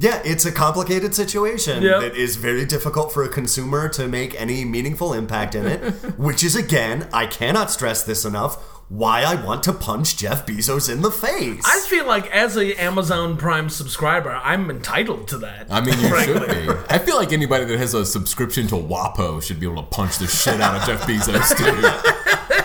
Speaker 3: Yeah, it's a complicated situation
Speaker 1: Yep.
Speaker 3: that is very difficult for a consumer to make any meaningful impact in it, which is, again, I cannot stress this enough, why I want to punch Jeff Bezos in the face.
Speaker 1: I feel like as a Amazon Prime subscriber, I'm entitled to that.
Speaker 2: I mean, you
Speaker 1: frankly.
Speaker 2: should be. I feel like anybody that has a subscription to WAPO should be able to punch the shit out of Jeff Bezos, too.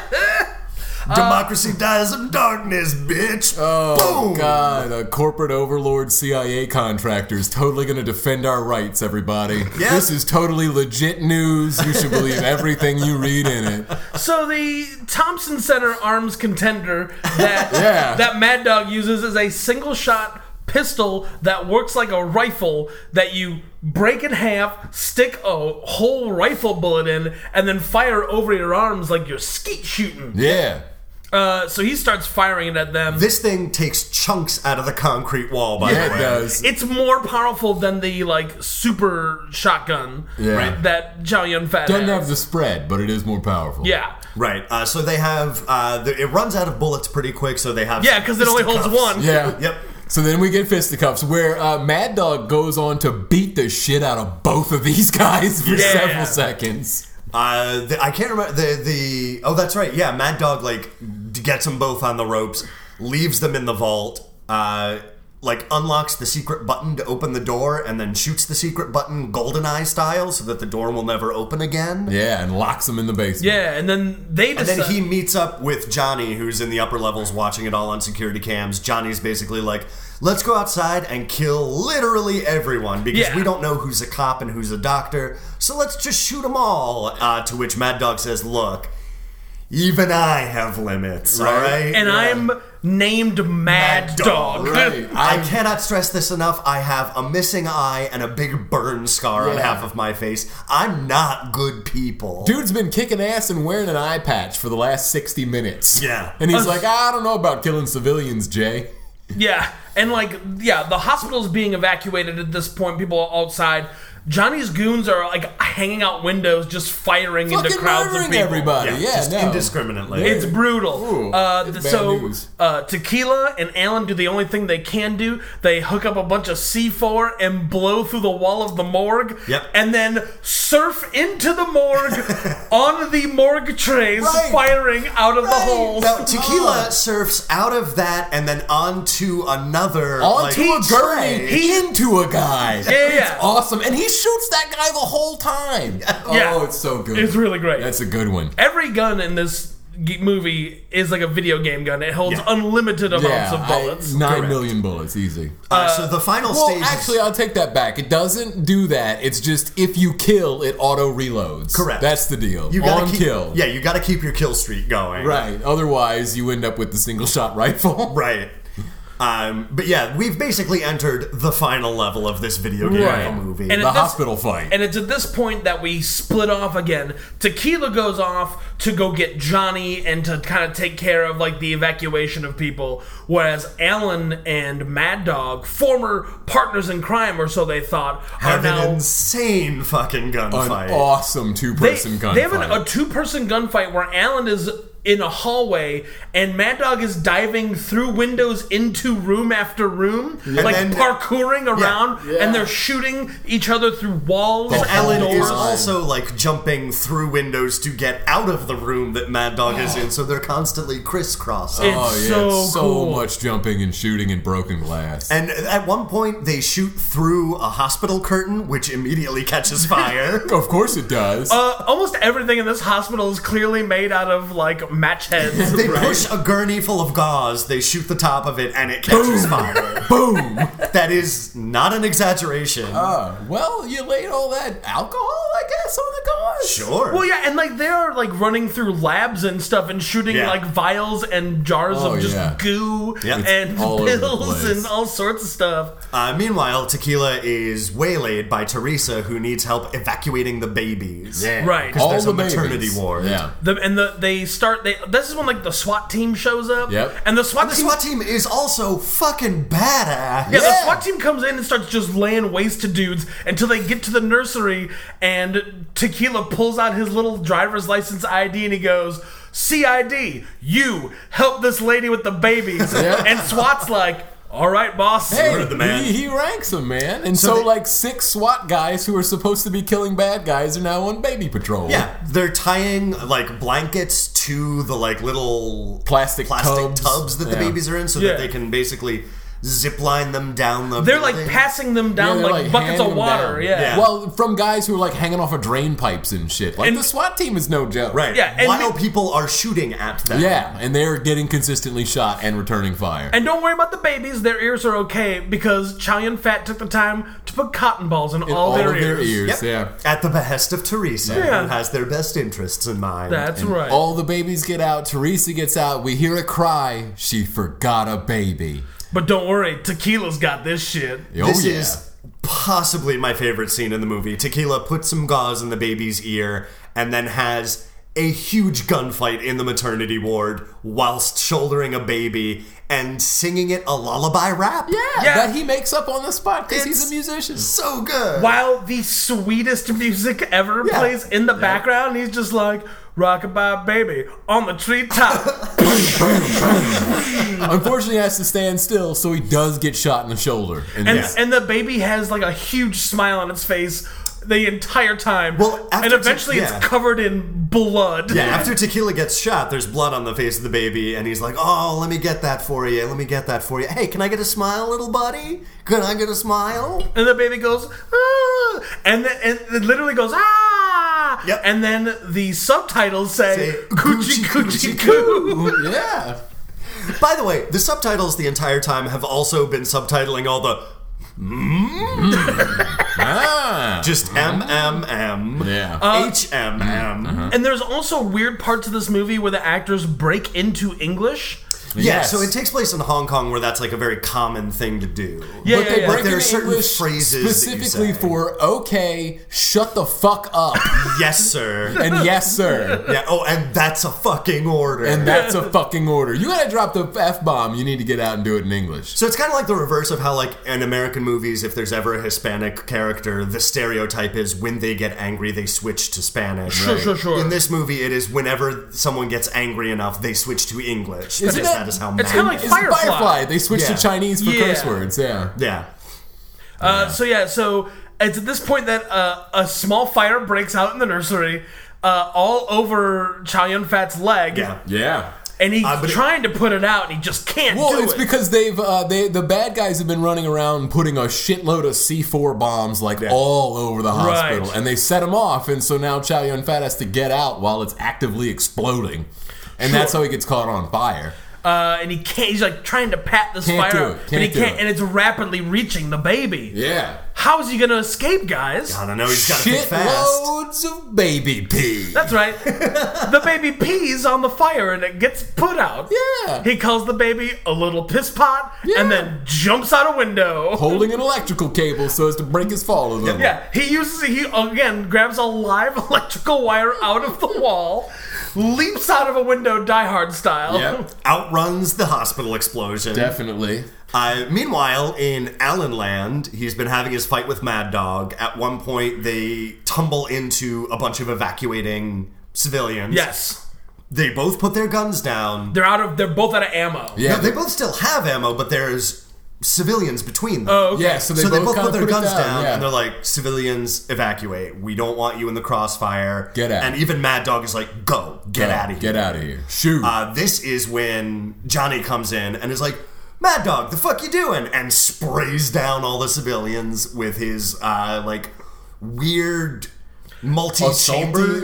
Speaker 1: uh,
Speaker 3: Democracy dies in darkness, bitch.
Speaker 2: Oh,
Speaker 3: Boom.
Speaker 2: God. A corporate overlord CIA contractor is totally going to defend our rights, everybody.
Speaker 3: Yeah.
Speaker 2: This is totally legit news. You should believe everything you read in it.
Speaker 1: So the Thompson Center arms contender that
Speaker 2: Yeah.
Speaker 1: that Mad Dog uses is a single shot pistol that works like a rifle that you break in half, stick a whole rifle bullet in, and then fire over your arms like you're skeet shooting.
Speaker 2: Yeah.
Speaker 1: Uh, so he starts firing it at them.
Speaker 3: This thing takes chunks out of the concrete wall, by
Speaker 2: Yeah,
Speaker 3: the way.
Speaker 2: it does.
Speaker 1: It's more powerful than the like super shotgun
Speaker 2: Yeah.
Speaker 1: right, that Zhao Yun Fat
Speaker 2: Doesn't
Speaker 1: has.
Speaker 2: have the spread, but it is more powerful.
Speaker 1: yeah.
Speaker 3: Right. Uh, so they have, uh, the, it runs out of bullets pretty quick, so they have.
Speaker 1: Yeah, because it only holds
Speaker 3: fisticuffs.
Speaker 1: one.
Speaker 2: Yeah.
Speaker 3: Yep.
Speaker 2: So then we get fisticuffs, where uh, Mad Dog goes on to beat the shit out of both of these guys for
Speaker 1: Yeah.
Speaker 2: several seconds.
Speaker 3: Uh, the, I can't remember the the. Oh, that's right. Yeah, Mad Dog like d- gets them both on the ropes, leaves them in the vault. Uh, like unlocks the secret button to open the door and then shoots the secret button goldeneye style so that the door will never open again.
Speaker 2: Yeah, and locks him in the basement.
Speaker 1: Yeah, and then they
Speaker 3: And
Speaker 1: decide.
Speaker 3: then he meets up with Johnny, who's in the upper levels watching it all on security cams. Johnny's basically like, let's go outside and kill literally everyone because
Speaker 1: Yeah.
Speaker 3: we don't know who's a cop and who's a doctor. So let's just shoot them all. Uh, to which Mad Dog says, look, even I have limits, all right?
Speaker 1: and I'm named Mad,
Speaker 3: Mad
Speaker 1: Dog.
Speaker 3: Dog,
Speaker 2: Right.
Speaker 3: I
Speaker 2: I'm-
Speaker 3: cannot stress this enough. I have a missing eye and a big burn scar on
Speaker 2: Yeah.
Speaker 3: half of my face. I'm not good people.
Speaker 2: Dude's been kicking ass and wearing an eye patch for the last 60 minutes.
Speaker 3: Yeah.
Speaker 2: And he's like, I don't know about killing civilians, Jay.
Speaker 1: Yeah, and like yeah, the hospital's being evacuated at this point. People are outside. Johnny's goons are like hanging out windows, just firing into
Speaker 2: Fucking
Speaker 1: crowds of
Speaker 2: murdering
Speaker 1: people.
Speaker 2: everybody. Yeah,
Speaker 3: Yeah, just
Speaker 2: no.
Speaker 3: indiscriminately.
Speaker 1: It's brutal.
Speaker 2: Ooh,
Speaker 1: uh,
Speaker 2: it's
Speaker 1: th-
Speaker 2: bad
Speaker 1: so
Speaker 2: news.
Speaker 1: uh, Tequila and Alan do the only thing they can do. They hook up a bunch of C4 and blow through the wall of the morgue.
Speaker 3: Yep.
Speaker 1: And then surf into the morgue on the morgue trays,
Speaker 2: Right.
Speaker 1: firing out of the holes.
Speaker 3: Now, tequila
Speaker 2: Oh.
Speaker 3: surfs out of that and then onto another.
Speaker 2: Onto
Speaker 3: like,
Speaker 2: a gurney,
Speaker 3: tray.
Speaker 2: into a guy.
Speaker 1: yeah,
Speaker 2: It's
Speaker 1: yeah.
Speaker 2: awesome. And he shoots that guy the whole time.
Speaker 1: Yeah.
Speaker 2: Oh, it's so good.
Speaker 1: It's really great.
Speaker 2: That's a good one.
Speaker 1: Every gun in this g- movie is like a video game gun. It holds
Speaker 3: Yeah.
Speaker 1: unlimited amounts
Speaker 2: Yeah,
Speaker 1: of bullets.
Speaker 2: I, nine
Speaker 3: Correct.
Speaker 2: million bullets, easy.
Speaker 3: Uh, so the final
Speaker 2: Well,
Speaker 3: stage. is-
Speaker 2: actually, I'll take that back. It doesn't do that. It's just if you kill, it auto reloads.
Speaker 3: Correct.
Speaker 2: That's the deal.
Speaker 3: you gotta
Speaker 2: On
Speaker 3: keep,
Speaker 2: kill.
Speaker 3: Yeah, you got to keep your kill streak going.
Speaker 2: Right. Otherwise, you end up with the single shot rifle.
Speaker 3: Right. Um, but yeah, we've basically entered the final level of this video game
Speaker 1: Right.
Speaker 3: movie.
Speaker 1: And
Speaker 2: The
Speaker 1: it- That's-
Speaker 2: hospital fight.
Speaker 1: And it's at this point that we split off again. Tequila goes off to go get Johnny and to kind of take care of like the evacuation of people, whereas Alan and Mad Dog, former partners in crime or so they thought, are
Speaker 3: have an
Speaker 1: now
Speaker 3: insane fucking
Speaker 2: an
Speaker 3: gunfight.
Speaker 2: awesome two
Speaker 1: they,
Speaker 2: person gunfight.
Speaker 1: they have an, a two-person gunfight where Alan is in a hallway and Mad Dog is diving through windows into room after room, like
Speaker 3: then-
Speaker 1: parkouring around,
Speaker 2: Yeah.
Speaker 1: and they're shooting each other through walls.
Speaker 2: The Oh,
Speaker 1: and
Speaker 3: Ellen
Speaker 1: doors.
Speaker 3: is
Speaker 2: Lord.
Speaker 3: also like jumping through windows to get out of the room that Mad Dog is in, so they're constantly crisscrossing.
Speaker 1: It's
Speaker 2: oh, yeah.
Speaker 1: so,
Speaker 2: so
Speaker 1: cool.
Speaker 2: much jumping and shooting and broken glass.
Speaker 3: And at one point, they shoot through a hospital curtain, which immediately catches fire.
Speaker 2: of course it does.
Speaker 1: Uh, almost everything in this hospital is clearly made out of like match heads.
Speaker 3: they push a gurney full of gauze, they shoot the top of it, and it catches fire.
Speaker 2: Boom.
Speaker 3: That is not an exaggeration.
Speaker 2: Uh, well, you laid all that alcohol, I guess, on the cars.
Speaker 3: sure.
Speaker 1: well, yeah, and like they are like running through labs and stuff and shooting
Speaker 3: Yeah.
Speaker 1: like vials and jars
Speaker 2: Oh,
Speaker 1: of just
Speaker 2: yeah.
Speaker 1: goo
Speaker 3: Yeah. It's
Speaker 1: and
Speaker 2: all over the
Speaker 1: pills
Speaker 2: place.
Speaker 1: and all sorts of stuff.
Speaker 3: Uh, meanwhile, Tequila is waylaid by Teresa, who needs help evacuating the babies. Yeah.
Speaker 1: Right.
Speaker 2: All
Speaker 3: there's
Speaker 2: the
Speaker 3: a maternity
Speaker 2: babies.
Speaker 3: ward.
Speaker 2: Yeah.
Speaker 1: The, and the, they start. They this is when like the SWAT team shows up.
Speaker 2: Yep.
Speaker 1: And the SWAT
Speaker 3: The
Speaker 1: team.
Speaker 3: SWAT team is also fucking
Speaker 1: yeah,
Speaker 3: badass.
Speaker 1: the
Speaker 2: Yeah.
Speaker 1: SWAT team comes in and starts just laying waste to dudes until they get to the nursery and Tequila pulls out his little driver's license ID and he goes, CID, you help this lady with the babies.
Speaker 2: Yeah.
Speaker 1: And SWAT's like, all right, boss.
Speaker 2: Hey,
Speaker 3: the man.
Speaker 2: He, he ranks them, man. And so,
Speaker 3: they-
Speaker 2: like, six SWAT guys who are supposed to be killing bad guys are now on baby patrol.
Speaker 3: Yeah, they're tying like blankets to the like little
Speaker 2: Plastic
Speaker 3: plastic
Speaker 2: tubs.
Speaker 3: tubs, that the
Speaker 2: Yeah.
Speaker 3: babies are in, so
Speaker 1: Yeah.
Speaker 3: that they can basically zip line them down the.
Speaker 1: They're like
Speaker 3: building.
Speaker 1: passing them down
Speaker 2: they're,
Speaker 1: like, buckets
Speaker 2: handing
Speaker 1: of
Speaker 2: them
Speaker 1: water.
Speaker 2: down.
Speaker 1: Yeah. yeah.
Speaker 3: Yeah.
Speaker 2: Well, from guys who are, like, hanging off of drain pipes and shit. Like,
Speaker 1: And-
Speaker 2: the SWAT team is no joke.
Speaker 3: right.
Speaker 1: Yeah, and
Speaker 3: while
Speaker 1: we-
Speaker 3: people are shooting at them.
Speaker 2: Yeah, and they're getting consistently shot and returning fire.
Speaker 1: And don't worry about the babies; their ears are okay because Chow Yun Fat took the time to put cotton balls in, all,
Speaker 2: all
Speaker 1: their,
Speaker 2: of their
Speaker 1: ears.
Speaker 2: ears.
Speaker 3: Yep.
Speaker 2: Yeah.
Speaker 3: At the behest of Teresa,
Speaker 1: Yeah.
Speaker 3: who has their best interests in mind.
Speaker 1: That's right.
Speaker 2: All the babies get out. Teresa gets out. We hear a cry. She forgot a baby.
Speaker 1: but don't worry, Tequila's got this shit.
Speaker 2: Oh,
Speaker 3: This
Speaker 2: yeah.
Speaker 3: is possibly my favorite scene in the movie. Tequila puts some gauze in the baby's ear and then has a huge gunfight in the maternity ward whilst shouldering a baby and singing it a lullaby rap.
Speaker 2: yeah,
Speaker 1: Yeah.
Speaker 2: that he makes up on the spot because he's
Speaker 3: It's-
Speaker 2: a musician.
Speaker 3: So good.
Speaker 1: while the sweetest music ever
Speaker 3: Yeah.
Speaker 1: plays in the background, he's just like rockabye baby on the treetop.
Speaker 2: Unfortunately, he has to stand still, so he does get shot in the shoulder. And
Speaker 1: and
Speaker 2: this-
Speaker 1: and the baby has like a huge smile on its face. the entire time.
Speaker 3: Well, after
Speaker 1: and
Speaker 3: t-
Speaker 1: eventually
Speaker 3: yeah.
Speaker 1: it's covered in blood.
Speaker 3: Yeah, after Tequila gets shot, there's blood on the face of the baby, and he's like, "Oh, let me get that for you. Let me get that for you. Hey, can I get a smile, little buddy? Can I get a smile?"
Speaker 1: And the baby goes, ah, and then and it literally goes, ah.
Speaker 3: Yep.
Speaker 1: And then the subtitles say,
Speaker 3: Say,
Speaker 1: coochie,
Speaker 3: "Coochie,
Speaker 1: coochie, coo.
Speaker 2: yeah.
Speaker 3: By the way, the subtitles the entire time have also been subtitling all the
Speaker 2: Ah.
Speaker 3: just M M M Uh, Mm-hmm.
Speaker 2: Yeah.
Speaker 3: H M M.
Speaker 1: And there's also weird parts of this movie where the actors break into English.
Speaker 3: Yeah,
Speaker 2: Yes.
Speaker 3: so it takes place in Hong Kong where that's like a very common thing to do.
Speaker 1: Yeah,
Speaker 2: but
Speaker 1: yeah,
Speaker 2: they
Speaker 1: yeah.
Speaker 2: break
Speaker 3: But there
Speaker 2: into
Speaker 3: are certain
Speaker 2: English
Speaker 3: phrases that you
Speaker 2: specifically
Speaker 3: say.
Speaker 2: for "okay, shut the fuck up"
Speaker 3: Yes, sir.
Speaker 2: and "yes, sir."
Speaker 3: yeah. Oh, and that's a fucking order.
Speaker 2: And that's a fucking order. You gotta drop the f bomb. You need to get out and do it in English.
Speaker 3: So it's kind of like the reverse of how, like, in American movies, if there's ever a Hispanic character, the stereotype is when they get angry, they switch to Spanish.
Speaker 1: Sure, sure, sure.
Speaker 3: In this movie, it is whenever someone gets angry enough, they switch to English. Because
Speaker 2: Isn't
Speaker 3: that,
Speaker 2: that-
Speaker 3: that is how
Speaker 1: it's
Speaker 3: man-
Speaker 1: kinda like
Speaker 2: It's
Speaker 1: Firefly.
Speaker 2: Firefly. They switched
Speaker 3: Yeah.
Speaker 2: to Chinese for
Speaker 1: Yeah.
Speaker 2: curse words. Yeah.
Speaker 3: Yeah.
Speaker 1: Uh, so yeah, so it's at this point that uh, a small fire breaks out in the nursery, uh, all over Chow Yun Fat's leg,
Speaker 3: Yeah.
Speaker 2: Yeah.
Speaker 1: and he's
Speaker 3: Uh, but it-
Speaker 1: trying to put it out, and he just can't
Speaker 2: Well,
Speaker 1: do
Speaker 2: it's
Speaker 1: it.
Speaker 2: because they've uh, they the bad guys have been running around putting a shitload of C four bombs like all over the hospital,
Speaker 1: Right.
Speaker 2: and they set them off, and so now Chow Yun Fat has to get out while it's actively exploding, and that's how he gets caught on fire.
Speaker 1: uh, and he can't. He's like trying to pat this
Speaker 2: Can't
Speaker 1: fire,
Speaker 2: do
Speaker 1: out,
Speaker 2: it,
Speaker 1: but he
Speaker 2: can't do
Speaker 1: can't,
Speaker 2: it.
Speaker 1: and it's rapidly reaching the baby.
Speaker 2: Yeah,
Speaker 1: How is he gonna escape, guys?
Speaker 3: I don't know. He's got to think fast.
Speaker 2: shitloads of baby pee.
Speaker 1: That's right. the baby pees on the fire and it gets put out.
Speaker 2: Yeah.
Speaker 1: He calls the baby a little piss pot
Speaker 2: Yeah.
Speaker 1: and then jumps out a window.
Speaker 2: Holding an electrical cable so as to break his fall a little.
Speaker 1: Yeah, he uses he again grabs a live electrical wire out of the wall, leaps out of a window, Die Hard style.
Speaker 2: Yep.
Speaker 3: Outruns the hospital explosion.
Speaker 2: Definitely.
Speaker 3: Uh, meanwhile, in Allenland, he's been having his fight with Mad Dog. At one point, they tumble into a bunch of evacuating civilians.
Speaker 1: Yes,
Speaker 3: They both put their guns down.
Speaker 1: they're out of they're both out of ammo.
Speaker 2: Yeah.
Speaker 3: No, they both still have ammo, but there's civilians between them.
Speaker 1: Oh, okay.
Speaker 2: yeah. So they
Speaker 3: so
Speaker 2: both,
Speaker 3: they both
Speaker 2: kinda
Speaker 3: put their
Speaker 2: it
Speaker 3: guns down,
Speaker 2: yeah.
Speaker 3: and they're like, civilians, evacuate. We don't want you in the crossfire.
Speaker 2: Get out.
Speaker 3: And even Mad Dog is like, go, get out of here.
Speaker 2: Get out of here. Shoot.
Speaker 3: Uh, this is when Johnny comes in and is like, Mad Dog, the fuck you doing? And sprays down all the civilians with his, uh, like, weird multi-chambered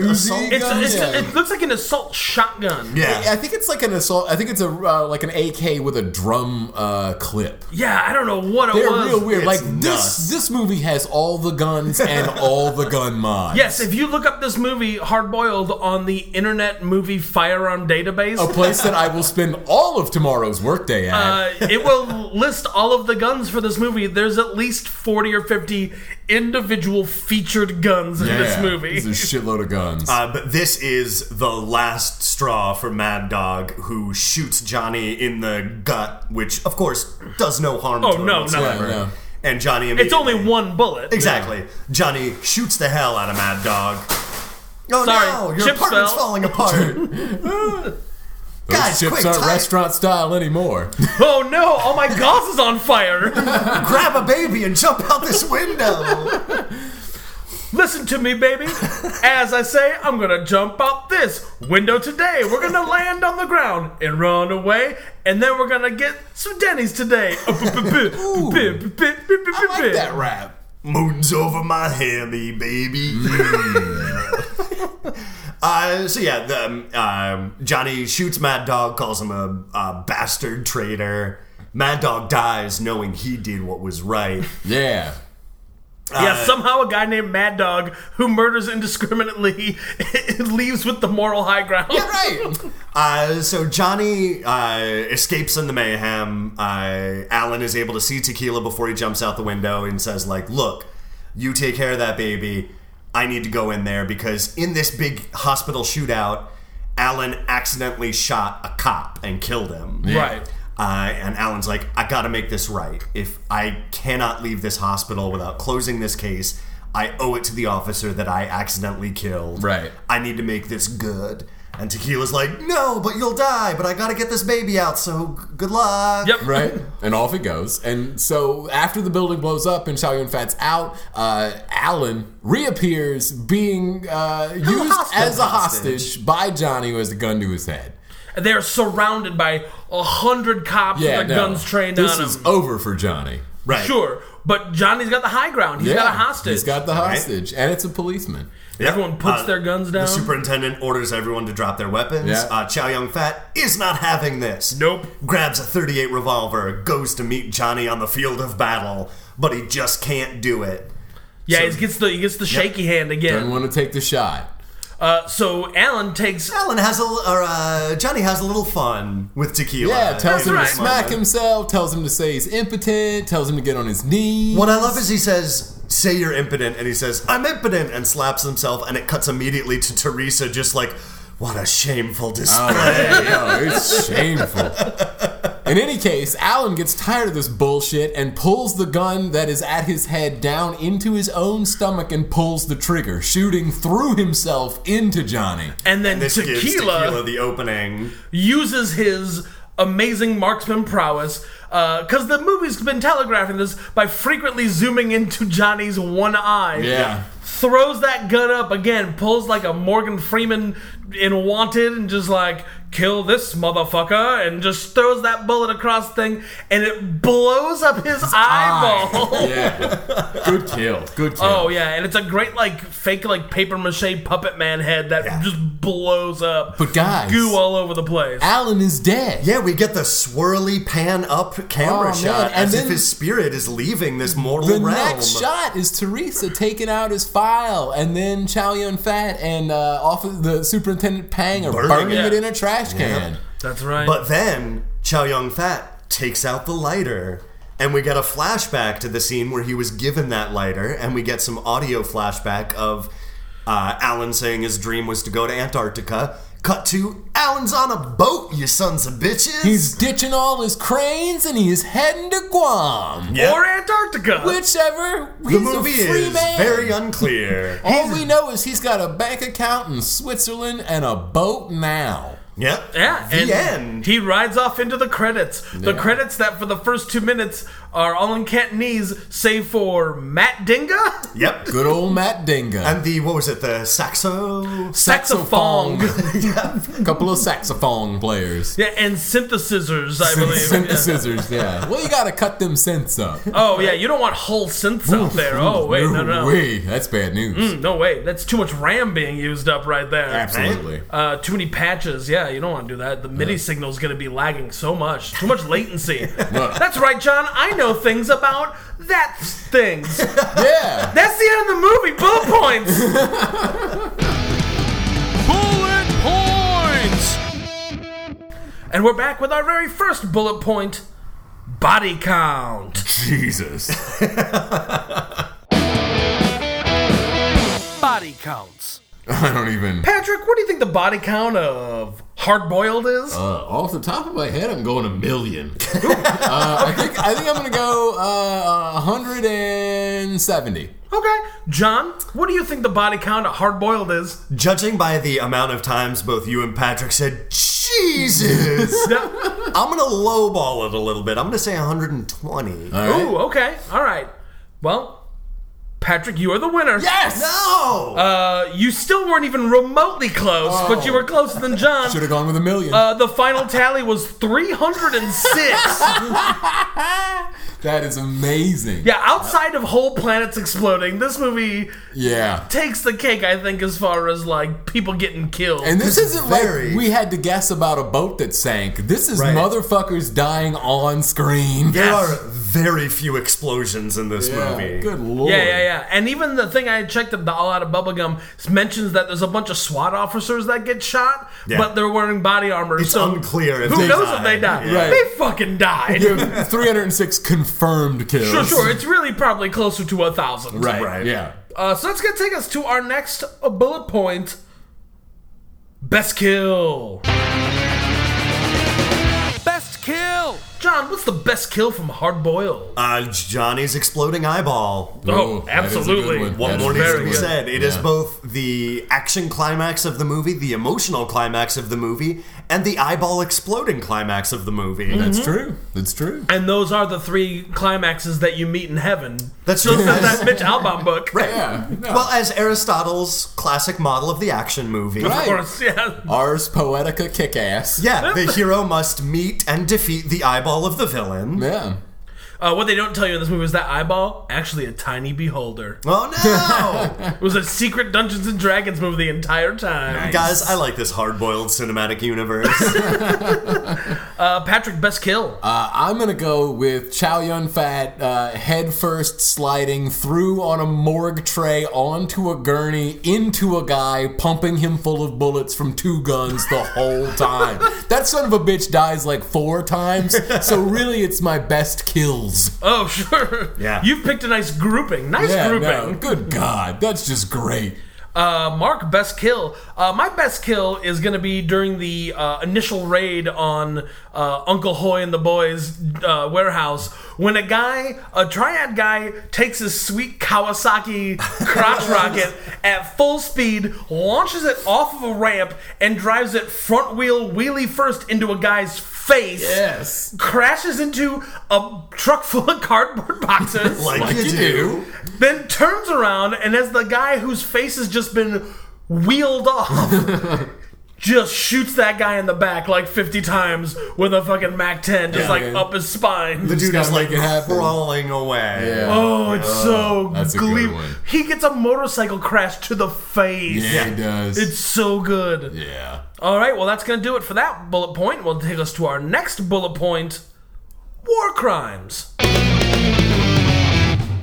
Speaker 2: Assault Uzi?
Speaker 3: assault.
Speaker 1: It's,
Speaker 2: Guns,
Speaker 1: it's,
Speaker 2: yeah.
Speaker 1: it looks like an assault shotgun.
Speaker 2: I
Speaker 3: yeah.
Speaker 2: think it's like an assault. I think it's a uh, like an AK with a drum uh, clip.
Speaker 1: Yeah, I don't know what it
Speaker 2: They're
Speaker 1: was.
Speaker 2: real weird.
Speaker 3: It's
Speaker 2: Like
Speaker 3: nuts.
Speaker 2: this, this movie has all the guns and all the gun mods.
Speaker 1: Yes, if you look up this movie, Hard Boiled, on the Internet Movie Firearm Database,
Speaker 2: a place that I will spend all of tomorrow's workday at.
Speaker 1: uh, it will list all of the guns for this movie. There's at least 40 or 50 individual featured guns in this movie.
Speaker 2: There's a shitload of guns.
Speaker 3: Uh, but this is the last straw for Mad Dog, who shoots Johnny in the gut, which, of course, does no harm
Speaker 1: Oh,
Speaker 3: to him
Speaker 1: no, no.
Speaker 3: whatsoever.
Speaker 2: Yeah, no.
Speaker 3: And Johnny
Speaker 1: it's only
Speaker 3: immediately-
Speaker 1: one bullet.
Speaker 3: Exactly. Johnny shoots the hell out of Mad Dog. Oh
Speaker 1: Sorry,
Speaker 3: no, your
Speaker 1: chips
Speaker 3: apartment's
Speaker 1: fell.
Speaker 3: falling apart.
Speaker 2: Those
Speaker 3: guys,
Speaker 2: chips
Speaker 3: quick,
Speaker 2: aren't
Speaker 3: tie-
Speaker 2: restaurant style anymore.
Speaker 1: Oh no! Oh my gosh is on fire!
Speaker 3: Grab a baby and jump out this window.
Speaker 1: Listen to me, baby. As I say, I'm gonna jump out this window today. We're gonna land on the ground and run away, and then we're gonna get some Denny's today.
Speaker 2: Ooh. I like that rap.
Speaker 3: Moon's over my hammy, baby. uh, so yeah, the, um, um, Johnny shoots Mad Dog, calls him a, a bastard traitor. Mad Dog dies knowing he did what was right.
Speaker 2: Yeah.
Speaker 1: Yeah, somehow a guy named Mad Dog who murders indiscriminately leaves with the moral high ground.
Speaker 2: Yeah, right.
Speaker 3: Uh, so Johnny uh, escapes in the mayhem. Uh, Alan is able to see Tequila before he jumps out the window and says, "Like, look, you take care of that baby. I need to go in there because in this big hospital shootout, Alan accidentally shot a cop and killed him.
Speaker 1: Right.
Speaker 3: Uh, and Alan's like, I gotta make this right. If I cannot leave this hospital without closing this case, I owe it to the officer that I accidentally killed.
Speaker 2: Right.
Speaker 3: I need to make this good. And Tequila's like, no, but you'll die, but I gotta get this baby out, so g- good luck.
Speaker 1: Yep.
Speaker 2: right? And off it goes. And so after the building blows up and Xiao Yun Fat's out, uh, Alan reappears being uh, used
Speaker 3: hostile
Speaker 2: as a
Speaker 3: hostage.
Speaker 2: hostage by Johnny who has a gun to his head.
Speaker 1: And They are surrounded by a hundred cops
Speaker 2: Yeah,
Speaker 1: with their
Speaker 2: no,
Speaker 1: guns trained
Speaker 2: this
Speaker 1: on
Speaker 2: is
Speaker 1: them.
Speaker 2: over for Johnny.
Speaker 3: Right.
Speaker 1: Sure, but Johnny's got the high ground. He's
Speaker 2: Yeah,
Speaker 1: got a hostage.
Speaker 2: He's got the hostage, and it's a policeman.
Speaker 3: Yep.
Speaker 1: Everyone puts
Speaker 3: Uh,
Speaker 1: their guns
Speaker 3: The
Speaker 1: down.
Speaker 3: superintendent orders everyone to drop their weapons.
Speaker 2: Yeah.
Speaker 3: Uh, Chow Young Fat is not having this.
Speaker 1: Nope.
Speaker 3: Grabs a 38 revolver, goes to meet Johnny on the field of battle, but he just can't do it.
Speaker 1: yeah,
Speaker 3: so-
Speaker 1: he gets the he gets the shaky hand
Speaker 2: Doesn't
Speaker 1: again.
Speaker 2: want to take the shot.
Speaker 1: Uh, so Alan takes
Speaker 3: Alan has a l- or uh, Johnny has a little fun with tequila.
Speaker 2: Yeah, tells
Speaker 3: It's
Speaker 2: him
Speaker 1: right.
Speaker 2: to smack
Speaker 3: moment.
Speaker 2: himself, tells him to say he's impotent, tells him to get on his knees.
Speaker 3: What I love is he says, "Say you're impotent," and he says, "I'm impotent," and slaps himself, and it cuts immediately to Teresa, just like, "What a shameful display."
Speaker 2: Yo, it's shameful. In any case, Alan gets tired of this bullshit and pulls the gun that is at his head down into his own stomach and pulls the trigger, shooting through himself into Johnny.
Speaker 1: and then
Speaker 3: This
Speaker 1: tequila,
Speaker 3: gives tequila the opening.
Speaker 1: uses his amazing marksman prowess because the movie's been telegraphing this by frequently zooming into Johnny's one eye.
Speaker 2: Yeah.
Speaker 1: Throws that gun up again, pulls like a Morgan Freeman in Wanted, and just like kill this motherfucker, and just throws that bullet across the thing, and it blows up his, eyeball.
Speaker 2: Yeah. Good kill. Good kill.
Speaker 1: Oh yeah, and it's a great like fake like paper mache puppet man head that
Speaker 3: Yeah.
Speaker 1: just blows up.
Speaker 2: But guys-
Speaker 1: goo all over the place.
Speaker 2: Alan is dead.
Speaker 3: Yeah, we get the swirly pan up
Speaker 2: Oh,
Speaker 3: camera
Speaker 2: man,
Speaker 3: shot
Speaker 2: and
Speaker 3: as
Speaker 2: then-
Speaker 3: if his spirit is leaving this mortal
Speaker 2: The
Speaker 3: realm.
Speaker 2: next shot is Teresa taking out his file, and then Chow Yun Fat and uh, off of the superintendent Pang are burning,
Speaker 3: Burning
Speaker 1: it.
Speaker 2: it in a trash can.
Speaker 1: That's right.
Speaker 3: But then Chow Yun Fat takes out the lighter, and we get a flashback to the scene where he was given that lighter, and we get some audio flashback of uh, Alan saying his dream was to go to Antarctica. Cut to Alan's on a boat, you sons of bitches.
Speaker 2: He's ditching all his cranes and he is heading to Guam.
Speaker 3: Yeah.
Speaker 1: or Antarctica.
Speaker 2: Whichever. He's
Speaker 3: the movie
Speaker 2: a free
Speaker 3: is
Speaker 2: man.
Speaker 3: very unclear.
Speaker 2: all we know is he's got a bank account in Switzerland and a boat now.
Speaker 3: yep.
Speaker 1: yeah,
Speaker 3: The
Speaker 1: and
Speaker 3: end.
Speaker 1: he rides off into the credits. The
Speaker 2: Yeah.
Speaker 1: credits that for the first two minutes are all in Cantonese, save for Matt Dinga,
Speaker 3: yep.
Speaker 2: Good old Matt Dingo.
Speaker 3: And the what was it? The saxo.
Speaker 1: saxophone,
Speaker 2: A couple of saxophone players.
Speaker 1: yeah, and synthesizers, I believe.
Speaker 2: Synth
Speaker 1: Yeah.
Speaker 2: scissors, yeah. Well, you gotta cut them synths up.
Speaker 1: Oh yeah, you don't want whole synths out there. Oh wait, no, no, Mm, no.
Speaker 2: Way. That's bad news.
Speaker 1: no wait, that's too much RAM being used up right there.
Speaker 2: Absolutely.
Speaker 1: Uh, too many patches. Yeah, you don't want to do that. The MIDI signal's going to be lagging so much. Too much latency. That's right, John. I know things about that things. That's
Speaker 2: Yeah.
Speaker 1: the end of the movie. Bullet points. bullet points. And we're back with our very first bullet point: body count.
Speaker 2: Jesus.
Speaker 1: Body counts.
Speaker 2: I don't even.
Speaker 1: Patrick, what do you think the body count of hard boiled is?
Speaker 2: Uh, off the top of my head, I'm going a million. uh, I think I think I'm gonna go uh, 170.
Speaker 1: Okay, John, what do you think the body count of hard boiled is?
Speaker 3: Judging by the amount of times both you and Patrick said Jesus,
Speaker 1: Yeah.
Speaker 3: I'm gonna lowball it a little bit. I'm gonna say
Speaker 2: All
Speaker 3: 120.
Speaker 2: right.
Speaker 1: Ooh, okay, all right. Well, Patrick, you are the winner.
Speaker 2: Yes.
Speaker 3: no.
Speaker 1: Uh, you still weren't even remotely close, but you were closer than John.
Speaker 2: Should have gone with a million.
Speaker 1: Uh, the final tally was 306.
Speaker 2: that is amazing.
Speaker 1: yeah, outside of whole planets exploding, this movie
Speaker 2: Yeah.
Speaker 1: takes the cake, I think, as far as like people getting killed.
Speaker 2: And this,
Speaker 3: This is
Speaker 2: isn't
Speaker 3: very-
Speaker 2: like we had to guess about a boat that sank. This is
Speaker 3: Right.
Speaker 2: motherfuckers dying on screen.
Speaker 3: there
Speaker 1: yes.
Speaker 3: are very few explosions in this movie.
Speaker 2: Good lord.
Speaker 1: Yeah, yeah, yeah. And even the thing I checked at the All Out of Bubblegum mentions that there's a bunch of SWAT officers that get shot,
Speaker 3: Yeah.
Speaker 1: but they're wearing body armor.
Speaker 3: It's
Speaker 1: so
Speaker 3: unclear if
Speaker 1: who
Speaker 3: they
Speaker 1: knows
Speaker 3: died.
Speaker 1: if they died?
Speaker 3: Yeah.
Speaker 2: Right.
Speaker 1: They fucking died.
Speaker 2: You have 306 confirmed kills.
Speaker 1: Sure, sure. It's really probably closer to a thousand.
Speaker 2: Right.
Speaker 3: Right.
Speaker 2: Yeah.
Speaker 1: Uh, so that's gonna take us to our next uh, bullet point. Best kill. Best kill. John, what's the best kill from Hard Boiled?
Speaker 3: Uh, Johnny's exploding eyeball.
Speaker 1: Oh,
Speaker 2: that is a good
Speaker 1: absolutely.
Speaker 2: one.
Speaker 3: What
Speaker 2: That is
Speaker 3: more
Speaker 2: very
Speaker 3: needs to
Speaker 1: very
Speaker 3: be
Speaker 1: good.
Speaker 3: said? It is
Speaker 2: Yeah.
Speaker 3: both the action climax of the movie, the emotional climax of the movie, and the eyeball exploding climax of the movie.
Speaker 2: That's true. That's true.
Speaker 1: And those are the three climaxes that you meet in heaven.
Speaker 3: That's
Speaker 1: Those
Speaker 3: just
Speaker 1: that, that Mitch Albom book.
Speaker 3: right.
Speaker 2: Yeah. no.
Speaker 3: Well, as Aristotle's classic model of the action movie.
Speaker 1: Of
Speaker 2: Right.
Speaker 1: course, yeah.
Speaker 2: Ars Poetica kick ass.
Speaker 3: Yeah, the hero must meet and defeat the eyeball of the villain.
Speaker 2: Yeah.
Speaker 1: Uh, what they don't tell you in this movie is that eyeball actually a tiny beholder.
Speaker 3: Oh no!
Speaker 1: It was a secret Dungeons and Dragons movie the entire time.
Speaker 3: Guys, I like this hard-boiled cinematic universe.
Speaker 1: Uh, Patrick, best kill.
Speaker 2: Uh, I'm gonna go with Chow Yun Fat uh, head first sliding through on a morgue tray onto a gurney into a guy, pumping him full of bullets from two guns the whole time. that son of a bitch dies like four times, so really it's my best kills.
Speaker 1: oh, sure.
Speaker 3: Yeah.
Speaker 1: You've picked a nice grouping. Nice
Speaker 2: Yeah,
Speaker 1: grouping.
Speaker 2: no, good God, that's just great.
Speaker 1: Uh, Mark, best kill. Uh, my best kill is going to be during the uh, initial raid on uh, Uncle Hoy and the boys' uh, warehouse when a guy, a triad guy, takes his sweet Kawasaki crotch rocket at full speed, launches it off of a ramp, and drives it front wheel wheelie first into a guy's face.
Speaker 2: Yes.
Speaker 1: Crashes into a truck full of cardboard boxes
Speaker 3: like,
Speaker 2: Like you do.
Speaker 1: then turns around and as the guy whose face has just been wheeled off just shoots that guy in the back like 50 times with a fucking mac 10 just
Speaker 2: Yeah.
Speaker 1: like
Speaker 2: Yeah.
Speaker 1: up his spine
Speaker 3: The dude
Speaker 2: gotta
Speaker 3: is like
Speaker 2: make it happen.
Speaker 3: crawling away.
Speaker 2: Yeah.
Speaker 1: oh it's so
Speaker 2: That's a good
Speaker 1: glee-
Speaker 2: one.
Speaker 1: he gets a motorcycle crash to the face
Speaker 2: yeah,
Speaker 3: yeah.
Speaker 2: it does.
Speaker 1: it's so good
Speaker 2: yeah.
Speaker 1: all right well that's gonna do it for that bullet point will take us to our next bullet point war crimes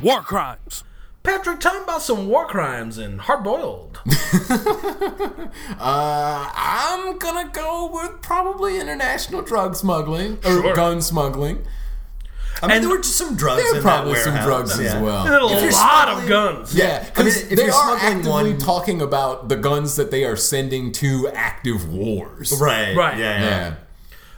Speaker 4: War crimes.
Speaker 1: patrick tell me about some war crimes in hard boiled
Speaker 2: Uh, I'm gonna go with probably international drug smuggling or
Speaker 1: Sure.
Speaker 2: gun smuggling.
Speaker 3: I mean,
Speaker 1: And
Speaker 3: there were just some drugs
Speaker 2: There
Speaker 3: in
Speaker 2: are probably
Speaker 3: that
Speaker 2: some
Speaker 3: warehouse.
Speaker 2: drugs
Speaker 3: yeah.
Speaker 2: as
Speaker 1: a
Speaker 2: well.
Speaker 1: lot of
Speaker 3: smuggling-
Speaker 1: guns
Speaker 2: Yeah,
Speaker 3: I mean,
Speaker 2: because
Speaker 3: if
Speaker 2: they
Speaker 3: you're
Speaker 2: are
Speaker 3: smuggling
Speaker 2: actively
Speaker 3: one-
Speaker 2: talking about the guns that they are sending to active wars.
Speaker 3: Right.
Speaker 1: Right.
Speaker 3: Yeah, yeah.
Speaker 2: Yeah.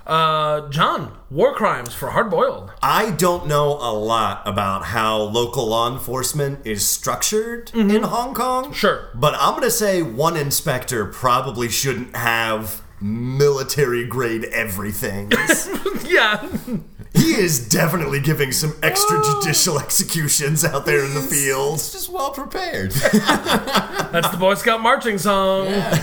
Speaker 1: Uh, John, war crimes for hard boiled.
Speaker 3: I don't know a lot about how local law enforcement is structured in Hong Kong.
Speaker 1: Mm-hmm. Sure.
Speaker 3: But I'm going to say one inspector probably shouldn't have military grade everything.
Speaker 1: yeah,
Speaker 3: he is definitely giving some extrajudicial executions out there in the field.
Speaker 2: It's just well prepared.
Speaker 1: that's the Boy Scout marching song.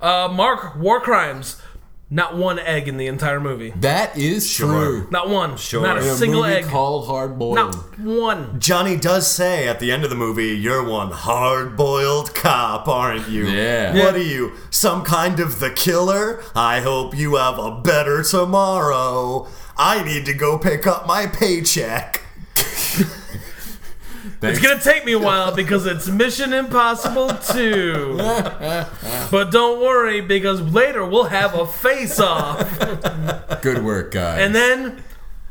Speaker 1: Uh, Mark, war crimes. Not one egg in the entire movie.
Speaker 2: that is true.
Speaker 1: Not one. Sure. Not a
Speaker 2: In a
Speaker 1: single
Speaker 2: movie
Speaker 1: egg.
Speaker 2: called Hard Boiled.
Speaker 1: Not one.
Speaker 3: Johnny does say at the end of the movie, "You're one hard-boiled cop, aren't you?
Speaker 2: Yeah.
Speaker 3: What are you, some kind of the killer? I hope you have a better tomorrow. I need to go pick up my paycheck."
Speaker 1: It's gonna take me a while because it's Mission Impossible 2. but don't worry because later we'll have a face off.
Speaker 2: Good work, guys.
Speaker 1: And then,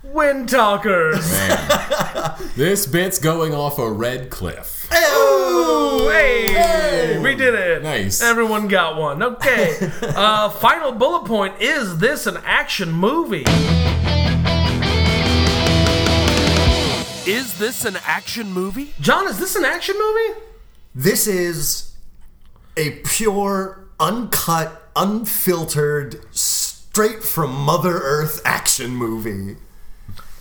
Speaker 1: Wind Talkers.
Speaker 2: this bit's going off a red cliff.
Speaker 1: Ooh, hey, we did it.
Speaker 2: Nice.
Speaker 1: Everyone got one. Okay. uh, final bullet point is this an action movie?
Speaker 4: Is this an action movie?
Speaker 1: John, is this an action movie?
Speaker 3: This is a pure, uncut, unfiltered, straight from Mother Earth action movie.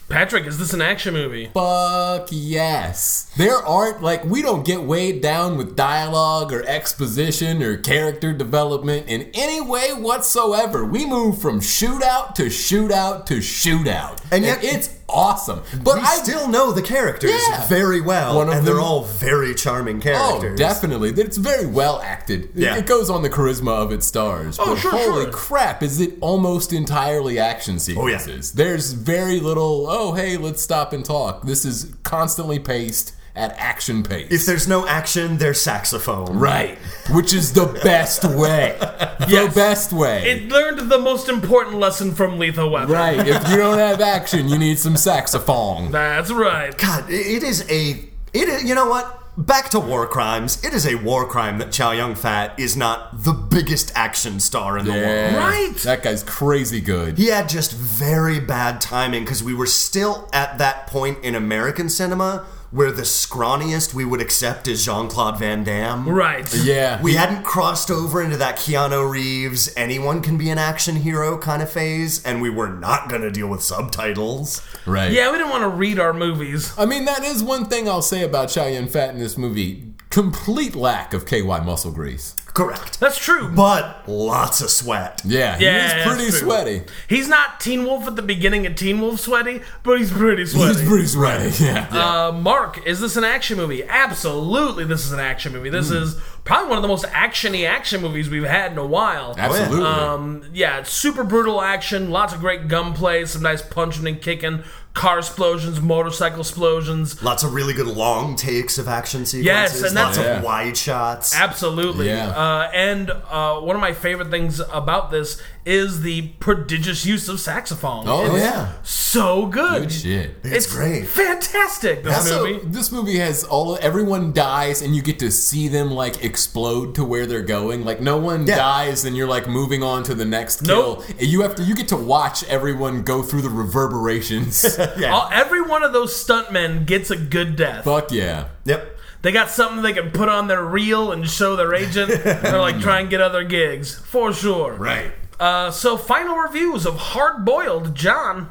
Speaker 1: Patrick, is this an action movie?
Speaker 2: Fuck yes. There aren't, like, we don't get weighed down with dialogue or exposition or character development in any way whatsoever. We move from shootout to shootout to shootout.
Speaker 3: And yet-
Speaker 2: it's awesome. But
Speaker 3: We
Speaker 2: I
Speaker 3: still know the characters
Speaker 2: Yeah.
Speaker 3: very well,
Speaker 2: One of
Speaker 3: and they're
Speaker 2: them-
Speaker 3: all very charming
Speaker 2: Oh,
Speaker 3: characters.
Speaker 2: definitely. It's very well acted. It-
Speaker 3: Yeah.
Speaker 2: It goes on the charisma of its stars.
Speaker 1: Oh,
Speaker 2: but
Speaker 1: sure,
Speaker 2: holy
Speaker 1: sure.
Speaker 2: crap, is it almost entirely action
Speaker 3: Oh, yeah.
Speaker 2: sequences? There's very little, oh, hey, let's stop and talk. This is constantly paced at action pace.
Speaker 3: If there's no action, there's saxophone.
Speaker 2: Right. Which is the best way. The
Speaker 1: Yes.
Speaker 2: best way.
Speaker 1: It learned the most important lesson from Lethal Weapon.
Speaker 2: right. If you don't have action, you need some saxophone.
Speaker 1: That's right.
Speaker 3: God, i- it is a. It is, you know what? back to war crimes. It is a war crime that Chow Yun Fat is not the biggest action star in the world.
Speaker 2: Yeah.
Speaker 1: Right.
Speaker 2: That guy's crazy good.
Speaker 3: He had just very bad timing because we were still at that point in American cinema where the scrawniest we would accept is Jean Claude Van Damme.
Speaker 1: Right.
Speaker 2: Yeah.
Speaker 3: We hadn't crossed over into that Keanu Reeves, anyone can be an action hero kind of phase, and we were not going to deal with subtitles.
Speaker 2: right.
Speaker 1: Yeah, we didn't want to read our movies.
Speaker 2: I mean, that is one thing I'll say about Chow Yun Fat in this movie. Complete lack of KY muscle grease.
Speaker 3: Correct.
Speaker 1: That's true.
Speaker 3: But lots of sweat.
Speaker 2: Yeah,
Speaker 1: Yeah,
Speaker 2: he
Speaker 1: that's
Speaker 2: is pretty
Speaker 1: true.
Speaker 2: sweaty.
Speaker 1: He's not Teen Wolf at the beginning of Teen Wolf sweaty, but he's pretty sweaty.
Speaker 2: He's pretty sweaty. Yeah.
Speaker 1: uh, Mark, is this an action movie? Absolutely, this is an action movie. This
Speaker 2: Hmm.
Speaker 1: is probably one of the most actiony action movies we've had in a while.
Speaker 2: Absolutely.
Speaker 1: Um, yeah, it's super brutal action, lots of great gunplay, some nice punching and kicking, car explosions, motorcycle explosions.
Speaker 3: Lots of really good long takes of action sequences.
Speaker 1: and that's-
Speaker 3: lots
Speaker 2: Yeah.
Speaker 3: of wide shots.
Speaker 1: Absolutely.
Speaker 2: Yeah.
Speaker 1: Uh, and uh, one of my favorite things about this is the prodigious use of saxophone.
Speaker 2: oh,
Speaker 1: It's
Speaker 2: yeah.
Speaker 1: So good.
Speaker 2: Good shit.
Speaker 3: It's great.
Speaker 1: Fantastic, this
Speaker 2: Also,
Speaker 1: movie.
Speaker 2: this movie has all everyone dies, and you get to see them like explode to where they're going. Like no one
Speaker 3: Yeah.
Speaker 2: dies, and you're like moving on to the next
Speaker 1: Nope.
Speaker 2: kill. And You have to you get to watch everyone go through the reverberations.
Speaker 1: All, every one of those stuntmen gets a good death.
Speaker 2: Fuck yeah.
Speaker 3: Yep.
Speaker 1: They got something they can put on their reel and show their agent or like try and get other gigs. For sure.
Speaker 3: Right.
Speaker 1: Uh, so final reviews of Hard Boiled John.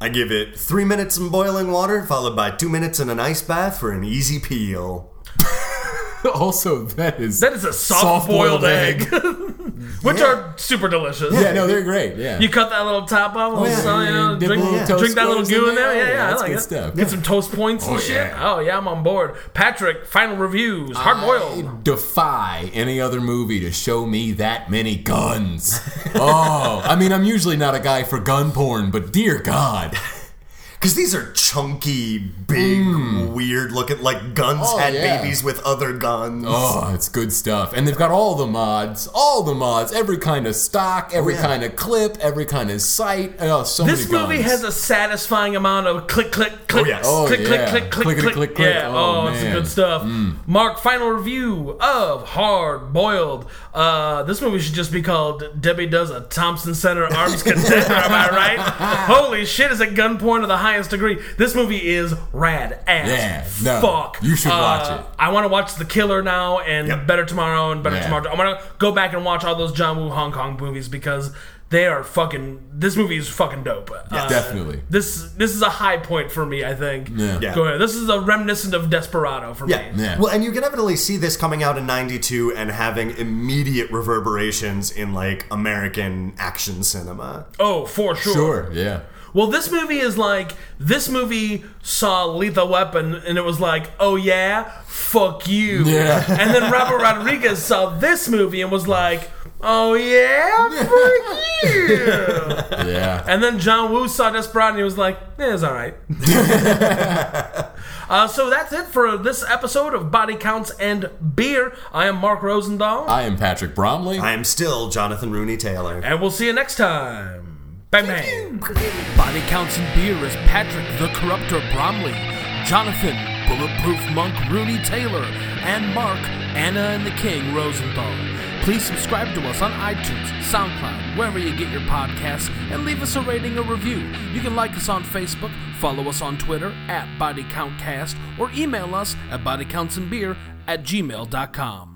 Speaker 3: I give it three minutes in boiling water, followed by two minutes in an ice bath for an easy peel.
Speaker 2: also, that is
Speaker 1: That is a soft boiled
Speaker 2: Soft-boiled
Speaker 1: egg. Which
Speaker 3: Yeah.
Speaker 1: are super delicious.
Speaker 2: yeah, no, they're great. Yeah.
Speaker 1: You cut that little top off, little
Speaker 2: yeah,
Speaker 1: sun, you
Speaker 2: yeah,
Speaker 1: know,
Speaker 2: dip a
Speaker 1: drink,
Speaker 2: little toast
Speaker 1: drink that little
Speaker 2: scores in
Speaker 1: goo in there.
Speaker 2: there.
Speaker 1: Yeah, yeah, I
Speaker 2: That's
Speaker 1: like
Speaker 2: good
Speaker 1: it.
Speaker 2: stuff.
Speaker 1: Get some toast points and
Speaker 2: Oh,
Speaker 1: shit.
Speaker 2: yeah.
Speaker 1: Oh yeah, I'm on board. Patrick, final reviews, hard boiled.
Speaker 2: I defy any other movie to show me that many guns. oh, I mean, I'm usually not a guy for gun porn, but dear God.
Speaker 3: Because these are chunky, big, weird looking, like guns
Speaker 2: Oh,
Speaker 3: had
Speaker 2: yeah.
Speaker 3: babies with other guns.
Speaker 2: Oh, it's good stuff. And they've got all the mods, all the mods, every kind of stock, every
Speaker 3: yeah.
Speaker 2: kind of clip, every kind of site. Oh, so
Speaker 1: Oh, This
Speaker 2: many
Speaker 1: movie
Speaker 2: guns.
Speaker 1: has a satisfying amount of click, click, click,
Speaker 3: yes.
Speaker 2: Oh,
Speaker 1: click,
Speaker 2: yeah.
Speaker 1: click, click, click,
Speaker 2: Clickety
Speaker 1: click,
Speaker 2: click, click.
Speaker 1: Yeah, oh,
Speaker 2: Oh,
Speaker 1: it's
Speaker 2: man. Mm.
Speaker 1: good stuff. Mark, final review of Hard Boiled. Uh, this movie should just be called Debbie Does a Thompson Center Arms Contender. am I right? Holy shit, is it gun porn of the highest degree? This movie is rad ass.
Speaker 2: Yeah, no.
Speaker 1: fuck. Uh,
Speaker 2: You should watch it.
Speaker 1: I want to watch The Killer now and
Speaker 3: Yep.
Speaker 1: Better Tomorrow and Better
Speaker 2: Yeah.
Speaker 1: Tomorrow. I'm gonna go back and watch all those John Woo Hong Kong movies because they are fucking. This movie is fucking dope. Uh,
Speaker 2: Definitely.
Speaker 1: This this is a high point for me. I think.
Speaker 2: Yeah.
Speaker 3: Yeah.
Speaker 1: Go ahead. This is a reminiscent of Desperado for
Speaker 3: Yeah.
Speaker 1: me.
Speaker 2: Yeah.
Speaker 3: Well, and you can definitely see this coming out in 92 and having immediate reverberations in like American action cinema.
Speaker 1: Oh, for sure.
Speaker 2: Sure, yeah.
Speaker 1: Well, this movie is like this movie saw Lethal Weapon and it was like, oh yeah, fuck you.
Speaker 2: Yeah.
Speaker 1: And then Robert Rodriguez saw this movie and was like, oh yeah, fuck you.
Speaker 2: Yeah.
Speaker 1: And then John Woo saw Desperado and he was like, eh, it's all right. uh, so that's it for this episode of Body Counts and Beer. I am Mark Rosendahl,
Speaker 2: I am Patrick Bromley.
Speaker 3: I am still Jonathan Rooney Taylor.
Speaker 1: and we'll see you next time. Bang, bang.
Speaker 4: Body Counts and Beer is Patrick the Corruptor Bromley, Jonathan Bulletproof Monk Rooney Taylor, and Mark Anna and the King Rosenthal. Please subscribe to us on iTunes, SoundCloud, wherever you get your podcasts, and leave us a rating or review. You can like us on Facebook, follow us on Twitter at BodyCountCast, or email us at BodyCountsAndBeer at gmail.com.